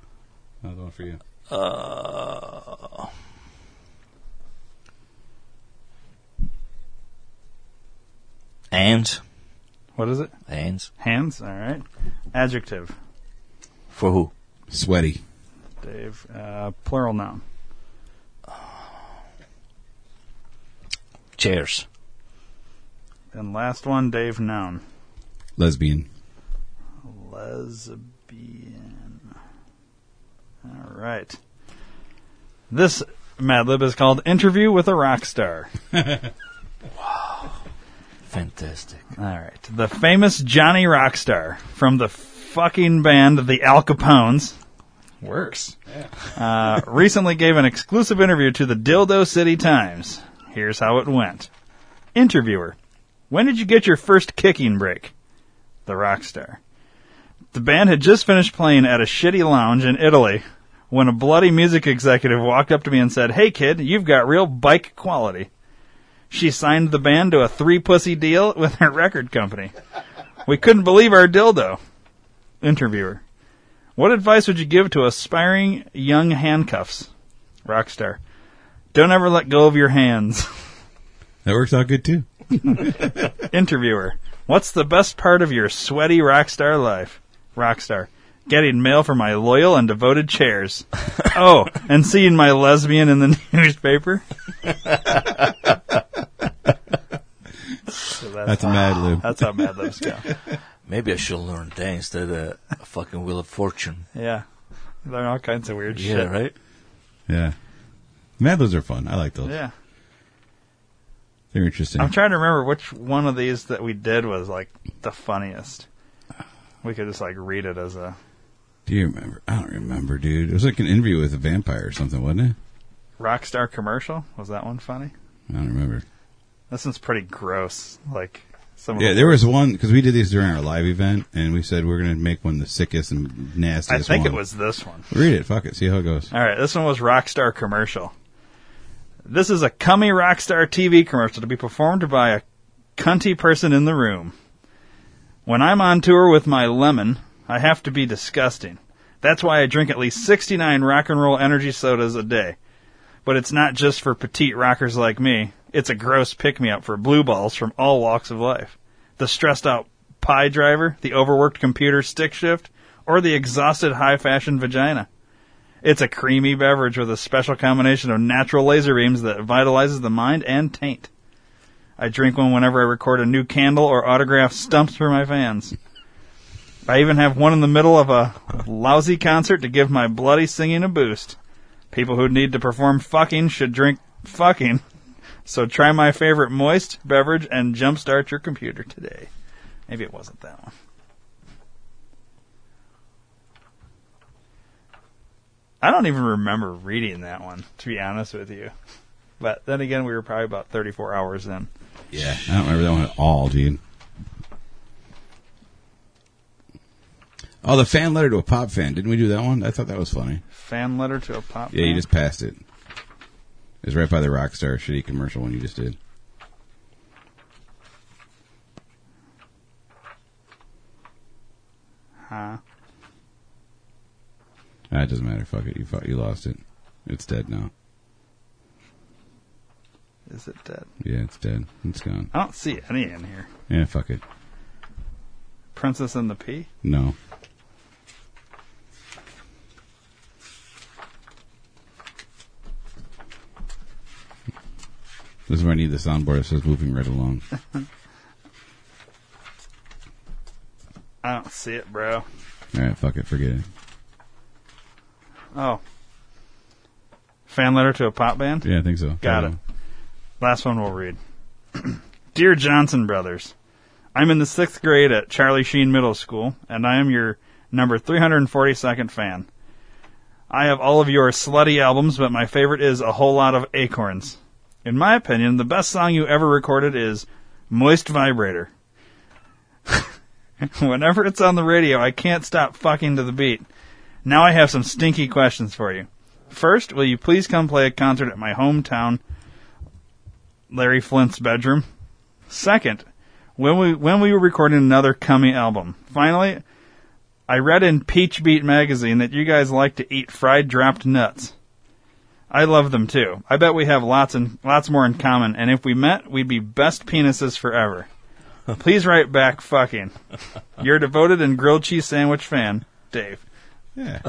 [SPEAKER 1] [laughs] Another one for you.
[SPEAKER 3] Hands.
[SPEAKER 2] What is it?
[SPEAKER 3] Hands.
[SPEAKER 2] Hands. All right. Adjective.
[SPEAKER 3] For who?
[SPEAKER 1] Sweaty.
[SPEAKER 2] Dave. Uh, plural noun.
[SPEAKER 3] Chairs.
[SPEAKER 2] And last one, Dave. Noun.
[SPEAKER 1] Lesbian.
[SPEAKER 2] Lesbian. All right. This Mad Lib is called Interview with a Rock Star.
[SPEAKER 3] Fantastic.
[SPEAKER 2] All right. The famous Johnny Rockstar from the fucking band The Al Capones. Works. Uh, recently gave an exclusive interview to the Dildo City Times. Here's how it went. Interviewer. When did you get your first kicking break? The Rockstar. The band had just finished playing at a shitty lounge in Italy when a bloody music executive walked up to me and said, Hey kid, you've got real bike quality. She signed the band to a three pussy deal with her record company. We couldn't believe our dildo. Interviewer. What advice would you give to aspiring young handcuffs? Rockstar. Don't ever let go of your hands. [laughs]
[SPEAKER 1] That works out good too.
[SPEAKER 2] Interviewer. What's the best part of your sweaty rockstar life? Rockstar. Getting mail from my loyal and devoted chairs. Oh, and seeing my lesbian in the [laughs] newspaper. So
[SPEAKER 1] That's a Mad Lib.
[SPEAKER 2] That's how Mad Libs go.
[SPEAKER 3] Maybe I should learn that instead of fucking Wheel of Fortune.
[SPEAKER 2] Yeah. Learn all kinds of weird
[SPEAKER 3] [laughs] Yeah,
[SPEAKER 2] shit.
[SPEAKER 3] right?
[SPEAKER 1] Yeah. Mad Libs are fun. I like those.
[SPEAKER 2] Yeah.
[SPEAKER 1] They're interesting.
[SPEAKER 2] I'm trying to remember which one of these that we did was like the funniest. We could just like read it as a
[SPEAKER 1] Do you remember? I don't remember, dude. It was like an interview with a vampire or something, wasn't it?
[SPEAKER 2] Rockstar commercial. Was that one funny?
[SPEAKER 1] I don't remember.
[SPEAKER 2] This one's pretty gross. Like some of
[SPEAKER 1] Yeah,
[SPEAKER 2] the-
[SPEAKER 1] there was one because we did these during our live event, and we said we are going to make one the sickest and
[SPEAKER 2] I
[SPEAKER 1] nastiest.
[SPEAKER 2] think
[SPEAKER 1] one.
[SPEAKER 2] it was this one.
[SPEAKER 1] Read it. Fuck it. See how it goes.
[SPEAKER 2] All right, this one was Rockstar commercial. This is a cummy Rockstar TV commercial to be performed by a cunty person in the room. When I'm on tour with my lemon, I have to be disgusting. That's why I drink at least 69 rock and roll energy sodas a day. But it's not just for petite rockers like me. It's a gross pick-me-up for blue balls from all walks of life. The stressed out pie driver, the overworked computer stick shift, or the exhausted high fashion vagina. It's a creamy beverage with a special combination of natural laser beams that vitalizes the mind and taint. I drink one whenever I record a new candle or autograph stumps for my fans. I even have one in the middle of a lousy concert to give my bloody singing a boost. People who need to perform fucking should drink fucking. So try my favorite moist beverage and jumpstart your computer today. Maybe it wasn't that one. I don't even remember reading that one, to be honest with you. But then again, we were probably about 34 hours in.
[SPEAKER 1] Yeah, I don't remember that one at all, dude. Oh, the fan letter to a pop fan. Didn't we do that one? I thought that was funny.
[SPEAKER 2] Fan letter to a pop.
[SPEAKER 1] Yeah, you
[SPEAKER 2] fan?
[SPEAKER 1] just passed it. It was right by the Rockstar shitty commercial one you just did.
[SPEAKER 2] Huh.
[SPEAKER 1] Ah, it doesn't matter. Fuck it. You fought, you lost it. It's dead now.
[SPEAKER 2] Is it dead?
[SPEAKER 1] Yeah, it's dead. It's gone.
[SPEAKER 2] I don't see any in here.
[SPEAKER 1] Yeah, fuck it.
[SPEAKER 2] Princess and the Pea?
[SPEAKER 1] No. This is where I need the soundboard that says moving right along.
[SPEAKER 2] I don't see it, bro.
[SPEAKER 1] Alright, fuck it, forget it.
[SPEAKER 2] Oh. Fan letter to a pop band?
[SPEAKER 1] Yeah, I think so.
[SPEAKER 2] Got it. Last one we'll read. [clears throat] Dear Johnson Brothers, I'm in the sixth grade at Charlie Sheen Middle School, and I am your number 342nd fan. I have all of your slutty albums, but my favorite is A Whole Lot of Acorns. In my opinion, the best song you ever recorded is Moist Vibrator. [laughs] Whenever it's on the radio, I can't stop fucking to the beat. Now I have some stinky questions for you. First, will you please come play a concert at my hometown, Larry Flint's bedroom? Second, when we when we were recording another Cummy album. Finally, I read in Peach Beat magazine that you guys like to eat fried dropped nuts. I love them too. I bet we have lots and lots more in common, and if we met, we'd be best penises forever. Please write back, fucking. Your devoted and grilled cheese sandwich fan, Dave.
[SPEAKER 1] Yeah.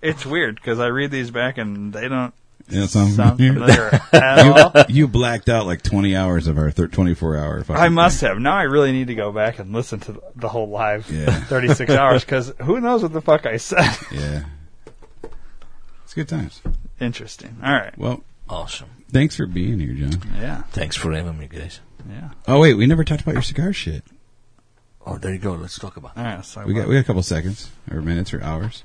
[SPEAKER 2] It's weird because I read these back and they don't
[SPEAKER 1] Yeah,
[SPEAKER 2] [laughs]
[SPEAKER 1] it sounds
[SPEAKER 2] sound
[SPEAKER 1] familiar.
[SPEAKER 2] familiar at all.
[SPEAKER 1] You blacked out like 20 hours of our thir- 24 hour fucking
[SPEAKER 2] I must have. Now I really need to go back and listen to the- the whole live
[SPEAKER 1] Yeah.
[SPEAKER 2] [laughs] 36 hours because who knows what the fuck I said. [laughs]
[SPEAKER 1] thing. Yeah. It's good times.
[SPEAKER 2] Interesting. All right.
[SPEAKER 1] Well,
[SPEAKER 3] Awesome.
[SPEAKER 1] thanks for being here, John.
[SPEAKER 2] Yeah.
[SPEAKER 3] Thanks for having me, guys.
[SPEAKER 2] Yeah.
[SPEAKER 1] Oh, wait, we never talked about your cigar shit.
[SPEAKER 3] Oh, there you go. Let's talk about it.
[SPEAKER 2] All right. So
[SPEAKER 1] We got we got a couple seconds or minutes or hours.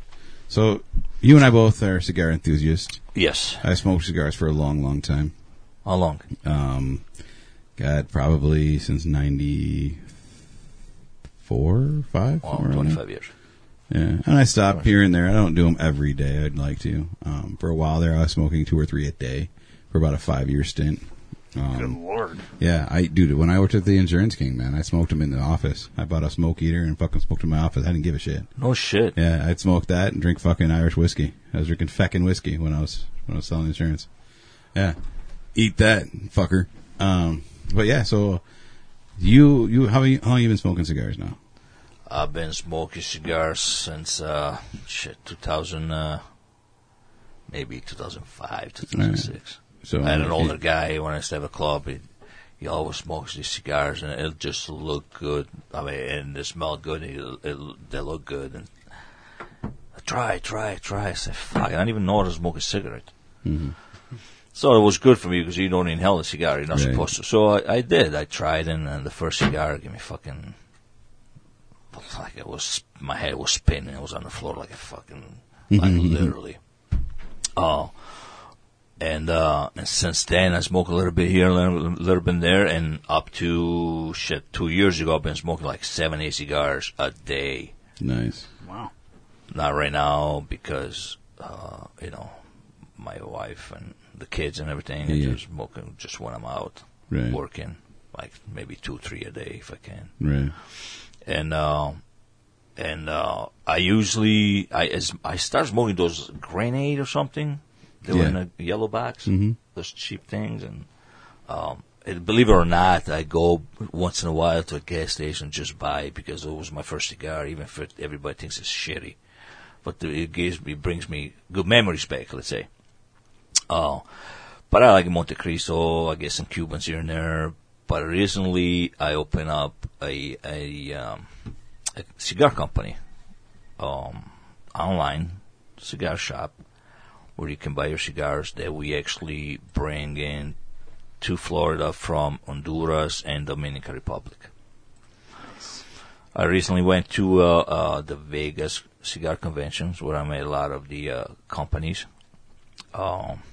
[SPEAKER 1] So you and I both are cigar enthusiasts.
[SPEAKER 3] Yes.
[SPEAKER 1] I smoked cigars for a long, long time.
[SPEAKER 3] How long?
[SPEAKER 1] Um, God, probably since ninety four, five,
[SPEAKER 3] Well,
[SPEAKER 1] somewhere around there.
[SPEAKER 3] 25 years.
[SPEAKER 1] Yeah, and I stop here and there. I don't do them every day. I'd like to. Um, for a while there, I was smoking two or three a day for about a five year stint.
[SPEAKER 2] good lord.
[SPEAKER 1] Yeah, I dude, when I worked at the Insurance King, man, I smoked them in the office. I bought a smoke eater and fucking smoked in my office. I didn't give a shit.
[SPEAKER 3] No shit.
[SPEAKER 1] Yeah, I'd smoke that and drink fucking Irish whiskey. I was drinking feckin' whiskey when I was when I was selling insurance. Yeah, eat that, fucker. Um, but yeah, so you you how you, how long you been smoking cigars now?
[SPEAKER 3] I've been smoking cigars since, uh, shit, 2000, uh, maybe 2005, 2006.
[SPEAKER 1] So
[SPEAKER 3] I had an
[SPEAKER 1] uh,
[SPEAKER 3] older guy when I used to have a club. He, he always smokes these cigars, and it just looked good. I mean, and they smelled good. And it, it, they look good. And I try, try, try. I said, "Fuck!" I didn't even know how to smoke a cigarette.
[SPEAKER 1] Mm-hmm.
[SPEAKER 3] So it was good for me because you don't inhale a cigar. You're not
[SPEAKER 1] Right.
[SPEAKER 3] supposed to. So I, I did. I tried, and, and the first cigar gave me fucking like it was my head was spinning. I was on the floor like a fucking
[SPEAKER 1] [laughs]
[SPEAKER 3] like literally. Oh, and uh, and since then I smoke a little bit here, a little, little bit there, and up to shit two years ago I've been smoking like seven eight cigars a day.
[SPEAKER 1] nice.
[SPEAKER 2] Wow.
[SPEAKER 3] Not right now because uh, you know my wife and the kids and everything.
[SPEAKER 1] Yeah,
[SPEAKER 3] I
[SPEAKER 1] yeah.
[SPEAKER 3] just smoking just when I'm out
[SPEAKER 1] Right.
[SPEAKER 3] working, like maybe two three a day if I can
[SPEAKER 1] Right.
[SPEAKER 3] and uh, and uh, I usually I as I start smoking those grenade or something. They were
[SPEAKER 1] Yeah.
[SPEAKER 3] in a yellow box, those cheap things, and um, and believe it or not, I go once in a while to a gas station and just buy it because it was my first cigar, even if it, everybody thinks it's shitty. but it gives me brings me good memories back. Let's say. Uh, but I like Monte Cristo. I get some Cubans here and there. But recently, I opened up a a, um, a cigar company, um, online cigar shop, where you can buy your cigars that we actually bring in to Florida from Honduras and Dominican Republic. I recently went to uh, uh, the Vegas cigar conventions where I met a lot of the uh, companies. Um,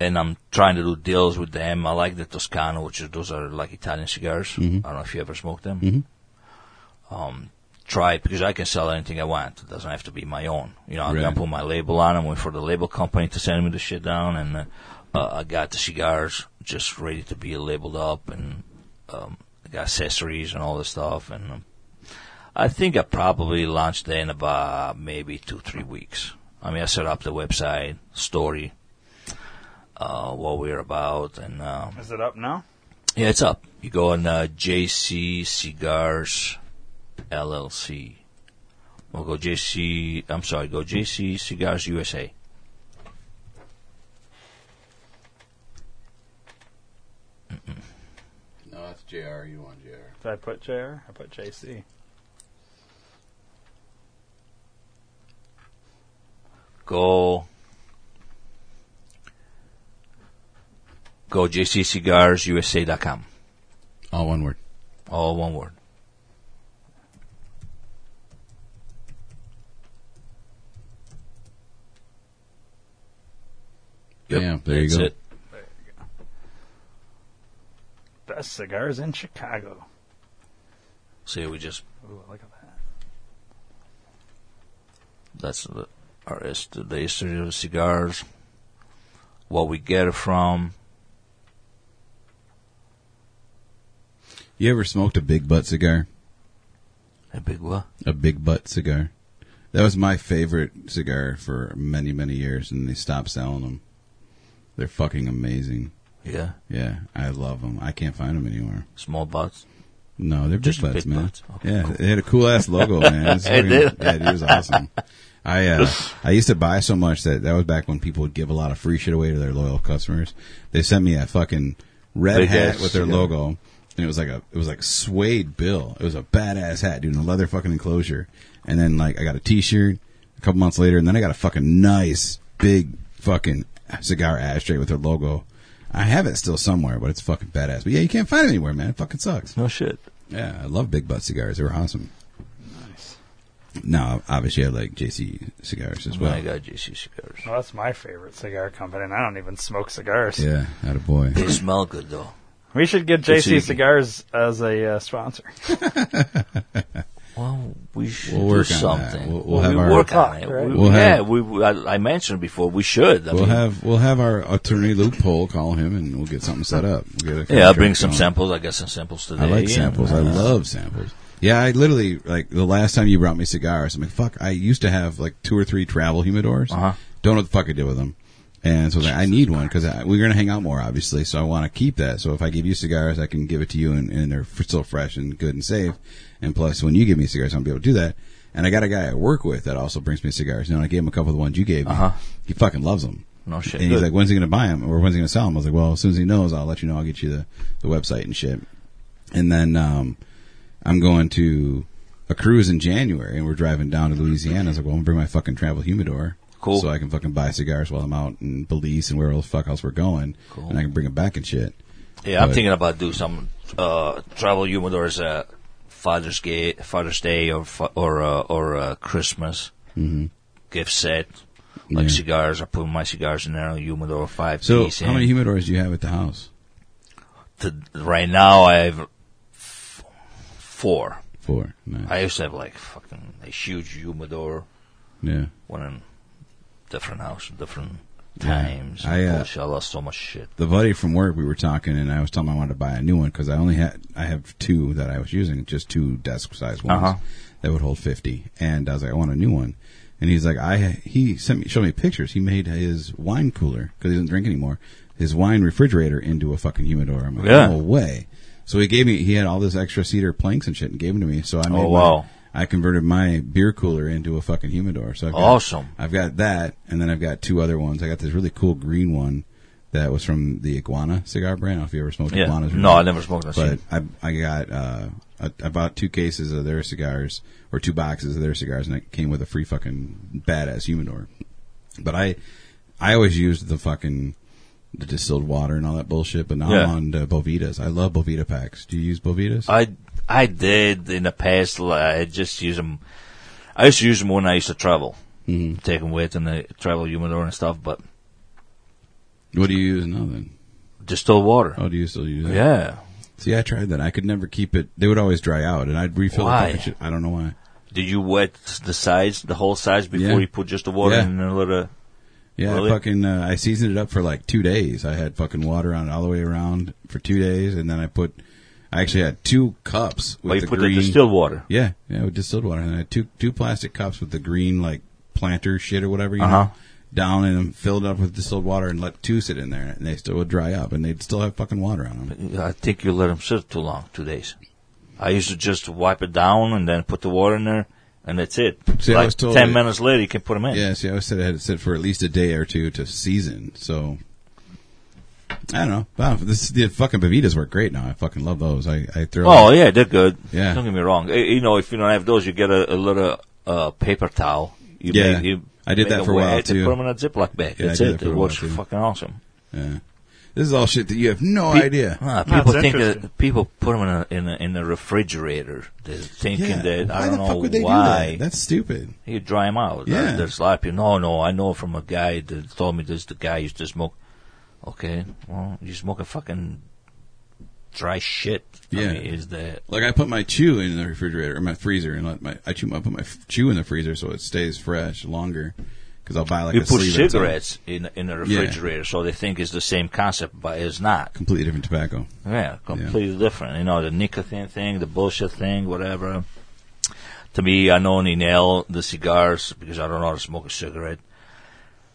[SPEAKER 3] and I'm trying to do deals with them. I like the Toscano, which is those are like Italian cigars. I don't know if you ever smoked them. Um, try it because I can sell anything I want. It doesn't have to be my own. You know, I'm
[SPEAKER 1] Right.
[SPEAKER 3] gonna put my label on. I'm waiting for the label company to send me the shit down, and uh, uh, I got the cigars just ready to be labeled up, and um, I got accessories and all this stuff. And um, I think I probably launched that in about maybe two, three weeks. I mean, I set up the website, story, uh, what we're about, and uh,
[SPEAKER 2] Is it up now?
[SPEAKER 3] yeah, it's up. You go on uh, JC Cigars LLC. We'll go JC. I'm sorry, go JC Cigars USA.
[SPEAKER 1] No, that's JR. You want JR.
[SPEAKER 2] Did I put JR? I put JC.
[SPEAKER 3] Go. Go JCCigarsUSA.com.
[SPEAKER 1] All Oh, one word.
[SPEAKER 3] All one word. Yep,
[SPEAKER 1] Damn, there you
[SPEAKER 3] that's
[SPEAKER 1] go.
[SPEAKER 3] it.
[SPEAKER 2] Best cigars in Chicago.
[SPEAKER 3] See, we just
[SPEAKER 2] Ooh, look at that.
[SPEAKER 3] That's the, our his- the history of the cigars, what we get it from.
[SPEAKER 1] You ever smoked a big butt cigar?
[SPEAKER 3] A big what?
[SPEAKER 1] A big butt cigar. That was my favorite cigar for many, many years, and they stopped selling them. They're fucking amazing.
[SPEAKER 3] Yeah,
[SPEAKER 1] Yeah, I love them. I can't find them anymore.
[SPEAKER 3] small butts.
[SPEAKER 1] No, they're
[SPEAKER 3] Just
[SPEAKER 1] big butts,
[SPEAKER 3] big
[SPEAKER 1] man.
[SPEAKER 3] butts. Okay,
[SPEAKER 1] yeah,
[SPEAKER 3] cool.
[SPEAKER 1] they had a cool ass
[SPEAKER 3] [laughs]
[SPEAKER 1] logo, man. It's
[SPEAKER 3] It
[SPEAKER 1] fucking-
[SPEAKER 3] did.
[SPEAKER 1] Yeah, it was awesome. I
[SPEAKER 3] [laughs]
[SPEAKER 1] uh, I used to buy so much that that was back when people would give a lot of free shit away to their loyal customers. They sent me a fucking red
[SPEAKER 3] Big
[SPEAKER 1] hat
[SPEAKER 3] ass,
[SPEAKER 1] with their
[SPEAKER 3] yeah.
[SPEAKER 1] logo, and it was like a it was like suede bill. It was a badass hat, dude, in a leather fucking enclosure. And then like I got a t shirt a couple months later, and then I got a fucking nice big fucking cigar ashtray with their logo. I have it still somewhere, but it's fucking badass. But yeah, you can't find it anywhere, man. It fucking sucks.
[SPEAKER 3] No shit.
[SPEAKER 1] Yeah, I love big butt cigars. They were awesome.
[SPEAKER 2] Nice.
[SPEAKER 1] No, obviously I like JC cigars as well.
[SPEAKER 3] I got JC cigars.
[SPEAKER 2] Well, that's my favorite cigar company, and I don't even smoke cigars.
[SPEAKER 1] Yeah, out of boy.
[SPEAKER 3] They smell good though.
[SPEAKER 2] We should get
[SPEAKER 3] Good
[SPEAKER 2] JC
[SPEAKER 3] season.
[SPEAKER 2] Cigars as a uh, sponsor.
[SPEAKER 3] Well, we should
[SPEAKER 1] We'll work
[SPEAKER 3] do
[SPEAKER 1] on that.
[SPEAKER 3] something.
[SPEAKER 1] We'll- we'll have
[SPEAKER 3] we
[SPEAKER 1] our-
[SPEAKER 3] work
[SPEAKER 2] Talk,
[SPEAKER 3] on it.
[SPEAKER 2] right?
[SPEAKER 3] We-
[SPEAKER 1] We'll
[SPEAKER 3] yeah,
[SPEAKER 1] have-
[SPEAKER 3] we. we- I, I mentioned before we should. I
[SPEAKER 1] We'll
[SPEAKER 3] mean,
[SPEAKER 1] have we'll have our attorney Luke Poll call him and we'll get something set up. We'll get a
[SPEAKER 3] yeah, I'll bring
[SPEAKER 1] contract
[SPEAKER 3] some
[SPEAKER 1] going.
[SPEAKER 3] samples. I got some samples today.
[SPEAKER 1] I like
[SPEAKER 3] and,
[SPEAKER 1] samples. I
[SPEAKER 3] uh,
[SPEAKER 1] love samples. Yeah, I literally like the last time you brought me cigars. I'm like, fuck. I used to have like two or three travel humidors.
[SPEAKER 3] Uh-huh.
[SPEAKER 1] Don't know what the fuck I did with them. And so I was like, I need one because we're gonna hang out more, obviously. So I want to keep that. So if I give you cigars, I can give it to you, and, and they're f- still fresh and good and safe. And plus, when you give me cigars, I'm gonna be able to do that. And I got a guy I work with that also brings me cigars. Now I gave him a couple of the ones you gave me.
[SPEAKER 3] Uh-huh.
[SPEAKER 1] He fucking loves them.
[SPEAKER 3] No shit.
[SPEAKER 1] And he's
[SPEAKER 3] Good.
[SPEAKER 1] like, when's he going to buy them or when's he going to sell them? I was like, well, as soon as he knows, I'll let you know. I'll get you the, the website and shit. And then, um, I'm going to a cruise in January and we're driving down to Louisiana. I was like, well, I'm going to bring my fucking travel humidor.
[SPEAKER 3] Cool.
[SPEAKER 1] So I can fucking buy cigars while I'm out in Belize and where the fuck else we're going.
[SPEAKER 3] Cool.
[SPEAKER 1] And I can bring them back and shit.
[SPEAKER 3] Yeah, I'm
[SPEAKER 1] But-
[SPEAKER 3] thinking about do some uh, travel humidors uh, Father's Day, Father's Day, or fa- or uh, or uh, Christmas gift set, like
[SPEAKER 1] Mm-hmm. Yeah.
[SPEAKER 3] cigars. I put my cigars in there, humidor five
[SPEAKER 1] So
[SPEAKER 3] piece.
[SPEAKER 1] how
[SPEAKER 3] in.
[SPEAKER 1] many humidors do you have at the house?
[SPEAKER 3] To- right now, I have f- four.
[SPEAKER 1] Four. Nice.
[SPEAKER 3] I used to have like fucking a huge humidor,
[SPEAKER 1] yeah.
[SPEAKER 3] one in different house, different times.
[SPEAKER 1] I, uh,
[SPEAKER 3] Bullshit, I lost so much shit.
[SPEAKER 1] the buddy from work we were talking and I was telling him I wanted to buy a new one because I only had I have two that I was using just two desk size ones
[SPEAKER 3] Uh-huh.
[SPEAKER 1] that would hold 50 and I was like I want a new one and he's like I he sent me showed me pictures he made his wine cooler because he doesn't drink anymore his wine refrigerator into a fucking humidor I'm like
[SPEAKER 3] Yeah.
[SPEAKER 1] no way so he gave me he had all this extra cedar planks and shit and gave them to me so I made
[SPEAKER 3] Oh,
[SPEAKER 1] my-
[SPEAKER 3] wow.
[SPEAKER 1] I converted my beer cooler into a fucking humidor. So I've got,
[SPEAKER 3] Awesome.
[SPEAKER 1] I've got that, and then I've got two other ones. I got this really cool green one that was from the Iguana cigar brand. I don't know if you ever smoked
[SPEAKER 3] Yeah.
[SPEAKER 1] Iguanas. or
[SPEAKER 3] No,
[SPEAKER 1] not.
[SPEAKER 3] I never smoked a
[SPEAKER 1] But
[SPEAKER 3] cigar.
[SPEAKER 1] I I got uh I, I bought two cases of their cigars or two boxes of their cigars, and it came with a free fucking badass humidor. But I I always used the fucking the distilled water and all that bullshit. But now
[SPEAKER 3] Yeah.
[SPEAKER 1] I'm on to Bovitas. I love Bovita packs. Do you use Bovitas?
[SPEAKER 3] I I did in the past. li- I just use them. I used to use them when I used to travel, mm-hmm. take them with in the travel humidor and stuff. But
[SPEAKER 1] what do you use now then?
[SPEAKER 3] distilled water.
[SPEAKER 1] Oh, do you still use it?
[SPEAKER 3] Yeah.
[SPEAKER 1] See, I tried that. I could never keep it. They would always dry out, and I'd refill.
[SPEAKER 3] Why?
[SPEAKER 1] The fucking shit. I don't know why.
[SPEAKER 3] Did you wet the sides, the whole sides, before
[SPEAKER 1] Yeah.
[SPEAKER 3] you put just the water
[SPEAKER 1] Yeah.
[SPEAKER 3] in and a little?
[SPEAKER 1] Yeah,
[SPEAKER 3] Really?
[SPEAKER 1] I fucking uh, I seasoned it up for like two days. I had fucking water on it all the way around for two days, and then I put. I actually had two cups with
[SPEAKER 3] Well, you
[SPEAKER 1] the
[SPEAKER 3] put
[SPEAKER 1] green.
[SPEAKER 3] the distilled water.
[SPEAKER 1] yeah, yeah, with distilled water, and I had two two plastic cups with the green like planter shit or whatever you
[SPEAKER 3] Uh-huh.
[SPEAKER 1] know down and then filled it up with distilled water and let two sit in there, and they still would dry up, and they'd still have fucking water on them.
[SPEAKER 3] I think you let them sit too long, two days. I used to just wipe it down and then put the water in there, and that's it.
[SPEAKER 1] See, I
[SPEAKER 3] like
[SPEAKER 1] was told
[SPEAKER 3] ten
[SPEAKER 1] that-
[SPEAKER 3] minutes later, you can put them [laughs] in.
[SPEAKER 1] Yeah, see, I always said I had it sit for at least a day or two to season. So I don't know. Wow, this the fucking Bevitas work great now. I fucking love those. I, I throw.
[SPEAKER 3] Oh yeah, they're good.
[SPEAKER 1] Yeah.
[SPEAKER 3] Don't get me wrong. Eh, You know, if you don't have those, you get a, a little uh, paper towel. You
[SPEAKER 1] Yeah.
[SPEAKER 3] make- you
[SPEAKER 1] I did
[SPEAKER 3] make
[SPEAKER 1] that
[SPEAKER 3] a
[SPEAKER 1] for a while,
[SPEAKER 3] wet
[SPEAKER 1] too.
[SPEAKER 3] And put them in a Ziploc bag.
[SPEAKER 1] Yeah, I
[SPEAKER 3] That's
[SPEAKER 1] did
[SPEAKER 3] it.
[SPEAKER 1] that for
[SPEAKER 3] It
[SPEAKER 1] a while,
[SPEAKER 3] works
[SPEAKER 1] too.
[SPEAKER 3] fucking awesome.
[SPEAKER 1] Yeah. This is all shit that you have no idea.
[SPEAKER 3] Ah, people think
[SPEAKER 2] interesting.
[SPEAKER 3] that people put them in a in a, in a refrigurator. They're thinking
[SPEAKER 1] Yeah.
[SPEAKER 3] that
[SPEAKER 1] why
[SPEAKER 3] I don't
[SPEAKER 1] the fuck
[SPEAKER 3] know
[SPEAKER 1] would they
[SPEAKER 3] why.
[SPEAKER 1] do that? That's stupid.
[SPEAKER 3] You dry them out.
[SPEAKER 1] Yeah.
[SPEAKER 3] Uh, There's a lot of people. No, no, I know from a guy that told me this. The guy used to smoke. Okay, well, you smoke a fucking dry shit.
[SPEAKER 1] Yeah.
[SPEAKER 3] I mean, is that
[SPEAKER 1] Like I put my chew in the refrigerator or my freezer, and let my I chew my put my f- chew in the freezer so it stays fresh longer. Because I'll buy like
[SPEAKER 3] you
[SPEAKER 1] a
[SPEAKER 3] put
[SPEAKER 1] sleeve at a time.
[SPEAKER 3] cigarettes in in a refrigerator, so they think it's the same concept, but it's not.
[SPEAKER 1] Completely different tobacco.
[SPEAKER 3] Yeah, completely different. You know, the nicotine thing, the bullshit thing, whatever. To me, I know only nail the cigars because I don't know how to smoke a cigarette.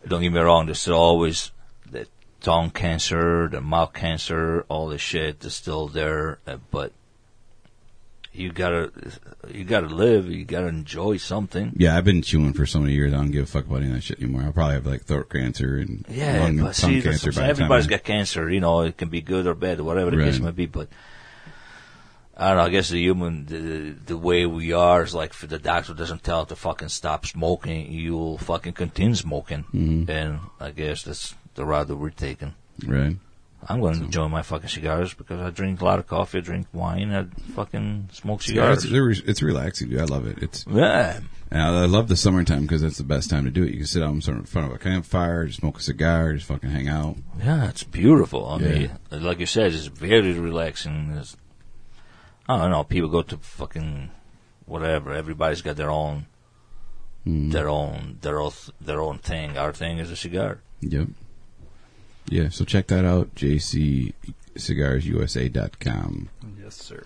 [SPEAKER 3] Don't get me wrong, there's still always the tongue cancer, the mouth cancer, all this shit is still there, uh, but you gotta, you gotta live, you gotta enjoy something.
[SPEAKER 1] Yeah, I've been chewing for so many years. I don't give a fuck about any of that shit anymore. I'll probably have like throat cancer and
[SPEAKER 3] Yeah,
[SPEAKER 1] lung,
[SPEAKER 3] but
[SPEAKER 1] tongue
[SPEAKER 3] see, that's
[SPEAKER 1] cancer
[SPEAKER 3] what
[SPEAKER 1] by the
[SPEAKER 3] I'm saying.
[SPEAKER 1] time I-
[SPEAKER 3] everybody's got cancer. You know, it can be good or bad, whatever the case
[SPEAKER 1] Right.
[SPEAKER 3] may be. But I don't know. I guess the human, the, the way we are is like, if the doctor doesn't tell it to fucking stop smoking, you'll fucking continue smoking.
[SPEAKER 1] Mm-hmm.
[SPEAKER 3] And I guess that's the route that we're taking.
[SPEAKER 1] right.
[SPEAKER 3] I'm going to enjoy my fucking cigars because I drink a lot of coffee, I drink wine, I fucking smoke
[SPEAKER 1] Yeah, it's,
[SPEAKER 3] cigars.
[SPEAKER 1] they're re- it's relaxing, dude. I love it. It's
[SPEAKER 3] Yeah,
[SPEAKER 1] and I I love the summertime because that's the best time to do it. You can sit out in sort of- in front of a campfire, just smoke a cigar, just fucking hang out.
[SPEAKER 3] yeah, it's beautiful. I
[SPEAKER 1] Yeah.
[SPEAKER 3] mean, like you said, it's very relaxing. It's, I don't know. People go to fucking whatever. Everybody's got their own, their own, their own, their own thing. Our thing is a cigar.
[SPEAKER 1] Yep. Yeah. So check that out, jccigarsusa.com.
[SPEAKER 2] Yes, sir.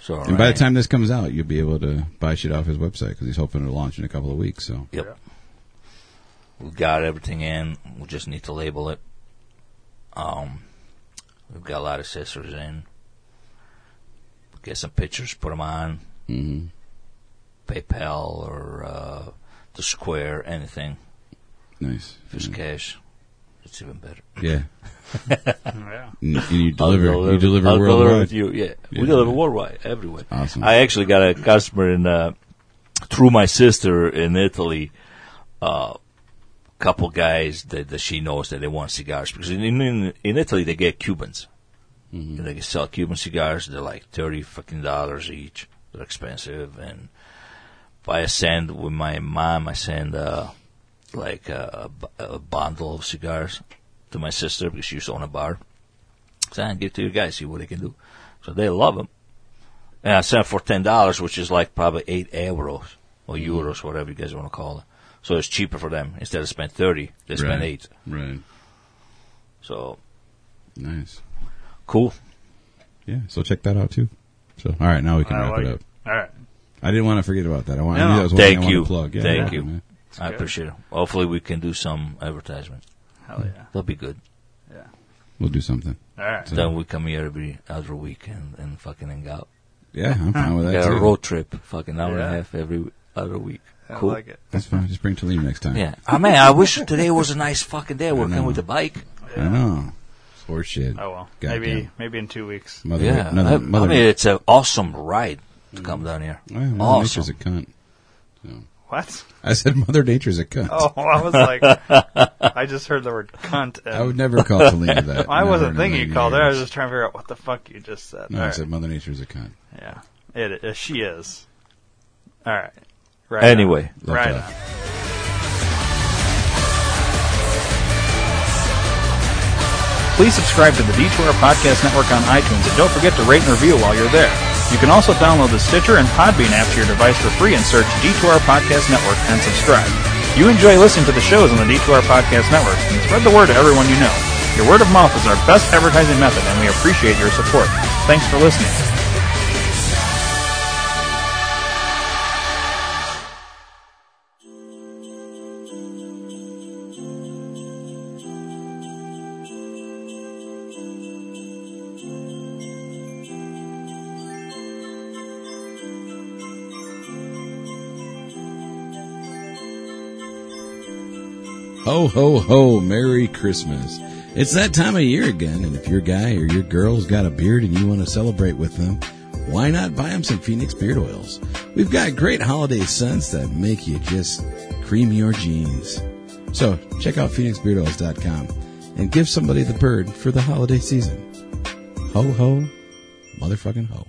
[SPEAKER 3] So
[SPEAKER 1] And by the time this comes out, you'll be able to buy shit off his website because he's hoping to launch in a couple of weeks. So
[SPEAKER 3] Yep. We've got everything in. We just need to label it. Um, we've got a lot of scissors in. Get some pictures, put them on
[SPEAKER 1] mm-hmm.
[SPEAKER 3] PayPal or uh, the Square, anything.
[SPEAKER 1] nice.
[SPEAKER 3] If it's cash, it's even better.
[SPEAKER 1] Yeah.
[SPEAKER 2] [laughs] Yeah.
[SPEAKER 1] And, and you deliver.
[SPEAKER 3] I'll
[SPEAKER 1] you deliver
[SPEAKER 3] I'll
[SPEAKER 1] worldwide.
[SPEAKER 3] deliver with you. Yeah.
[SPEAKER 1] Yeah.
[SPEAKER 3] we deliver worldwide, everywhere.
[SPEAKER 1] Awesome.
[SPEAKER 3] I actually got a customer in uh, through my sister in Italy. Uh, couple guys that, that she knows that they want cigars because in in, in Italy they get Cubans.
[SPEAKER 1] Mm-hmm.
[SPEAKER 3] And they can sell Cuban cigars. They're like thirty fucking dollars each. They're expensive. And if I send with my mom, I send uh, like a, a b- a bundle of cigars to my sister because she used to own a bar. So I give to you guys, see what they can do. So they love them. And I sent for ten dollars, which is like probably eight euros or euros, whatever you guys want to call it. So it's cheaper for them instead of spend thirty, they
[SPEAKER 1] Right.
[SPEAKER 3] spend eight.
[SPEAKER 1] Right.
[SPEAKER 3] So
[SPEAKER 1] Nice.
[SPEAKER 3] cool.
[SPEAKER 1] Yeah. So check that out too. So all right, now we can
[SPEAKER 2] I
[SPEAKER 1] wrap
[SPEAKER 2] like
[SPEAKER 1] it up.
[SPEAKER 2] it. All right.
[SPEAKER 1] I didn't want to forget about that. I want.
[SPEAKER 2] No.
[SPEAKER 1] I knew that was one thing
[SPEAKER 3] Thank
[SPEAKER 1] I wanted
[SPEAKER 3] you.
[SPEAKER 1] to plug. Yeah,
[SPEAKER 3] Thank
[SPEAKER 1] yeah,
[SPEAKER 3] you.
[SPEAKER 1] man.
[SPEAKER 3] I
[SPEAKER 2] good.
[SPEAKER 3] appreciate it. Hopefully we can do some advertisement.
[SPEAKER 2] Hell yeah.
[SPEAKER 3] That'll be good.
[SPEAKER 1] We'll do something.
[SPEAKER 2] All right.
[SPEAKER 1] So-
[SPEAKER 3] Then we come here every other week and, and fucking hang out.
[SPEAKER 1] Yeah, I'm fine with that
[SPEAKER 3] yeah,
[SPEAKER 1] too.
[SPEAKER 3] road trip, fucking hour and
[SPEAKER 2] Yeah.
[SPEAKER 3] a half every other week.
[SPEAKER 2] I
[SPEAKER 3] Cool.
[SPEAKER 2] like it.
[SPEAKER 1] That's fine. Just bring Toledo next time.
[SPEAKER 3] Yeah. I mean, I wish today was a nice fucking day
[SPEAKER 1] know.
[SPEAKER 3] working with the bike.
[SPEAKER 1] I know. It's horseshit.
[SPEAKER 2] Oh well,
[SPEAKER 1] Goddamn.
[SPEAKER 2] maybe maybe in two weeks.
[SPEAKER 1] Mother,
[SPEAKER 3] yeah.
[SPEAKER 1] another-
[SPEAKER 3] I, I
[SPEAKER 1] mother-
[SPEAKER 3] mean, it's an awesome ride to come down here.
[SPEAKER 1] Well, Mother
[SPEAKER 3] awesome.
[SPEAKER 1] Nature's a cunt.
[SPEAKER 2] What? [laughs]
[SPEAKER 1] I said Mother Nature's a cunt.
[SPEAKER 2] Oh, I was
[SPEAKER 1] [laughs]
[SPEAKER 2] like, I just heard the word cunt. And
[SPEAKER 1] I would never call Toledo that.
[SPEAKER 2] [laughs] I
[SPEAKER 1] Never
[SPEAKER 2] wasn't
[SPEAKER 1] in a
[SPEAKER 2] thinking you
[SPEAKER 1] million
[SPEAKER 2] called her. I was
[SPEAKER 1] years.
[SPEAKER 2] just trying to figure out what the fuck you just said.
[SPEAKER 1] No,
[SPEAKER 2] All
[SPEAKER 1] I
[SPEAKER 2] right.
[SPEAKER 1] said Mother Nature's a cunt.
[SPEAKER 2] Yeah, it, uh, she is. All right. Right.
[SPEAKER 3] Anyway.
[SPEAKER 2] on. right.
[SPEAKER 1] Left
[SPEAKER 2] on. Please subscribe to the D2R Podcast Network on iTunes and don't forget to rate and review while you're there. You can also download the Stitcher and Podbean app to your device for free and search D2R Podcast Network and subscribe. You enjoy listening to the shows on the D2R Podcast Network and spread the word to everyone you know. Your word of mouth is our best advertising method and we appreciate your support. Thanks for listening.
[SPEAKER 4] Ho, ho, ho, Merry Christmas. It's that time of year again, and if your guy or your girl's got a beard and you want to celebrate with them, why not buy them some Phoenix Beard Oils? We've got great holiday scents that make you just cream your jeans. So check out PhoenixBeardOils.com and give somebody the bird for the holiday season. Ho, ho, motherfucking ho.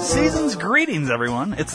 [SPEAKER 2] Season's greetings, everyone. It's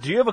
[SPEAKER 2] Do you have a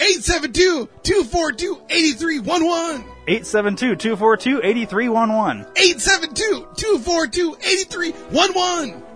[SPEAKER 6] 872 242 8311.
[SPEAKER 2] 872-242-8311.
[SPEAKER 6] 872 242 8311.